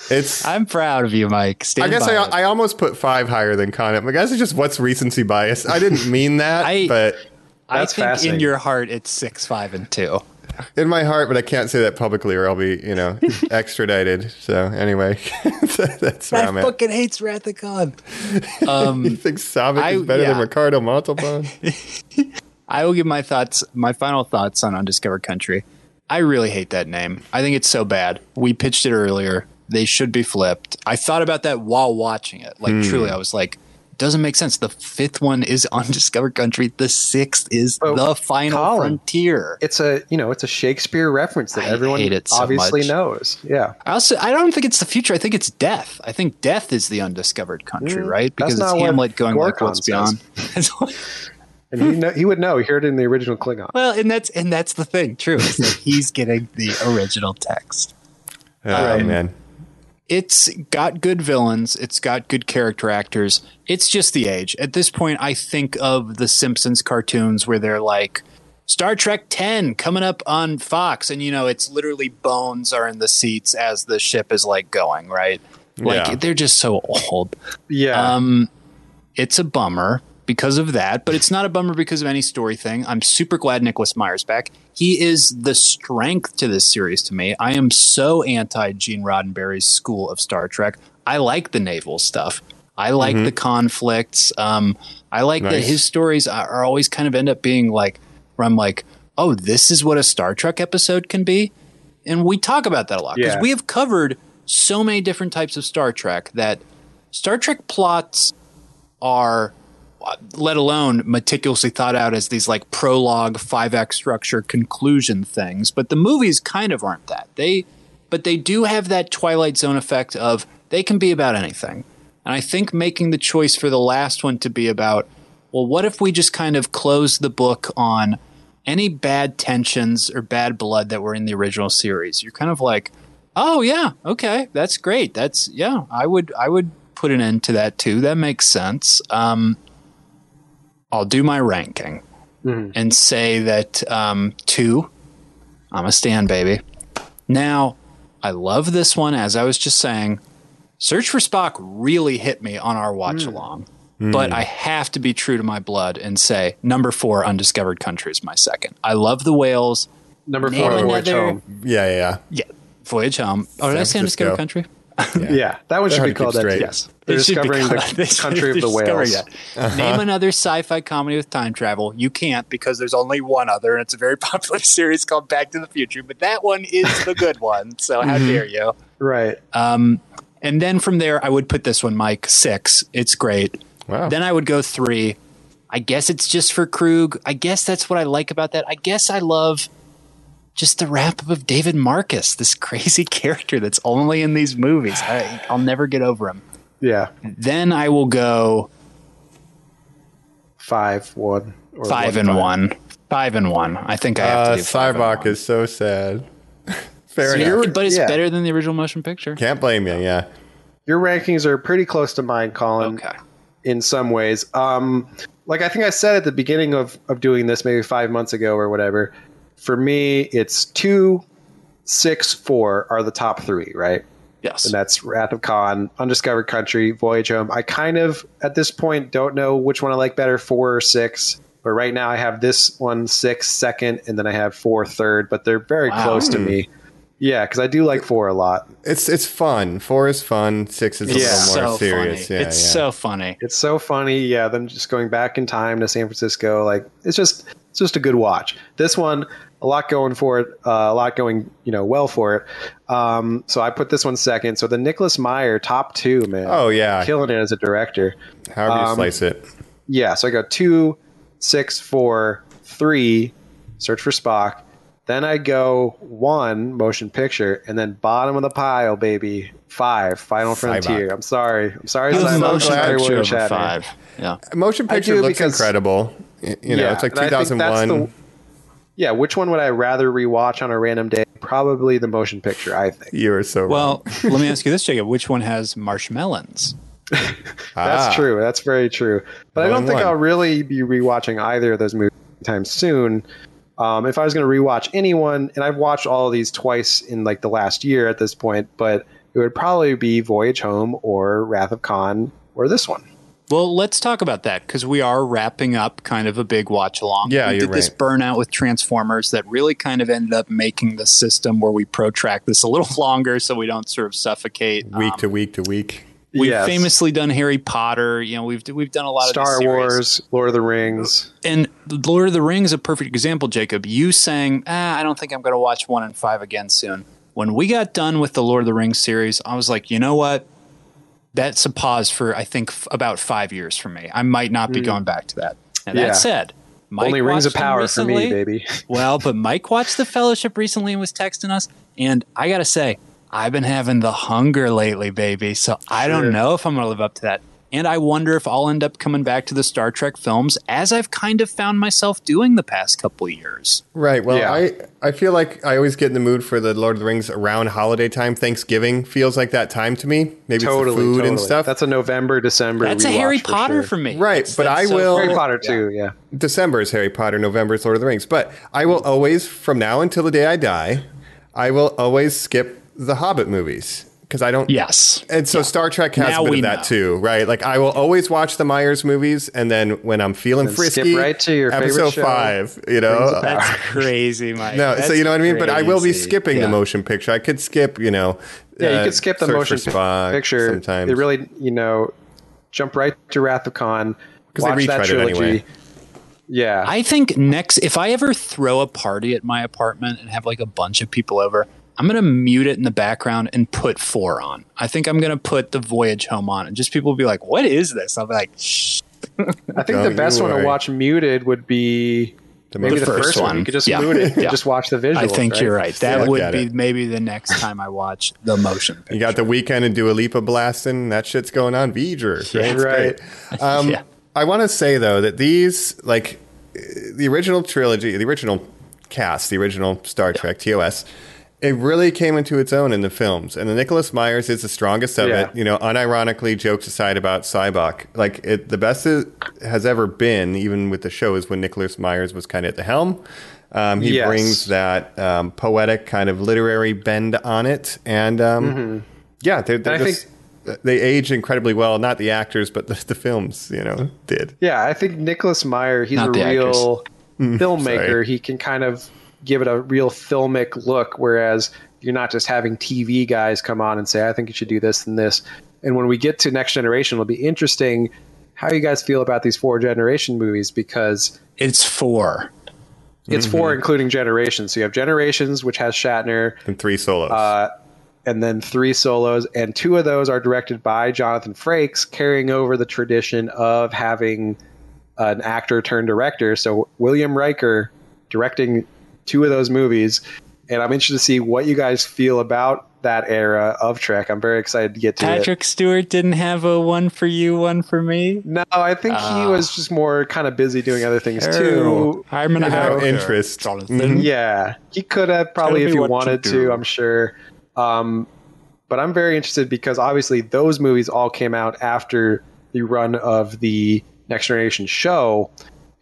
it's i I'm proud of you, Mike. Stand guess by I, it. I almost put five higher than Connor. I guess it's just what's recency bias. I didn't mean that, I- but I That's think in fascinating. your heart it's six, five, and two. in my heart, but I can't say that publicly or I'll be, you know, extradited. So anyway, that's where I'm I at. fucking hates Wrath of God. You think Savick I- is better than yeah. Ricardo Montalban? I will give my thoughts, my final thoughts on Undiscovered Country. I really hate that name. I think it's so bad. We pitched it earlier. They should be flipped. I thought about that while watching it. Like Hmm. truly, I was like, doesn't make sense. The fifth one is Undiscovered Country. The sixth is Oh, the Final Colin. Frontier. It's a you know it's a Shakespeare reference that I everyone hate it so obviously much. knows. Yeah, I also I don't think it's the future. I think it's death. I think death is the undiscovered country, right? Hmm. that's Because it's not what Hamlet going like Gorkon what's beyond. That's what- and he know, he would know. He heard it in the original Klingon. well, and that's and that's the thing. True, is that he's getting the original text. Oh, Um, man. It's got good villains. It's got good character actors. It's just the age. At this point, I think of the Simpsons cartoons where they're like. Star Trek 10 coming up on Fox and you know it's literally bones are in the seats as the ship is like going, right? Like Yeah. they're just so old. Yeah, um, it's a bummer because of that, but it's not a bummer because of any story thing. I'm super glad Nicholas Meyer's back. He is the strength to this series to me. I am so anti Gene Roddenberry's school of Star Trek. I like the naval stuff. I like the conflicts. Um, I like that Nice. his stories are, are always kind of end up being like where I'm like, oh, this is what a Star Trek episode can be and we talk about that a lot because Yeah. we have covered so many different types of Star Trek that Star Trek plots are let alone meticulously thought out as these like prologue five act structure conclusion things but the movies kind of aren't that they but they do have that Twilight Zone effect of they can be about anything. And I think making the choice for the last one to be about, well, what if we just kind of close the book on any bad tensions or bad blood that were in the original series? You're kind of like, oh yeah, okay, that's great. That's yeah, I would I would put an end to that too. That makes sense. Um, I'll do my ranking and say that um, two. I'm a stand baby. Now, I love this one. As I was just saying, Search for Spock really hit me on our watch Hmm. along. Hmm. But I have to be true to my blood and say number four, Undiscovered Country is my second. I love the whales. Number Name four, Voyage another- Home. Yeah, yeah. Yeah, Voyage Home. Oh, did I say San Undiscovered Francisco. Country? Yeah. that one should hard be to keep called that. straight. Yes, they're It should be discovering called- they the should country of be the discovering whales. Uh-huh. it. Name another sci-fi comedy with time travel. You can't because there's only one other, and it's a very popular series called Back to the Future. But that one is the good one. So Mm-hmm. how dare you? Right. And then from there, I would put this one, Mike, six. It's great. Wow. Then I would go three. I guess it's just for Krug. I guess that's what I like about that. I guess I love just the wrap up of David Marcus, this crazy character that's only in these movies. I, I'll never get over him. yeah, Then I will go five, one, or five and one. Five and one. I think I have Uh, to do five and Cybok one. is so sad. Fair Yeah, enough. but it's yeah. better than the original motion picture. Can't blame you. Yeah. Your rankings are pretty close to mine, Colin. Okay. in some ways. Um, like I think I said at the beginning of, of doing this, maybe five months ago or whatever. For me, it's two, six, four are the top three, right? Yes. And that's Wrath of Khan, Undiscovered Country, Voyage Home. I kind of at this point don't know which one I like better, four or six. But right now I have this one six second, and then I have four third. But they're very Wow. close Hmm. to me. Yeah, because I do like four a lot. It's it's fun. Four is fun. Six is a It's Yeah. little more so serious. funny. Yeah, it's yeah. so funny. It's so funny, yeah. Them just going back in time to San Francisco, like it's just it's just a good watch. This one, a lot going for it, uh, a lot going you know well for it. Um, so I put this one second. So the Nicholas Meyer top two, man. Oh, yeah. killing it as a director. However um, you slice it. Yeah, so I go two, six, four, three, search for Spock. Then I go one motion picture, and then bottom of the pile, baby, five, Final Frontier. I'm sorry, I'm sorry, I'm Simon. so I'm sorry, glad William you're over Shatner. Five. Yeah. Motion I picture do looks because- incredible. Y- You know, it's like and I think that's 2001. the- yeah, which one would I rather rewatch on a random day? Probably the motion picture, I think. You are so Well, let me ask you this, Jacob. Which one has marshmallows? wrong. That's Ah, true. That's very true. But I One don't and think one. I'll really be rewatching either of those movies anytime soon. Um, if I was going to rewatch anyone, and I've watched all of these twice in like the last year at this point, but it would probably be Voyage Home or Wrath of Khan or this one. Well, let's talk about that because we are wrapping up kind of a big watch along. Yeah, we you're did this right. burnout with Transformers that really kind of ended up making the system where we protract this a little longer so we don't sort of suffocate. Week Um, to week to week. we've Yes. famously done Harry Potter. You know, we've we've done a lot of Star these series. Wars, Lord of the Rings. and Lord of the Rings is a perfect example, Jacob. You saying, ah, I don't think I'm going to watch one and five again soon. When we got done with the Lord of the Rings series, I was like, you know what? That's a pause for I think f- about five years for me. I might not be going back to that. And Mm. Yeah. that said, Mike Only Rings of watched them Power for me, recently. baby. well, but Mike watched The Fellowship recently and was texting us, and I gotta say, I've been having the hunger lately, baby. So I don't know if I'm gonna live up to that. And I wonder if I'll end up coming back to the Star Trek films as I've kind of found myself doing the past couple of years. Right. Well, Yeah. I, I feel like I always get in the mood for the Lord of the Rings around holiday time. Thanksgiving feels like that time to me. Maybe totally, it's the food totally. and stuff. That's a November, December. That's a rewatch Harry for Potter sure. for, me. Oh, Right, That's- but that's I so will- Harry cool. Potter too. Yeah. December is Harry Potter, November is Lord of the Rings. But I will always, from now until the day I die, I will always skip the Hobbit movies because I don't. Yes. And so Star Trek has Now a bit we of that know. too, right? Like I will always watch the Myers movies, and then when I'm feeling Then skip frisky, right to your favorite episode show. five. You know, That's crazy, Mike. no, so you know what I mean. But I will be skipping. skipping Yeah. the motion picture. I could skip, you know. Yeah, uh, you could skip the Search for motion pic- Spock picture. sometimes. It really, you know, jump right to Wrath of Khan. 'Cause they Watch that retried it trilogy. anyway. Yeah, I think next, if I ever throw a party at my apartment and have like a bunch of people over, I'm going to mute it in the background and put four on. I think I'm going to put the Voyage Home on and just people will be like, what is this? I'll be like, Shh. I think Don't the best you one to worry. watch muted would be The Maybe most the, first, one. You could just Yeah. moon it. and Yeah. Just watch the visual. I think you're right. That look would at be it. maybe the next time I watch the motion picture. You got the weekend and Dua Lipa blasting. That shit's going on. V'ger. Yeah, It's right. great. Um, Yeah. I want to say, though, that these, like, uh, the original trilogy, the original cast, the original Star Trek, TOS, it really came into its own in the films. And the Nicholas Myers is the strongest of Yeah. it. You know, unironically, jokes aside about Cybok, like, it, the best it has ever been, even with the show, is when Nicholas Myers was kind of at the helm. Um, he Yes. brings that um, poetic kind of literary bend on it, and um, Mm-hmm. yeah, they're, they're And I just, they age incredibly well. Not the actors, but the, the films, you know, did. Yeah, I think Nicholas Meyer, he's Not a the real filmmaker. sorry. He can kind of give it a real filmic look, whereas you're not just having TV guys come on and say, I think you should do this and this. And when we get to Next Generation, it'll be interesting how you guys feel about these four generation movies because It's four. it's four including generations. So you have Generations, which has Shatner, And three solos. Uh, and then three solos, and two of those are directed by Jonathan Frakes, carrying over the tradition of having an actor turn director. So William Riker directing two of those movies, and I'm interested to see what you guys feel about that era of Trek. I'm very excited to get to it. Patrick Stewart didn't have a one for you, one for me. No, I think he was just more kind of busy doing other things too. I'm gonna You know, have interest. Jonathan. Yeah, he could have probably Tell if me he what to wanted to, do. I'm sure. Um, but I'm very interested because obviously those movies all came out after the run of the Next Generation show,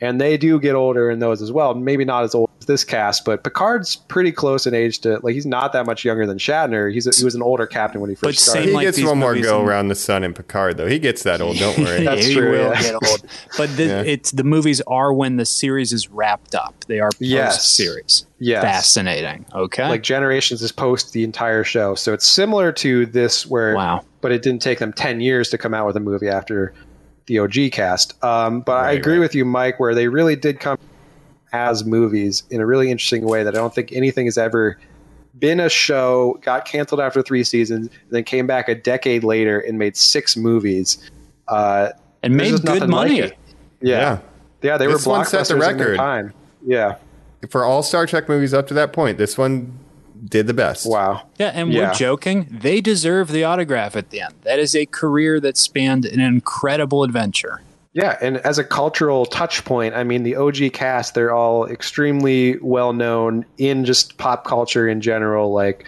and they do get older in those as well. Maybe not as old as this cast, but Picard's pretty close in age to like he's not that much younger than Shatner. He's a, he was an older captain when he first But started. same- he like gets these one more movies go and- around the sun in Picard, though. He gets that old. Don't worry. That's he true, will yeah. get old. But the, Yeah. it's the movies are when the series is wrapped up. They are Yes. post series. Yes. Fascinating. Okay. like Generations is post the entire show, so it's similar to this where wow. but it didn't take them 10 years to come out with a movie after the OG cast. Um, but I Right, agree right. with you, Mike, where they really did come as movies in a really interesting way that I don't think anything has ever been a show, got canceled after three seasons, and then came back a decade later and made six movies. Uh, And this is made good nothing like money. it. yeah. Yeah, they This were one set blockbusters the in their record. time. Yeah. Yeah. For all Star Trek movies up to that point, this one did the best. Wow. Yeah, and Yeah. we're joking. They deserve the autograph at the end. That is a career that spanned an incredible adventure. Yeah, and as a cultural touch point, I mean, the OG cast, they're all extremely well known in just pop culture in general. Like,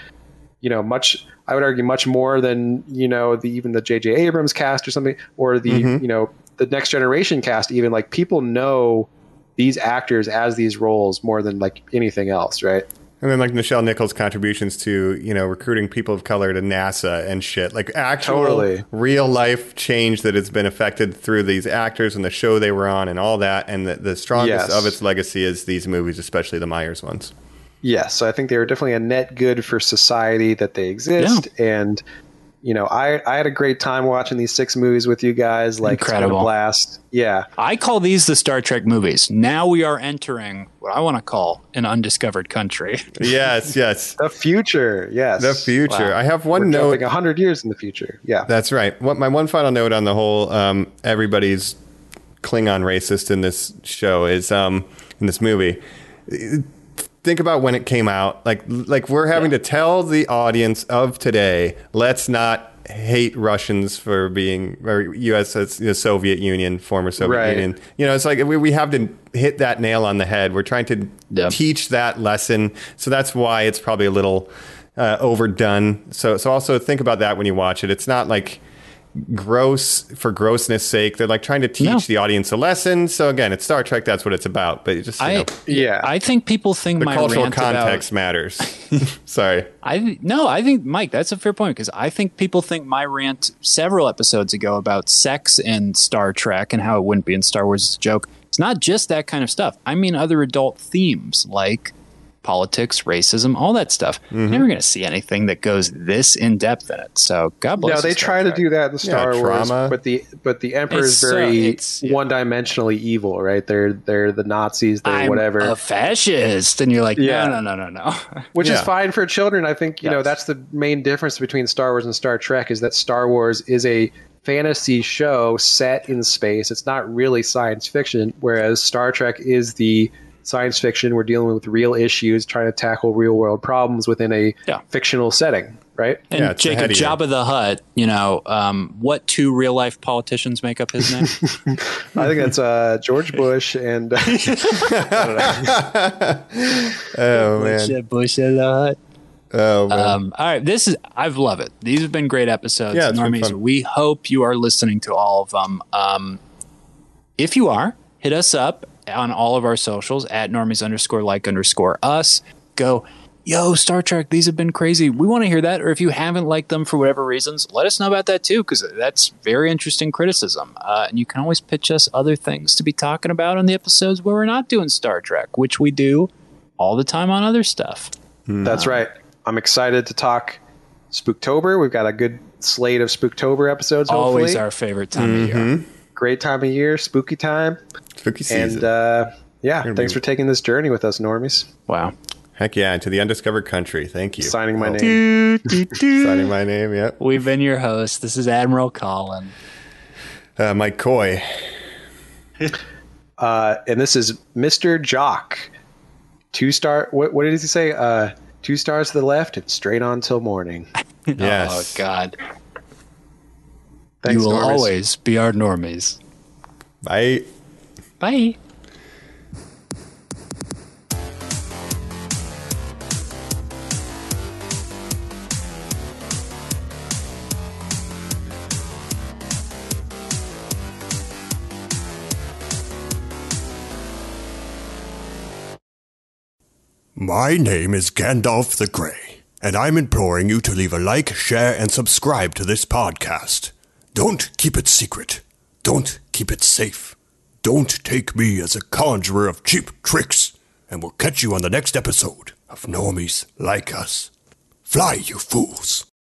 you know, much, I would argue, much more than, you know, the even the J.J. Abrams cast or something, or the, you know, the Next Generation cast, even. Like, people know these actors as these roles more than like anything else, right? And then like Michelle Nichols' contributions to you know recruiting people of color to NASA and shit, like actual Totally. real life change that has been affected through these actors and the show they were on and all that. And the, the strongest Yes. of its legacy is these movies, especially the Myers ones. Yes, so I think they were definitely a net good for society that they exist. And you know, I I had a great time watching these six movies with you guys. Like, it's been Incredible. a blast. Yeah, I call these the Star Trek movies. Now we are entering what I want to call an undiscovered country. Yes, yes, the future. Yes, the future. I have one We're note. jumping hundred years in the future. Yeah, That's right. What my one final note on the whole um, everybody's Klingon racist in this show is um, in this movie. Think about when it came out. Like like we're having to tell the audience of today, let's not hate Russians for being or U.S. that's, you know, Soviet Union, former Soviet Right. Union. You know, it's like we, we have to hit that nail on the head. We're trying to Yeah. teach that lesson. So that's why it's probably a little uh, overdone. So so also think about that when you watch it. It's not like gross for grossness sake. They're like trying to teach No. the audience a lesson. So again, it's Star Trek. That's what it's about. But you just you I know, yeah. I think people think the my cultural rant about- context matters. Sorry. I no, I think Mike, that's a fair point because I think people think my rant several episodes ago about sex and Star Trek and how it wouldn't be in Star Wars is a joke. It's not just that kind of stuff. I mean other adult themes like politics, racism, all that stuff. You're Mm-hmm. never going to see anything that goes this in depth in it. So God bless. no, they Star try to Trek. do that in Star Wars, trauma. but the but the Emperor is It's, uh, very it's- yeah. one-dimensionally evil, right? They're they're the Nazis, they're I'm whatever. a fascist, and you're like, Yeah. no, no, no, no, no. which is Yeah. fine for children. I think you know Yes. that's the main difference between Star Wars and Star Trek is that Star Wars is a fantasy show set in space. It's not really science fiction, whereas Star Trek is the science fiction. We're dealing with real issues, trying to tackle real world problems within a Yeah. fictional setting, right? And Yeah, it's Jacob ahead of you. Jabba the Hutt, you know, um, what two real life politicians make up his name? I think that's uh, George Bush and uh, Oh man. Bush the Hutt. Oh man. Um, all right, this is I've love it. These have been great episodes. Yeah, it's been Normies, fun. we hope you are listening to all of them. Um, if you are, hit us up on all of our socials at normies underscore like underscore us. Go, yo, Star Trek, these have been crazy. We want to hear that. Or if you haven't liked them for whatever reasons, let us know about that too, because that's very interesting criticism. Uh, and you can always pitch us other things to be talking about on the episodes where we're not doing Star Trek, which we do all the time on other stuff. That's right. I'm excited to talk Spooktober. We've got a good slate of Spooktober episodes. Hopefully. Always our favorite time Mm-hmm. of year. great time of year, spooky time, Spooky season. and uh, yeah, Gonna thanks be- for taking this journey with us, normies. Wow. Heck yeah, and to the undiscovered country. Thank you. Signing my Oh, name. Mm. Signing my name. Yep. We've been your hosts. This is Admiral Colin. Uh, Mike Coy. Uh, and this is Mr. Jock. Two star. What, what did he say? Uh, two stars to the left and straight on till morning. Yes. Oh, God. Thanks, you will normies. always be our normies. Bye. Bye. My name is Gandalf the Grey, and I'm imploring you to leave a like, share, and subscribe to this podcast. Don't keep it secret. Don't keep it safe. Don't take me as a conjurer of cheap tricks, and we'll catch you on the next episode of Normies Like Us. Fly, you fools!